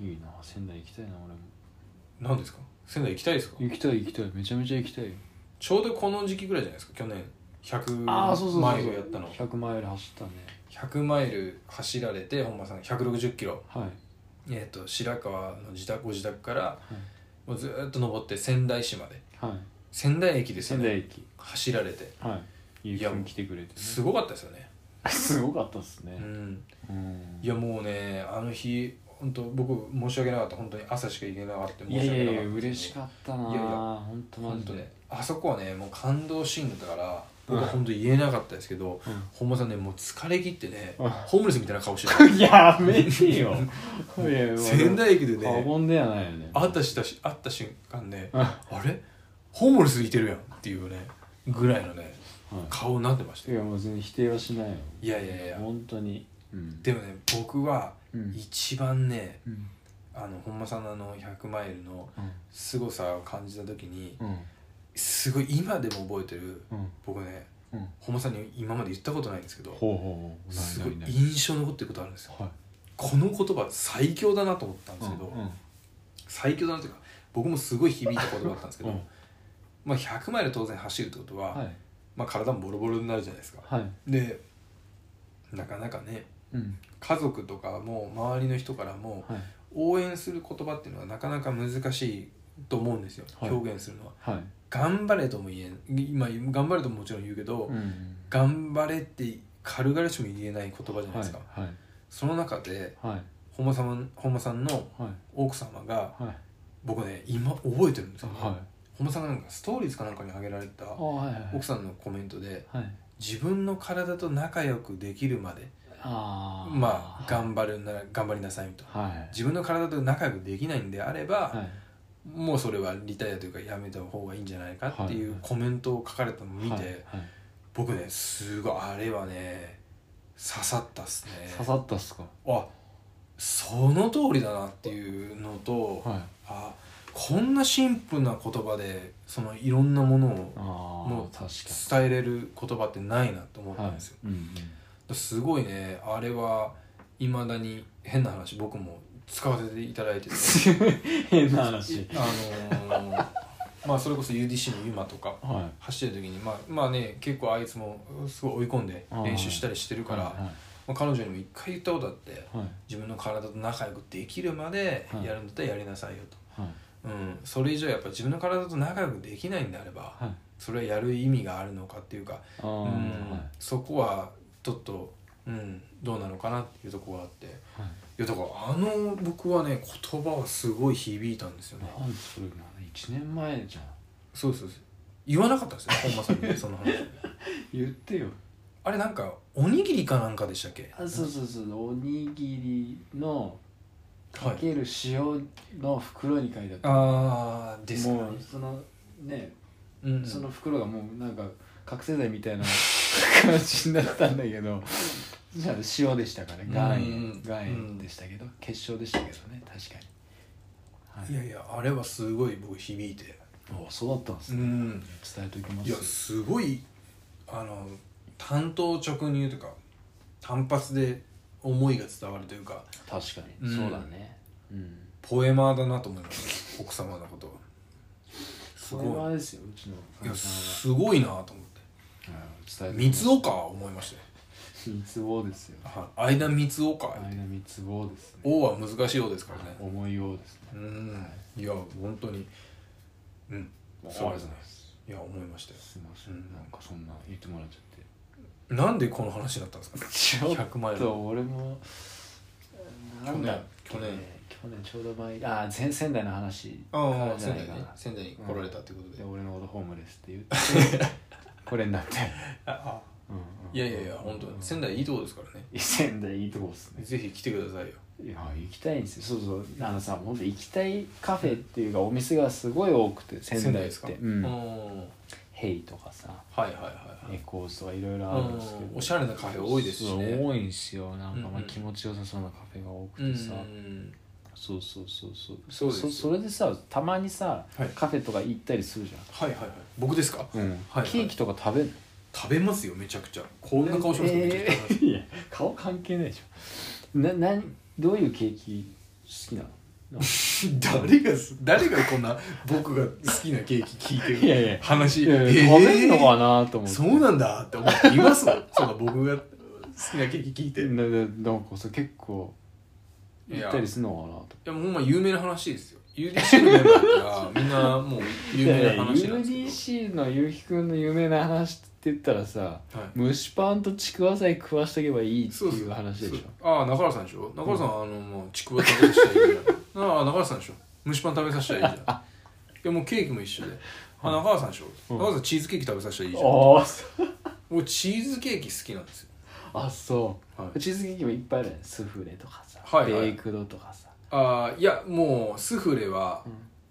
Speaker 3: いいな仙台行きたいな俺も
Speaker 2: 何ですか仙台行きたいですか
Speaker 3: 行きたい行きたいめちゃめちゃ行きたいよ
Speaker 2: ちょうどこの時期ぐらいじゃないですか去年100
Speaker 3: ああそうそうそう
Speaker 2: マイルをやったの
Speaker 3: 100マイル走ったね
Speaker 2: 100マイル走られて本間さん160キロ、
Speaker 3: はい
Speaker 2: えー、と白川の自宅ご自宅からもうずーっと登って仙台市まで
Speaker 3: はい
Speaker 2: 仙台駅ですよ
Speaker 3: 仙
Speaker 2: ね
Speaker 3: 台駅
Speaker 2: 走られて
Speaker 3: はいゆうきくん来てくれて、ね、
Speaker 2: すごかったですよね、
Speaker 3: [laughs] すごかったっす
Speaker 2: う
Speaker 3: ね
Speaker 2: ん、
Speaker 3: うん
Speaker 2: いやもうねあの日本当僕申し訳なかった本当に朝しか行けなかった
Speaker 3: いやいやいや
Speaker 2: 申
Speaker 3: 嬉
Speaker 2: し
Speaker 3: し
Speaker 2: 訳なかっ
Speaker 3: かったない
Speaker 2: やいや
Speaker 3: 本当
Speaker 2: た
Speaker 3: マ
Speaker 2: 本
Speaker 3: ジ
Speaker 2: 当
Speaker 3: で、
Speaker 2: ねあそこはねもう感動シーンだったから僕は本当言えなかったですけど、本間さんねもう疲れ切ってね、
Speaker 3: うん
Speaker 2: ホームレスみたいな顔して
Speaker 3: うんやめて [laughs] よいやいや
Speaker 2: た仙台駅で
Speaker 3: 過
Speaker 2: ね
Speaker 3: 言ではないよね
Speaker 2: 会ったしたし会った瞬間ね
Speaker 3: うんは
Speaker 2: あれホームレスいてるやんっていうねぐらいのね顔になってまし
Speaker 3: い
Speaker 2: た
Speaker 3: い
Speaker 2: よ
Speaker 3: やもう全然否定はしないよ
Speaker 2: いやいやいや
Speaker 3: 本当にうん
Speaker 2: でもね僕は
Speaker 3: うん
Speaker 2: 一番ね
Speaker 3: うん
Speaker 2: あの本間さんのあの100マイルの凄さを感じた時に
Speaker 3: うん
Speaker 2: すごい今でも覚えてる
Speaker 3: うん
Speaker 2: 僕ね
Speaker 3: うん
Speaker 2: 本間さんに今まで言ったことないんですけど
Speaker 3: ほうほうほう
Speaker 2: すごい
Speaker 3: ないないない
Speaker 2: 印象に残ってることあるんですよ
Speaker 3: は
Speaker 2: この言葉最強だなと思ったんですけ
Speaker 3: い
Speaker 2: ど
Speaker 3: うん
Speaker 2: 最強だなというか僕もすごい響いた言葉だったんですけ
Speaker 3: う
Speaker 2: ど
Speaker 3: ん
Speaker 2: まあ100マイル当然走るってこと
Speaker 3: は
Speaker 2: はいまあ体もボロボロになるじゃないですか
Speaker 3: はい
Speaker 2: でなかなかね
Speaker 3: うん
Speaker 2: 家族とかも周りの人からも
Speaker 3: はい
Speaker 2: 応援する言葉っていうのはなかなか難しいと思うんですよ、
Speaker 3: はい
Speaker 2: 表現するのは
Speaker 3: はい
Speaker 2: 頑張れとも言えん今頑張れとももちろん言うけど、
Speaker 3: うん
Speaker 2: 頑張れって軽々しくも言えない言葉じゃないで
Speaker 3: はい
Speaker 2: すか、
Speaker 3: はい
Speaker 2: その中で
Speaker 3: はい
Speaker 2: 本間さん本間さんの
Speaker 3: はい
Speaker 2: 奥様が
Speaker 3: はい
Speaker 2: 僕ね今覚えてるんですよ、ね
Speaker 3: はい
Speaker 2: 本間さんがなんかストーリーズかなんかにあげられた
Speaker 3: あはいはい
Speaker 2: 奥さんのコメントで
Speaker 3: はい
Speaker 2: 自分の体と仲良くできるまで
Speaker 3: あー
Speaker 2: まあ頑張るなら頑張りなさいと
Speaker 3: はい
Speaker 2: 自分の体と仲良くできないんであれば、
Speaker 3: はい
Speaker 2: もうそれはリタイアというかやめた方がいいんじゃないかってい
Speaker 3: は
Speaker 2: う
Speaker 3: い
Speaker 2: コメントを書かれたのを見て、
Speaker 3: はいはい
Speaker 2: 僕ねすごいあれはね刺さったっすね
Speaker 3: 刺さったっすか
Speaker 2: あその通りだなっていうのと、
Speaker 3: はい
Speaker 2: あこんなシンプルな言葉でそのいろんなものを
Speaker 3: ああも
Speaker 2: も
Speaker 3: う確か
Speaker 2: 伝えれる言葉ってないなと思っ
Speaker 3: に
Speaker 2: た
Speaker 3: は
Speaker 2: ん
Speaker 3: い
Speaker 2: ですよ、
Speaker 3: うんうん
Speaker 2: すごいねあれはいまだに変な話僕も使わせていただいて
Speaker 3: [laughs]
Speaker 2: て
Speaker 3: 変な話
Speaker 2: あのーまあそれこそ UDC の今とか
Speaker 3: はい
Speaker 2: 走ってる時にまあまあね結構あいつもすごい追い込んで練習したりしてるから、
Speaker 3: は
Speaker 2: まあ、彼女にも一回言ったことあって
Speaker 3: いはい
Speaker 2: 自分の体と仲良くできるまでやるんだったらやりなさいよ
Speaker 3: はい
Speaker 2: と、うん、それ以上やっぱ自分の体と仲良くできないんであれば
Speaker 3: はい
Speaker 2: それはやる意味があるのかっていうか、
Speaker 3: あー
Speaker 2: うん
Speaker 3: は
Speaker 2: そこはちょっと、うん、どうなのかなっていうとこがあってい
Speaker 3: いはい
Speaker 2: やだからあの僕はね言葉はすごい響いたんですよね
Speaker 3: なんでそれまだ1年前じゃん
Speaker 2: そうそうそう言わなかったん [laughs] ですよ本間さんにねその話
Speaker 3: 言ってよ
Speaker 2: あれなんかおにぎりかなんかでしたっけ
Speaker 3: あそうそうそうおにぎりの
Speaker 2: は
Speaker 3: か
Speaker 2: い
Speaker 3: ける塩の袋に書いてあった、
Speaker 2: あーですね
Speaker 3: もうそのね、
Speaker 2: うんうん
Speaker 3: その袋がもうなんか覚醒剤みたいな [laughs] 感じになったんだけどじゃあ塩でしたから岩
Speaker 2: うん
Speaker 3: 塩岩塩でしたけど結晶でしたけどね確か
Speaker 2: い
Speaker 3: に、はい、
Speaker 2: やいやあれはすごい僕響いて
Speaker 3: おそうだったんです
Speaker 2: う
Speaker 3: ね、
Speaker 2: ん
Speaker 3: 伝えておきます
Speaker 2: いやすごいあの単刀直入というか単発で思いが伝わるというか
Speaker 3: 確かに、
Speaker 2: うん
Speaker 3: そうだねうん
Speaker 2: ポエマーだなと思います奥様のことはす
Speaker 3: そ
Speaker 2: ご
Speaker 3: れはいあれですようちの
Speaker 2: いや
Speaker 3: 神さ
Speaker 2: すごいなと思って
Speaker 3: んははい伝えておき
Speaker 2: 三
Speaker 3: ます
Speaker 2: つおか思いましたよ
Speaker 3: 三つ王ですよ
Speaker 2: はい間三つおか
Speaker 3: あいな三つ王ですね
Speaker 2: 王は難しいようですからね
Speaker 3: 重い王ですね
Speaker 2: うんいや本当にうんそうですねいや思いましたよ
Speaker 3: すいません、なんかそんな言ってもらっちゃ
Speaker 2: なんでこの話になったんですかね
Speaker 3: って
Speaker 2: 100マイル
Speaker 3: ちょっと俺もなんだっけ
Speaker 2: 去年
Speaker 3: 去年ちょうど前あ前仙台の話
Speaker 2: あ
Speaker 3: から
Speaker 2: あ
Speaker 3: じゃ
Speaker 2: 仙
Speaker 3: ない
Speaker 2: 台
Speaker 3: か
Speaker 2: に
Speaker 3: な
Speaker 2: 仙台に来られたということ
Speaker 3: で
Speaker 2: で
Speaker 3: 俺のことホームレスって
Speaker 2: [laughs]
Speaker 3: 言ってこれになって、
Speaker 2: あ
Speaker 3: うんうん
Speaker 2: いやいやいや本当に仙台いいとこですからね
Speaker 3: 仙台いいとこっすね
Speaker 2: ぜひ来てくださいよ
Speaker 3: いや行きたいんですよそうそうあのさ本当行きたいカフェっていうかお店がすごい多くて仙台っ
Speaker 2: ですか
Speaker 3: て
Speaker 2: う
Speaker 3: うんん
Speaker 2: はい
Speaker 3: ヘイとかさ
Speaker 2: はいはい
Speaker 3: エコースとかいろいろあ
Speaker 2: は
Speaker 3: る
Speaker 2: い
Speaker 3: んですけ
Speaker 2: う
Speaker 3: ど
Speaker 2: んおしゃれなカフェ多いですし
Speaker 3: そう
Speaker 2: ね
Speaker 3: 多いんですよなんか
Speaker 2: うん
Speaker 3: ま
Speaker 2: う
Speaker 3: あ
Speaker 2: ん
Speaker 3: 気持ちよさそうなカフェが多
Speaker 2: うん
Speaker 3: くてさ、そうそうそうそ
Speaker 2: そう
Speaker 3: う
Speaker 2: ですよ
Speaker 3: それでさたまにさ、
Speaker 2: はい
Speaker 3: カフェとか行ったりするじ
Speaker 2: はいはいはい僕ですか
Speaker 3: ゃん、うん
Speaker 2: はい
Speaker 3: ケーキとか食べる
Speaker 2: 食べますよめちゃくちゃこんな顔しますねめちゃくちゃ食べます
Speaker 3: えーいや顔関係ないでしょななどういうケーキ好きなの
Speaker 2: 誰がす誰がこんな僕が好きなケーキ聞いてる
Speaker 3: いやいや
Speaker 2: 話
Speaker 3: いやいや
Speaker 2: えー
Speaker 3: 食べるのかなと思って
Speaker 2: そうなんだって思っていますもんそんな僕が好きなケーキ聞いてい
Speaker 3: なななんかさ結構行
Speaker 2: や
Speaker 3: ったりするのかなと
Speaker 2: やもうほんま有名な話ですよ UDC のメンバーだったらみんなもう有名な話なんです
Speaker 3: UDC のゆうきくんの有名な話って言ったらさ
Speaker 2: けど、はい
Speaker 3: 蒸しパンとちくわさえ食わしとけばいいって
Speaker 2: そう
Speaker 3: いう話でしょ
Speaker 2: ょああ中原さんでしょ中原さんはあのもうちくわ食べさせたらいいじゃんああ中原さんでしょ蒸しパン食べさせたらいいじゃんいやもうケーキも一緒であ中原さんでしょ
Speaker 3: うん
Speaker 2: 中原さんチーズケーキ食べさせたらいいじゃん
Speaker 3: ああそ
Speaker 2: 僕チーズケーキ好きなんですよ
Speaker 3: あそう、
Speaker 2: はい
Speaker 3: チーズケーキもいっぱいあるねスフレとかさ、
Speaker 2: はいはい
Speaker 3: ベイクドとかさ
Speaker 2: ああいやもうスフレは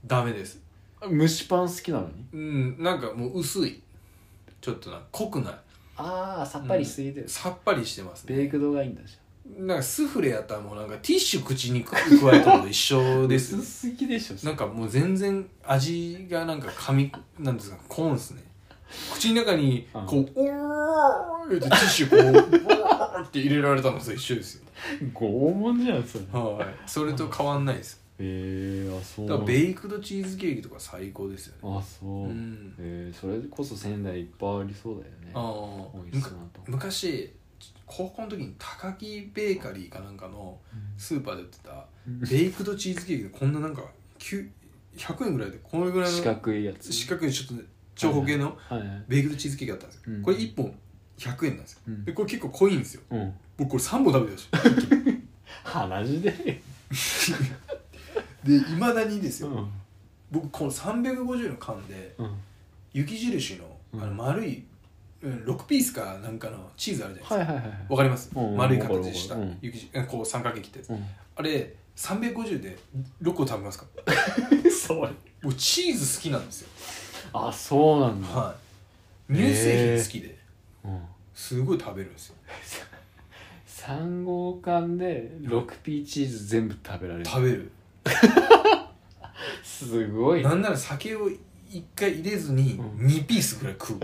Speaker 2: ダメです
Speaker 3: 蒸しパン好きなのに
Speaker 2: うんなんかもう薄いちょっとな濃くない
Speaker 3: ああさっぱりしすぎてる、
Speaker 2: さっぱりしてますね
Speaker 3: ベイクドがいいんだじ
Speaker 2: なんかスフレやったらもうなんかティッシュ口 [laughs] に加えたのと一
Speaker 3: ゃ
Speaker 2: 緒
Speaker 3: ん
Speaker 2: です
Speaker 3: 薄すぎでしょ
Speaker 2: なんかもう全然味がなんか噛みなんですかコーンですね口の中に
Speaker 3: うん
Speaker 2: こう「おー!」ってティッシュこう「おー!」って入れられたのと一緒ですよ
Speaker 3: 拷問じゃんそれへ
Speaker 2: はいそれと変わんないです
Speaker 3: えー、あそう
Speaker 2: だからベイクドチーズケーキとか最高ですよね
Speaker 3: あそ
Speaker 2: う
Speaker 3: う、へ
Speaker 2: ん
Speaker 3: えー、それこそ仙台いっぱいありそうだよね
Speaker 2: ああ
Speaker 3: 美味しそうなとこ
Speaker 2: 昔高校の時に高木ベーカリーかなんかのスーパーで売ってた
Speaker 3: うん
Speaker 2: ベイクドチーズケーキでこんななんか9 100円ぐらいでこのぐらい
Speaker 3: 四
Speaker 2: の
Speaker 3: 角いやつ
Speaker 2: 四角いちょっとね長方形の
Speaker 3: はいはい
Speaker 2: ベイクドチーズケーキあったんですよ、
Speaker 3: うん
Speaker 2: これ1本100円なんですよ
Speaker 3: うん
Speaker 2: でこれ結構濃いんですよ [laughs]
Speaker 3: うん
Speaker 2: 僕これ3本食べてま
Speaker 3: 鼻血で
Speaker 2: したでいまだにです
Speaker 3: う
Speaker 2: よ、
Speaker 3: ん
Speaker 2: 僕この350の缶で
Speaker 3: うん
Speaker 2: 雪印の
Speaker 3: うん
Speaker 2: あの丸い、うん、6ピースかなんかのチーズあるじゃないですか、
Speaker 3: はいはいはい
Speaker 2: わかります、
Speaker 3: うんうん
Speaker 2: 丸い形した
Speaker 3: わかるわか
Speaker 2: 雪印こう三角形切って
Speaker 3: うん
Speaker 2: あれ350で6個食べますか
Speaker 3: [laughs] それ
Speaker 2: 僕チーズ好きなんですよ
Speaker 3: あそうなんだ
Speaker 2: はい乳製品好きで、
Speaker 3: うん
Speaker 2: すごい食べるんですよ
Speaker 3: 3号館で 6P チーズ全部食べられる
Speaker 2: 食べる
Speaker 3: すごいな
Speaker 2: なんなら酒を一回入れずに
Speaker 3: うん
Speaker 2: 2ピースぐらい食う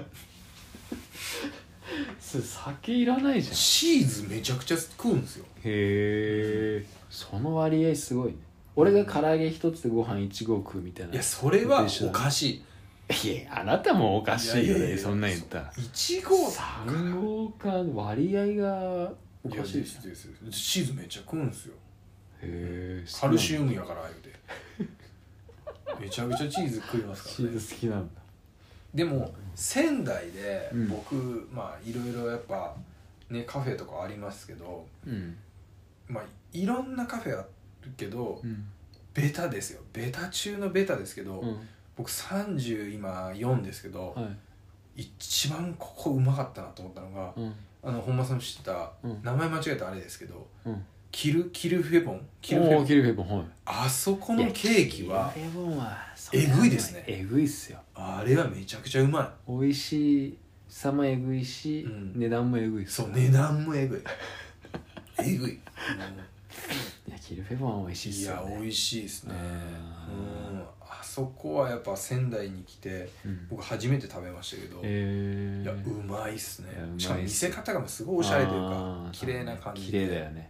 Speaker 3: それ酒いらないじゃんへ
Speaker 2: チーズめちゃくちゃ食うんですよ
Speaker 3: えその割合すごいね俺が唐揚げ一つでご飯一合食うみたいない
Speaker 2: やそれはおかしい
Speaker 3: いやあなたもおかしいよ
Speaker 2: いやいやい
Speaker 3: ね
Speaker 2: や
Speaker 3: そんなん言ったら
Speaker 2: いちご
Speaker 3: 3号館割合がおかし
Speaker 2: で
Speaker 3: いじゃ
Speaker 2: す
Speaker 3: んへ
Speaker 2: ですですチーズめっちゃ食うんですよ
Speaker 3: え
Speaker 2: カルシウムやから言うてめちゃめちゃチーズ食いますか
Speaker 3: チ
Speaker 2: らね
Speaker 3: ーズ好きなんだ
Speaker 2: でも仙台で
Speaker 3: うん
Speaker 2: 僕、まあいろいろやっぱねカフェとかありますけど
Speaker 3: うん
Speaker 2: まあいろんなカフェあるけど
Speaker 3: うん
Speaker 2: ベタですよベタ中のベタですけど、
Speaker 3: うん
Speaker 2: 僕30今4ですけど、
Speaker 3: はい
Speaker 2: 一番ここうまかったなと思ったのが、
Speaker 3: うん
Speaker 2: あの本間さんの知ってた
Speaker 3: うん
Speaker 2: 名前間違えたあれですけど
Speaker 3: うん
Speaker 2: キルキルフェボンキルフェボ
Speaker 3: おー
Speaker 2: ン
Speaker 3: キルフェボンはい
Speaker 2: あそこのケーキは
Speaker 3: レモンは
Speaker 2: えぐいですね
Speaker 3: えぐいっすよ
Speaker 2: あれはめちゃくちゃうまい
Speaker 3: 美味しさもえぐいし、
Speaker 2: うん
Speaker 3: 値段もえぐいっす
Speaker 2: そう値段もえぐいえぐい、
Speaker 3: いやキルフェボンは美味しいっ
Speaker 2: い
Speaker 3: すよ
Speaker 2: や、
Speaker 3: ね
Speaker 2: 美味しいですね
Speaker 3: うん
Speaker 2: うんあそこはやっぱ仙台に来て
Speaker 3: うん
Speaker 2: 僕初めて食べましたけど、
Speaker 3: えー
Speaker 2: いやうまいっすね
Speaker 3: いやうまいっす
Speaker 2: しかも見せ方がすごいおしゃれという
Speaker 3: あ
Speaker 2: か
Speaker 3: ー
Speaker 2: 綺麗な感じ
Speaker 3: 綺麗だよね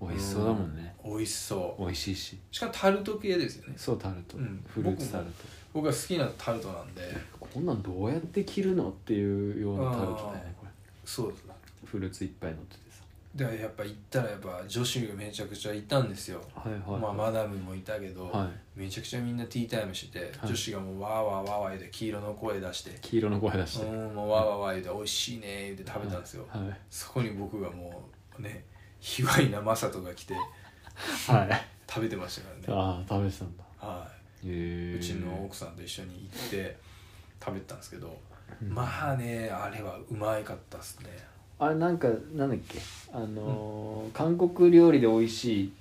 Speaker 3: 美味しそうだもんね、
Speaker 2: 美味しそう
Speaker 3: 美味しいし
Speaker 2: しかもタルト系ですよね
Speaker 3: そうタルト、
Speaker 2: うん
Speaker 3: フルーツタルト
Speaker 2: 僕が好きなタルトなんで
Speaker 3: こんなんどうやって切るのっていうようなタルトだよねこれ
Speaker 2: そうです
Speaker 3: フルーツいっぱい乗っててさ
Speaker 2: でやっぱ行ったらやっぱ女子がめちゃくちゃいたんですよ、
Speaker 3: はいはい
Speaker 2: まあ、マダムもいたけど、
Speaker 3: はい
Speaker 2: めちゃくちゃみんなティータイムしてて、
Speaker 3: はい
Speaker 2: 女子がもうわーわーわーわー言うて黄色の声出して
Speaker 3: 黄色の声出
Speaker 2: 「う
Speaker 3: して、
Speaker 2: ーんもうわーわーわー言うて美味しいね」言うて食べたんですよ、
Speaker 3: はいはい
Speaker 2: そこに僕がもうね卑猥なマサトが来て [laughs]
Speaker 3: はい、
Speaker 2: 食べてましたからね
Speaker 3: ああ食べてたんだ
Speaker 2: は
Speaker 3: へ
Speaker 2: い
Speaker 3: え
Speaker 2: うちの奥さんと一緒に行って食べてたんですけど、
Speaker 3: うん
Speaker 2: まあねあれはうまいかったっすね
Speaker 3: あれなんかなんだっけあのー韓国料理で美味し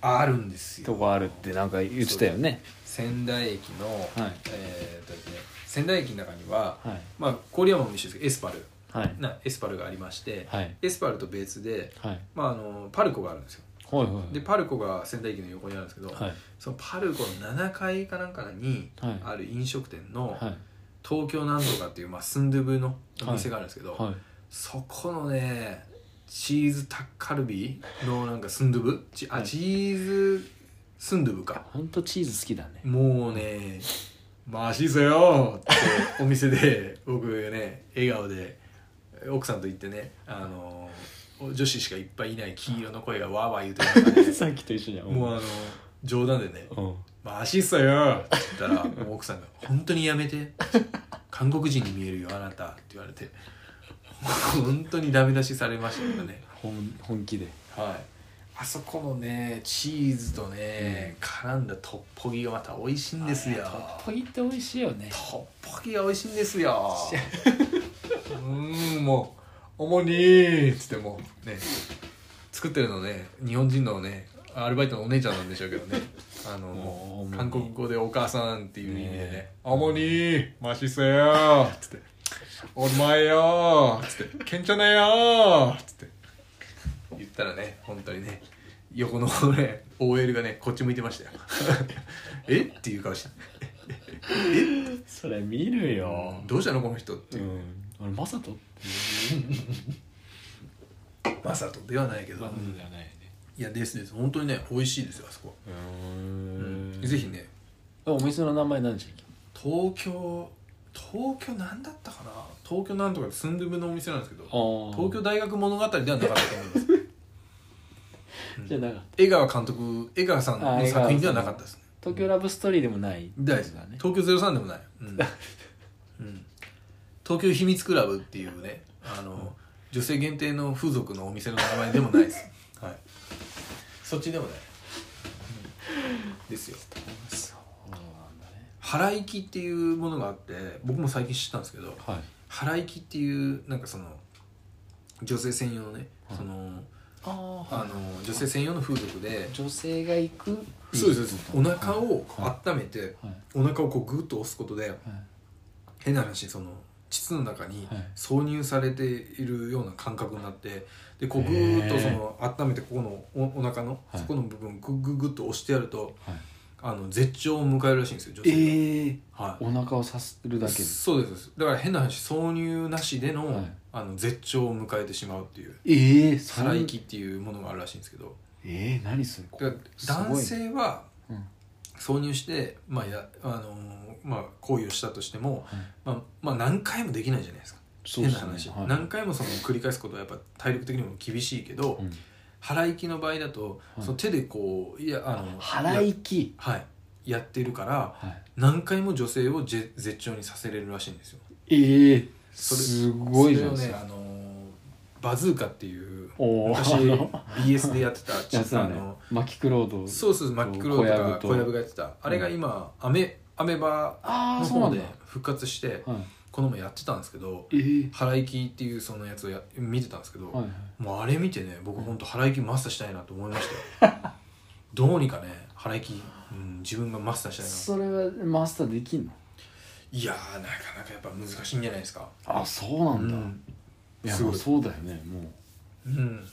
Speaker 2: あるんです
Speaker 3: い
Speaker 2: よ
Speaker 3: とこあるってなんか言ってたよね
Speaker 2: 仙台駅の、
Speaker 3: はい
Speaker 2: えーっとですね仙台駅の中には、
Speaker 3: はい
Speaker 2: まあ郡山も一緒ですけどエスパル
Speaker 3: はい
Speaker 2: なエスパルがありまして、
Speaker 3: はい
Speaker 2: エスパルと別で、
Speaker 3: はい
Speaker 2: まあ、あのパルコがあるんですよ
Speaker 3: はいはい
Speaker 2: でパルコが仙台駅の横にあるんですけど、
Speaker 3: はい
Speaker 2: そのパルコの7階かなんかに
Speaker 3: はい
Speaker 2: ある飲食店の
Speaker 3: はい
Speaker 2: 東京なんとかっていう、まあ、スンドゥブのお店があるんですけど、
Speaker 3: はい
Speaker 2: そこのねチーズタッカルビのなんかスンドゥブちあ、
Speaker 3: はい
Speaker 2: チーズスンドゥブか
Speaker 3: ほんとチーズ好きだね
Speaker 2: もうね、マシぜよってお店で [laughs] 僕ね、笑顔で奥さんと行ってね、あの、女子しかいっぱいいない黄色の声がわーわー言うてる中で、
Speaker 3: さっきと一緒じゃん
Speaker 2: もうあの、冗談でね、
Speaker 3: うん
Speaker 2: マシっすよって言ったら、もう奥さんが、本当にやめて、韓国人に見えるよ、あなたって言われて、本当にダメ出しされましたけどね。
Speaker 3: 本本気で
Speaker 2: はい、あそこのねチーズとね、絡んだトッポギがまた美味しいんですよ
Speaker 3: トッポギって美味しいよね
Speaker 2: トッポギが美味しいんですよ [laughs] うーんもう「主に」っつってもうね作ってるのね日本人のねアルバイトのお姉ちゃんなんでしょうけどねあのも
Speaker 3: も
Speaker 2: う
Speaker 3: う
Speaker 2: 韓国語で「お母さん」っていう意味でね
Speaker 3: ね
Speaker 2: 「主にマシせよ」っつって「お前よ」っつって「けんちゃねよ」っつって言ったらね本当にね横のね OL がねこっち向いてましたよ [laughs] えっていう顔して
Speaker 3: それ見るよ
Speaker 2: どうしたのこの人って
Speaker 3: う
Speaker 2: いうん
Speaker 3: 俺マサト
Speaker 2: マサトではないけど、
Speaker 3: じゃないね
Speaker 2: いやですです本当にね美味しいですよあそこ、
Speaker 3: う
Speaker 2: うん
Speaker 3: ん
Speaker 2: ぜひね
Speaker 3: お店の名前なんじゃっけ
Speaker 2: 東京東京なんだったかな東京なんとかスンドゥブのお店なんですけど東
Speaker 3: 東
Speaker 2: 京大学物語ではなかったと思いますうん
Speaker 3: じゃなかった
Speaker 2: 江川監督江川さんの作品ではなかったですね
Speaker 3: 東京ラブストーリーでもない
Speaker 2: 大事だね東京03でもない、
Speaker 3: [laughs]
Speaker 2: うんうん東京秘密クラブっていうねあの女性限定の風俗のお店の名前でもない
Speaker 3: [laughs]
Speaker 2: です、はい、そっちでもない、うんですよ
Speaker 3: そうなんだね
Speaker 2: 腹いきっていうものがあって僕も最近知ったんですけど
Speaker 3: はい
Speaker 2: 腹いきっていうなんかその女性専用のね、
Speaker 3: はい
Speaker 2: その
Speaker 3: ああ
Speaker 2: あの女性専用の風俗で
Speaker 3: 女性が行く
Speaker 2: そうですそうですお腹を
Speaker 3: は
Speaker 2: 温めて
Speaker 3: い、はい
Speaker 2: お腹をこうグッと押すことで変な話その膣の中に
Speaker 3: はい
Speaker 2: 挿入されているような感覚になってでこう
Speaker 3: へ
Speaker 2: ぐ
Speaker 3: ー
Speaker 2: ーっとその温めてここのおお腹の
Speaker 3: はい
Speaker 2: そこの部分グググッと押してやると
Speaker 3: はい
Speaker 2: あの絶頂を迎えるらしいんですよ女
Speaker 3: え
Speaker 2: 性
Speaker 3: ー
Speaker 2: が。はい
Speaker 3: お腹をさするだけで
Speaker 2: そうですそうですだから変な話挿入なしでの,、
Speaker 3: はい
Speaker 2: あの絶頂を迎えてしまうっていう
Speaker 3: ええ
Speaker 2: サライキっていうものがあるらしいんですけど
Speaker 3: ええ何それ
Speaker 2: だから男
Speaker 3: す
Speaker 2: 性は
Speaker 3: ごいね
Speaker 2: 挿入して、まあやあのーまあ、行為をしたとしても、
Speaker 3: はい
Speaker 2: まあまあ、何回もできないじゃないですか
Speaker 3: うん、
Speaker 2: 変な話、
Speaker 3: そうっすねはい
Speaker 2: 何回もその繰り返すことはやっぱ体力的にも厳しいけど、
Speaker 3: うん
Speaker 2: 腹いきの場合だと、
Speaker 3: はい
Speaker 2: その手でこういやあの
Speaker 3: 腹
Speaker 2: や
Speaker 3: いき
Speaker 2: はいやってるから
Speaker 3: は
Speaker 2: 何回も女性をぜ絶頂にさせれるらしいんですよ
Speaker 3: いええ
Speaker 2: それ
Speaker 3: すごいじゃない
Speaker 2: そ
Speaker 3: で
Speaker 2: れ
Speaker 3: す
Speaker 2: をね
Speaker 3: か
Speaker 2: あのーバズーカっていう
Speaker 3: おお
Speaker 2: 昔 BS でやってた
Speaker 3: やつだね
Speaker 2: あの
Speaker 3: マキクロード
Speaker 2: そうそうマックロー
Speaker 3: 小籔
Speaker 2: とか
Speaker 3: と
Speaker 2: 小籔がやってたあれが今アメアメバの
Speaker 3: ああそうな
Speaker 2: 方
Speaker 3: ん
Speaker 2: で
Speaker 3: だ、
Speaker 2: 復活して
Speaker 3: は
Speaker 2: この前やってたんですけど
Speaker 3: い、ええ
Speaker 2: 腹いきっていうそのやつをや見てたんですけど、
Speaker 3: はいはい
Speaker 2: もうあれ見てね僕本当腹いきマスターしたいなと思いま
Speaker 3: [laughs]
Speaker 2: したよどうにかね腹いき、うん、自分がマスターしたいな
Speaker 3: それはマスターできんの
Speaker 2: いやーなかなかやっぱ難しいんじゃないですか
Speaker 3: あそうなんだ、いや
Speaker 2: すごい
Speaker 3: まあそうだよねもう
Speaker 2: うん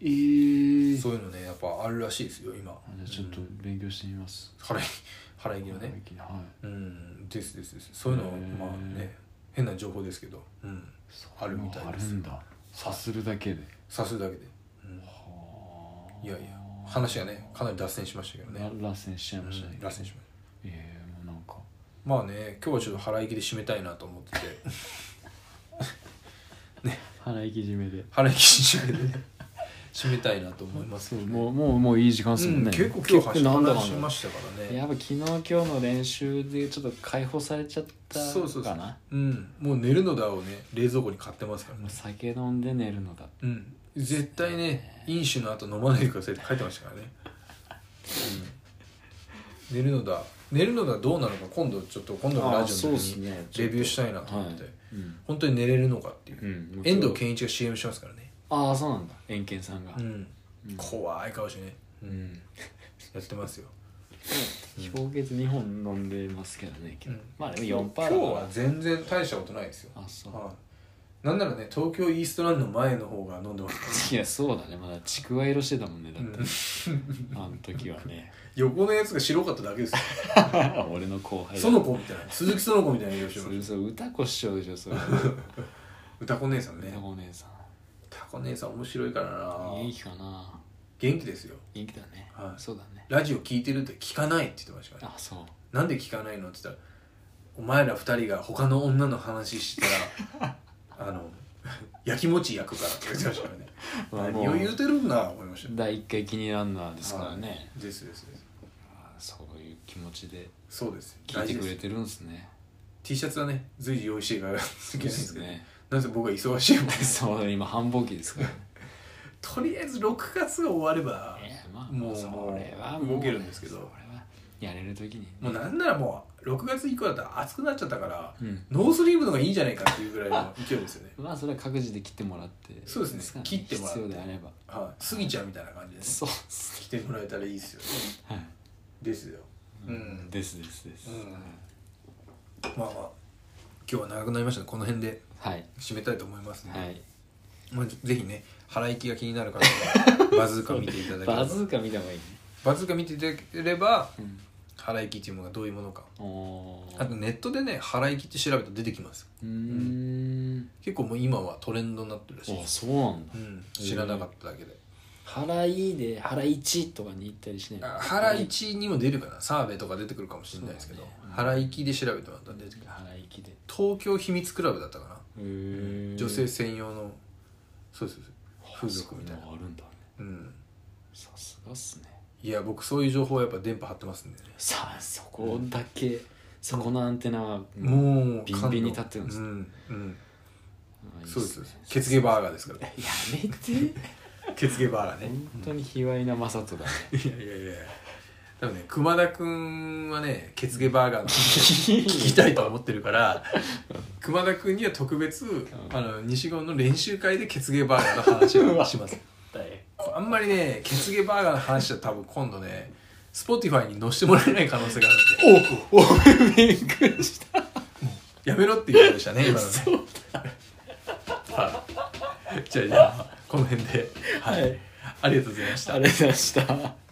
Speaker 3: ええ
Speaker 2: そういうのねやっぱあるらしいですよ今
Speaker 3: あじゃあちょっと
Speaker 2: うん
Speaker 3: 勉強してみます、
Speaker 2: 腹いき腹いきの
Speaker 3: 腹
Speaker 2: ね
Speaker 3: いきはい
Speaker 2: うんですですですそういうのは
Speaker 3: へー
Speaker 2: まあね変な情報ですけど、うん、あるみたいです
Speaker 3: あるんださするだけで
Speaker 2: さすだけで、うん
Speaker 3: はあ
Speaker 2: いやいや話がねかなり脱線しましたけどね、
Speaker 3: ら螺旋しちゃいました
Speaker 2: う
Speaker 3: ね
Speaker 2: ん脱線しました
Speaker 3: ええもうなんか
Speaker 2: まあね今日はちょっと腹いきで締めたいなと思って [laughs] て
Speaker 3: 腹いき締めで
Speaker 2: 腹いき締めでね [laughs] 締めたいなと思います
Speaker 3: そうもうもうもういい時間ですもん
Speaker 2: う
Speaker 3: ね、
Speaker 2: ん、結構今日
Speaker 3: 結なんだ
Speaker 2: 話
Speaker 3: か
Speaker 2: し
Speaker 3: ん
Speaker 2: ま
Speaker 3: だ
Speaker 2: したから
Speaker 3: や
Speaker 2: ね
Speaker 3: っぱ昨日今日の練習でちょっと解放されちゃったかな
Speaker 2: そうそうそううんもう寝るのだをね冷蔵庫に買ってますから
Speaker 3: もう
Speaker 2: ね
Speaker 3: 酒飲んで寝るのだ
Speaker 2: うん絶対ね飲酒の後飲まないでくださいって書いてましたからね、うん、寝るのだ寝るのだどうなのか今度ちょっと今度のラジオの時に
Speaker 3: ね
Speaker 2: レビューしたいなと思って、
Speaker 3: はいうん、
Speaker 2: 本当に寝れるのかっていう、
Speaker 3: うん、
Speaker 2: 遠藤健一が CM しますからね、
Speaker 3: ああそうなんだ遠健さんが、
Speaker 2: うん、
Speaker 3: うん
Speaker 2: 怖い顔してね、う、
Speaker 3: うんん
Speaker 2: やってますよ、
Speaker 3: 氷結2本飲んでますけどね、
Speaker 2: うん
Speaker 3: まあでも4パー
Speaker 2: 今日
Speaker 3: だから
Speaker 2: は全然大したことないですよ、
Speaker 3: あそう、
Speaker 2: はい、なんならね東京イーストランドの前の方が飲んでますから
Speaker 3: い、やそうだねまだちくわ色してたもんねだって、
Speaker 2: うん
Speaker 3: あの時は
Speaker 2: [laughs]
Speaker 3: ね
Speaker 2: 横のやつが白かっただけですよ
Speaker 3: 俺の後輩だ
Speaker 2: 園子みたいな鈴木園子みたいな色して
Speaker 3: そ
Speaker 2: ま
Speaker 3: れ
Speaker 2: す
Speaker 3: そう歌子師匠でしょ
Speaker 2: [laughs]
Speaker 3: それ
Speaker 2: 歌子姉さんね
Speaker 3: 歌子お姉さん
Speaker 2: 歌子姉さん面白いからな
Speaker 3: 元気かな
Speaker 2: 元気ですよ
Speaker 3: 元気だね、
Speaker 2: はい
Speaker 3: そうだね
Speaker 2: ラジオ聞いてるって聞かないって言ってましたからね
Speaker 3: あそう
Speaker 2: なんで聞かないのって言ったらお前ら二人が他の女の話した
Speaker 3: [laughs]
Speaker 2: らあの焼き餅焼くからって言ってましたからね
Speaker 3: [laughs] まあ
Speaker 2: 何を言うてるんだ思いましたよ
Speaker 3: 第一回気にランナーですからね、
Speaker 2: はいですですです
Speaker 3: あーそういう気持ちで
Speaker 2: そうです
Speaker 3: 聞いてくれ
Speaker 2: 大事です
Speaker 3: てるんですね
Speaker 2: T シャツはね随時用意していかないといけないんですけど、
Speaker 3: ね [laughs]
Speaker 2: なぜ僕は忙しいもん
Speaker 3: そう今繁忙期ですからね
Speaker 2: とりあえず6月が終われば [laughs]
Speaker 3: ええまあ
Speaker 2: もう
Speaker 3: それは
Speaker 2: 動けるんですけど
Speaker 3: それはやれる時に
Speaker 2: もうなんならもう6月以降だったら暑くなっちゃったから
Speaker 3: うん
Speaker 2: ノースリーブの方がいいんじゃないかっていうぐらいの勢いですよね
Speaker 3: まあそれは各自で切ってもらって
Speaker 2: そうですね
Speaker 3: か
Speaker 2: 切ってもらって
Speaker 3: 必要であれば
Speaker 2: はいスギちゃんみたいな感じでね
Speaker 3: そうっす
Speaker 2: 来てもらえたらいいですよね
Speaker 3: はい
Speaker 2: ですようん
Speaker 3: ですですで
Speaker 2: う
Speaker 3: す
Speaker 2: んまあまあ今日は長くなりましたのでこの辺で
Speaker 3: はい
Speaker 2: 締めたいと思いますので、
Speaker 3: はい
Speaker 2: まあ、ぜぜひね腹いきが気になる方
Speaker 3: [laughs]
Speaker 2: はバズーカ見ていただければ
Speaker 3: バズーカ見た方がいいね
Speaker 2: バズーカ見ていただければ
Speaker 3: うん
Speaker 2: 腹いきっていうものがどういうものか
Speaker 3: お
Speaker 2: あとネットでね腹いきって調べると出てきます
Speaker 3: うーん
Speaker 2: 結構もう今はトレンドになってるらしい
Speaker 3: あ
Speaker 2: です、
Speaker 3: そうなんだ
Speaker 2: うん、知らなかっただけで、
Speaker 3: 腹いいで腹一とかに行ったりしない
Speaker 2: あ腹いちにも出るかな澤部とか出てくるかもしれないですけど、
Speaker 3: そうだね
Speaker 2: 腹いきで調べてもらったら出てくる
Speaker 3: 腹いきでへ
Speaker 2: 東京秘密クラブだったかな
Speaker 3: え
Speaker 2: 女性専用のそうそうそう風俗みたいな
Speaker 3: あそううのあるんだね
Speaker 2: うん
Speaker 3: さすがっすね
Speaker 2: いや僕そういう情報はやっぱ電波張ってますんでね
Speaker 3: さあそこだけそこのアンテナは
Speaker 2: もう
Speaker 3: ビンビンに立ってるんです
Speaker 2: う
Speaker 3: ね
Speaker 2: ん、うん、
Speaker 3: まあいいっ
Speaker 2: そうですそう
Speaker 3: ね
Speaker 2: です血芸バーガーですから
Speaker 3: [laughs] やめて
Speaker 2: 血芸バーガー
Speaker 3: 本当に卑猥なマサトだね
Speaker 2: いやいやいや多分ね熊田くんはね血芸バーガーの
Speaker 3: 聞
Speaker 2: 聞きたいと思ってるから
Speaker 3: [laughs]
Speaker 2: 熊田君には特別あの西郷の練習会で血芸バーガーの話をし
Speaker 3: [laughs]
Speaker 2: ますあんまりね血芸バーガーの話は多分今度ね Spotify に載せてもらえない可能性があるんで
Speaker 3: おおびっくりした
Speaker 2: やめろって言うことでした [laughs] ね今のねはいじゃあじゃあこの辺ではい、ありがとうございました
Speaker 3: ありがとうございました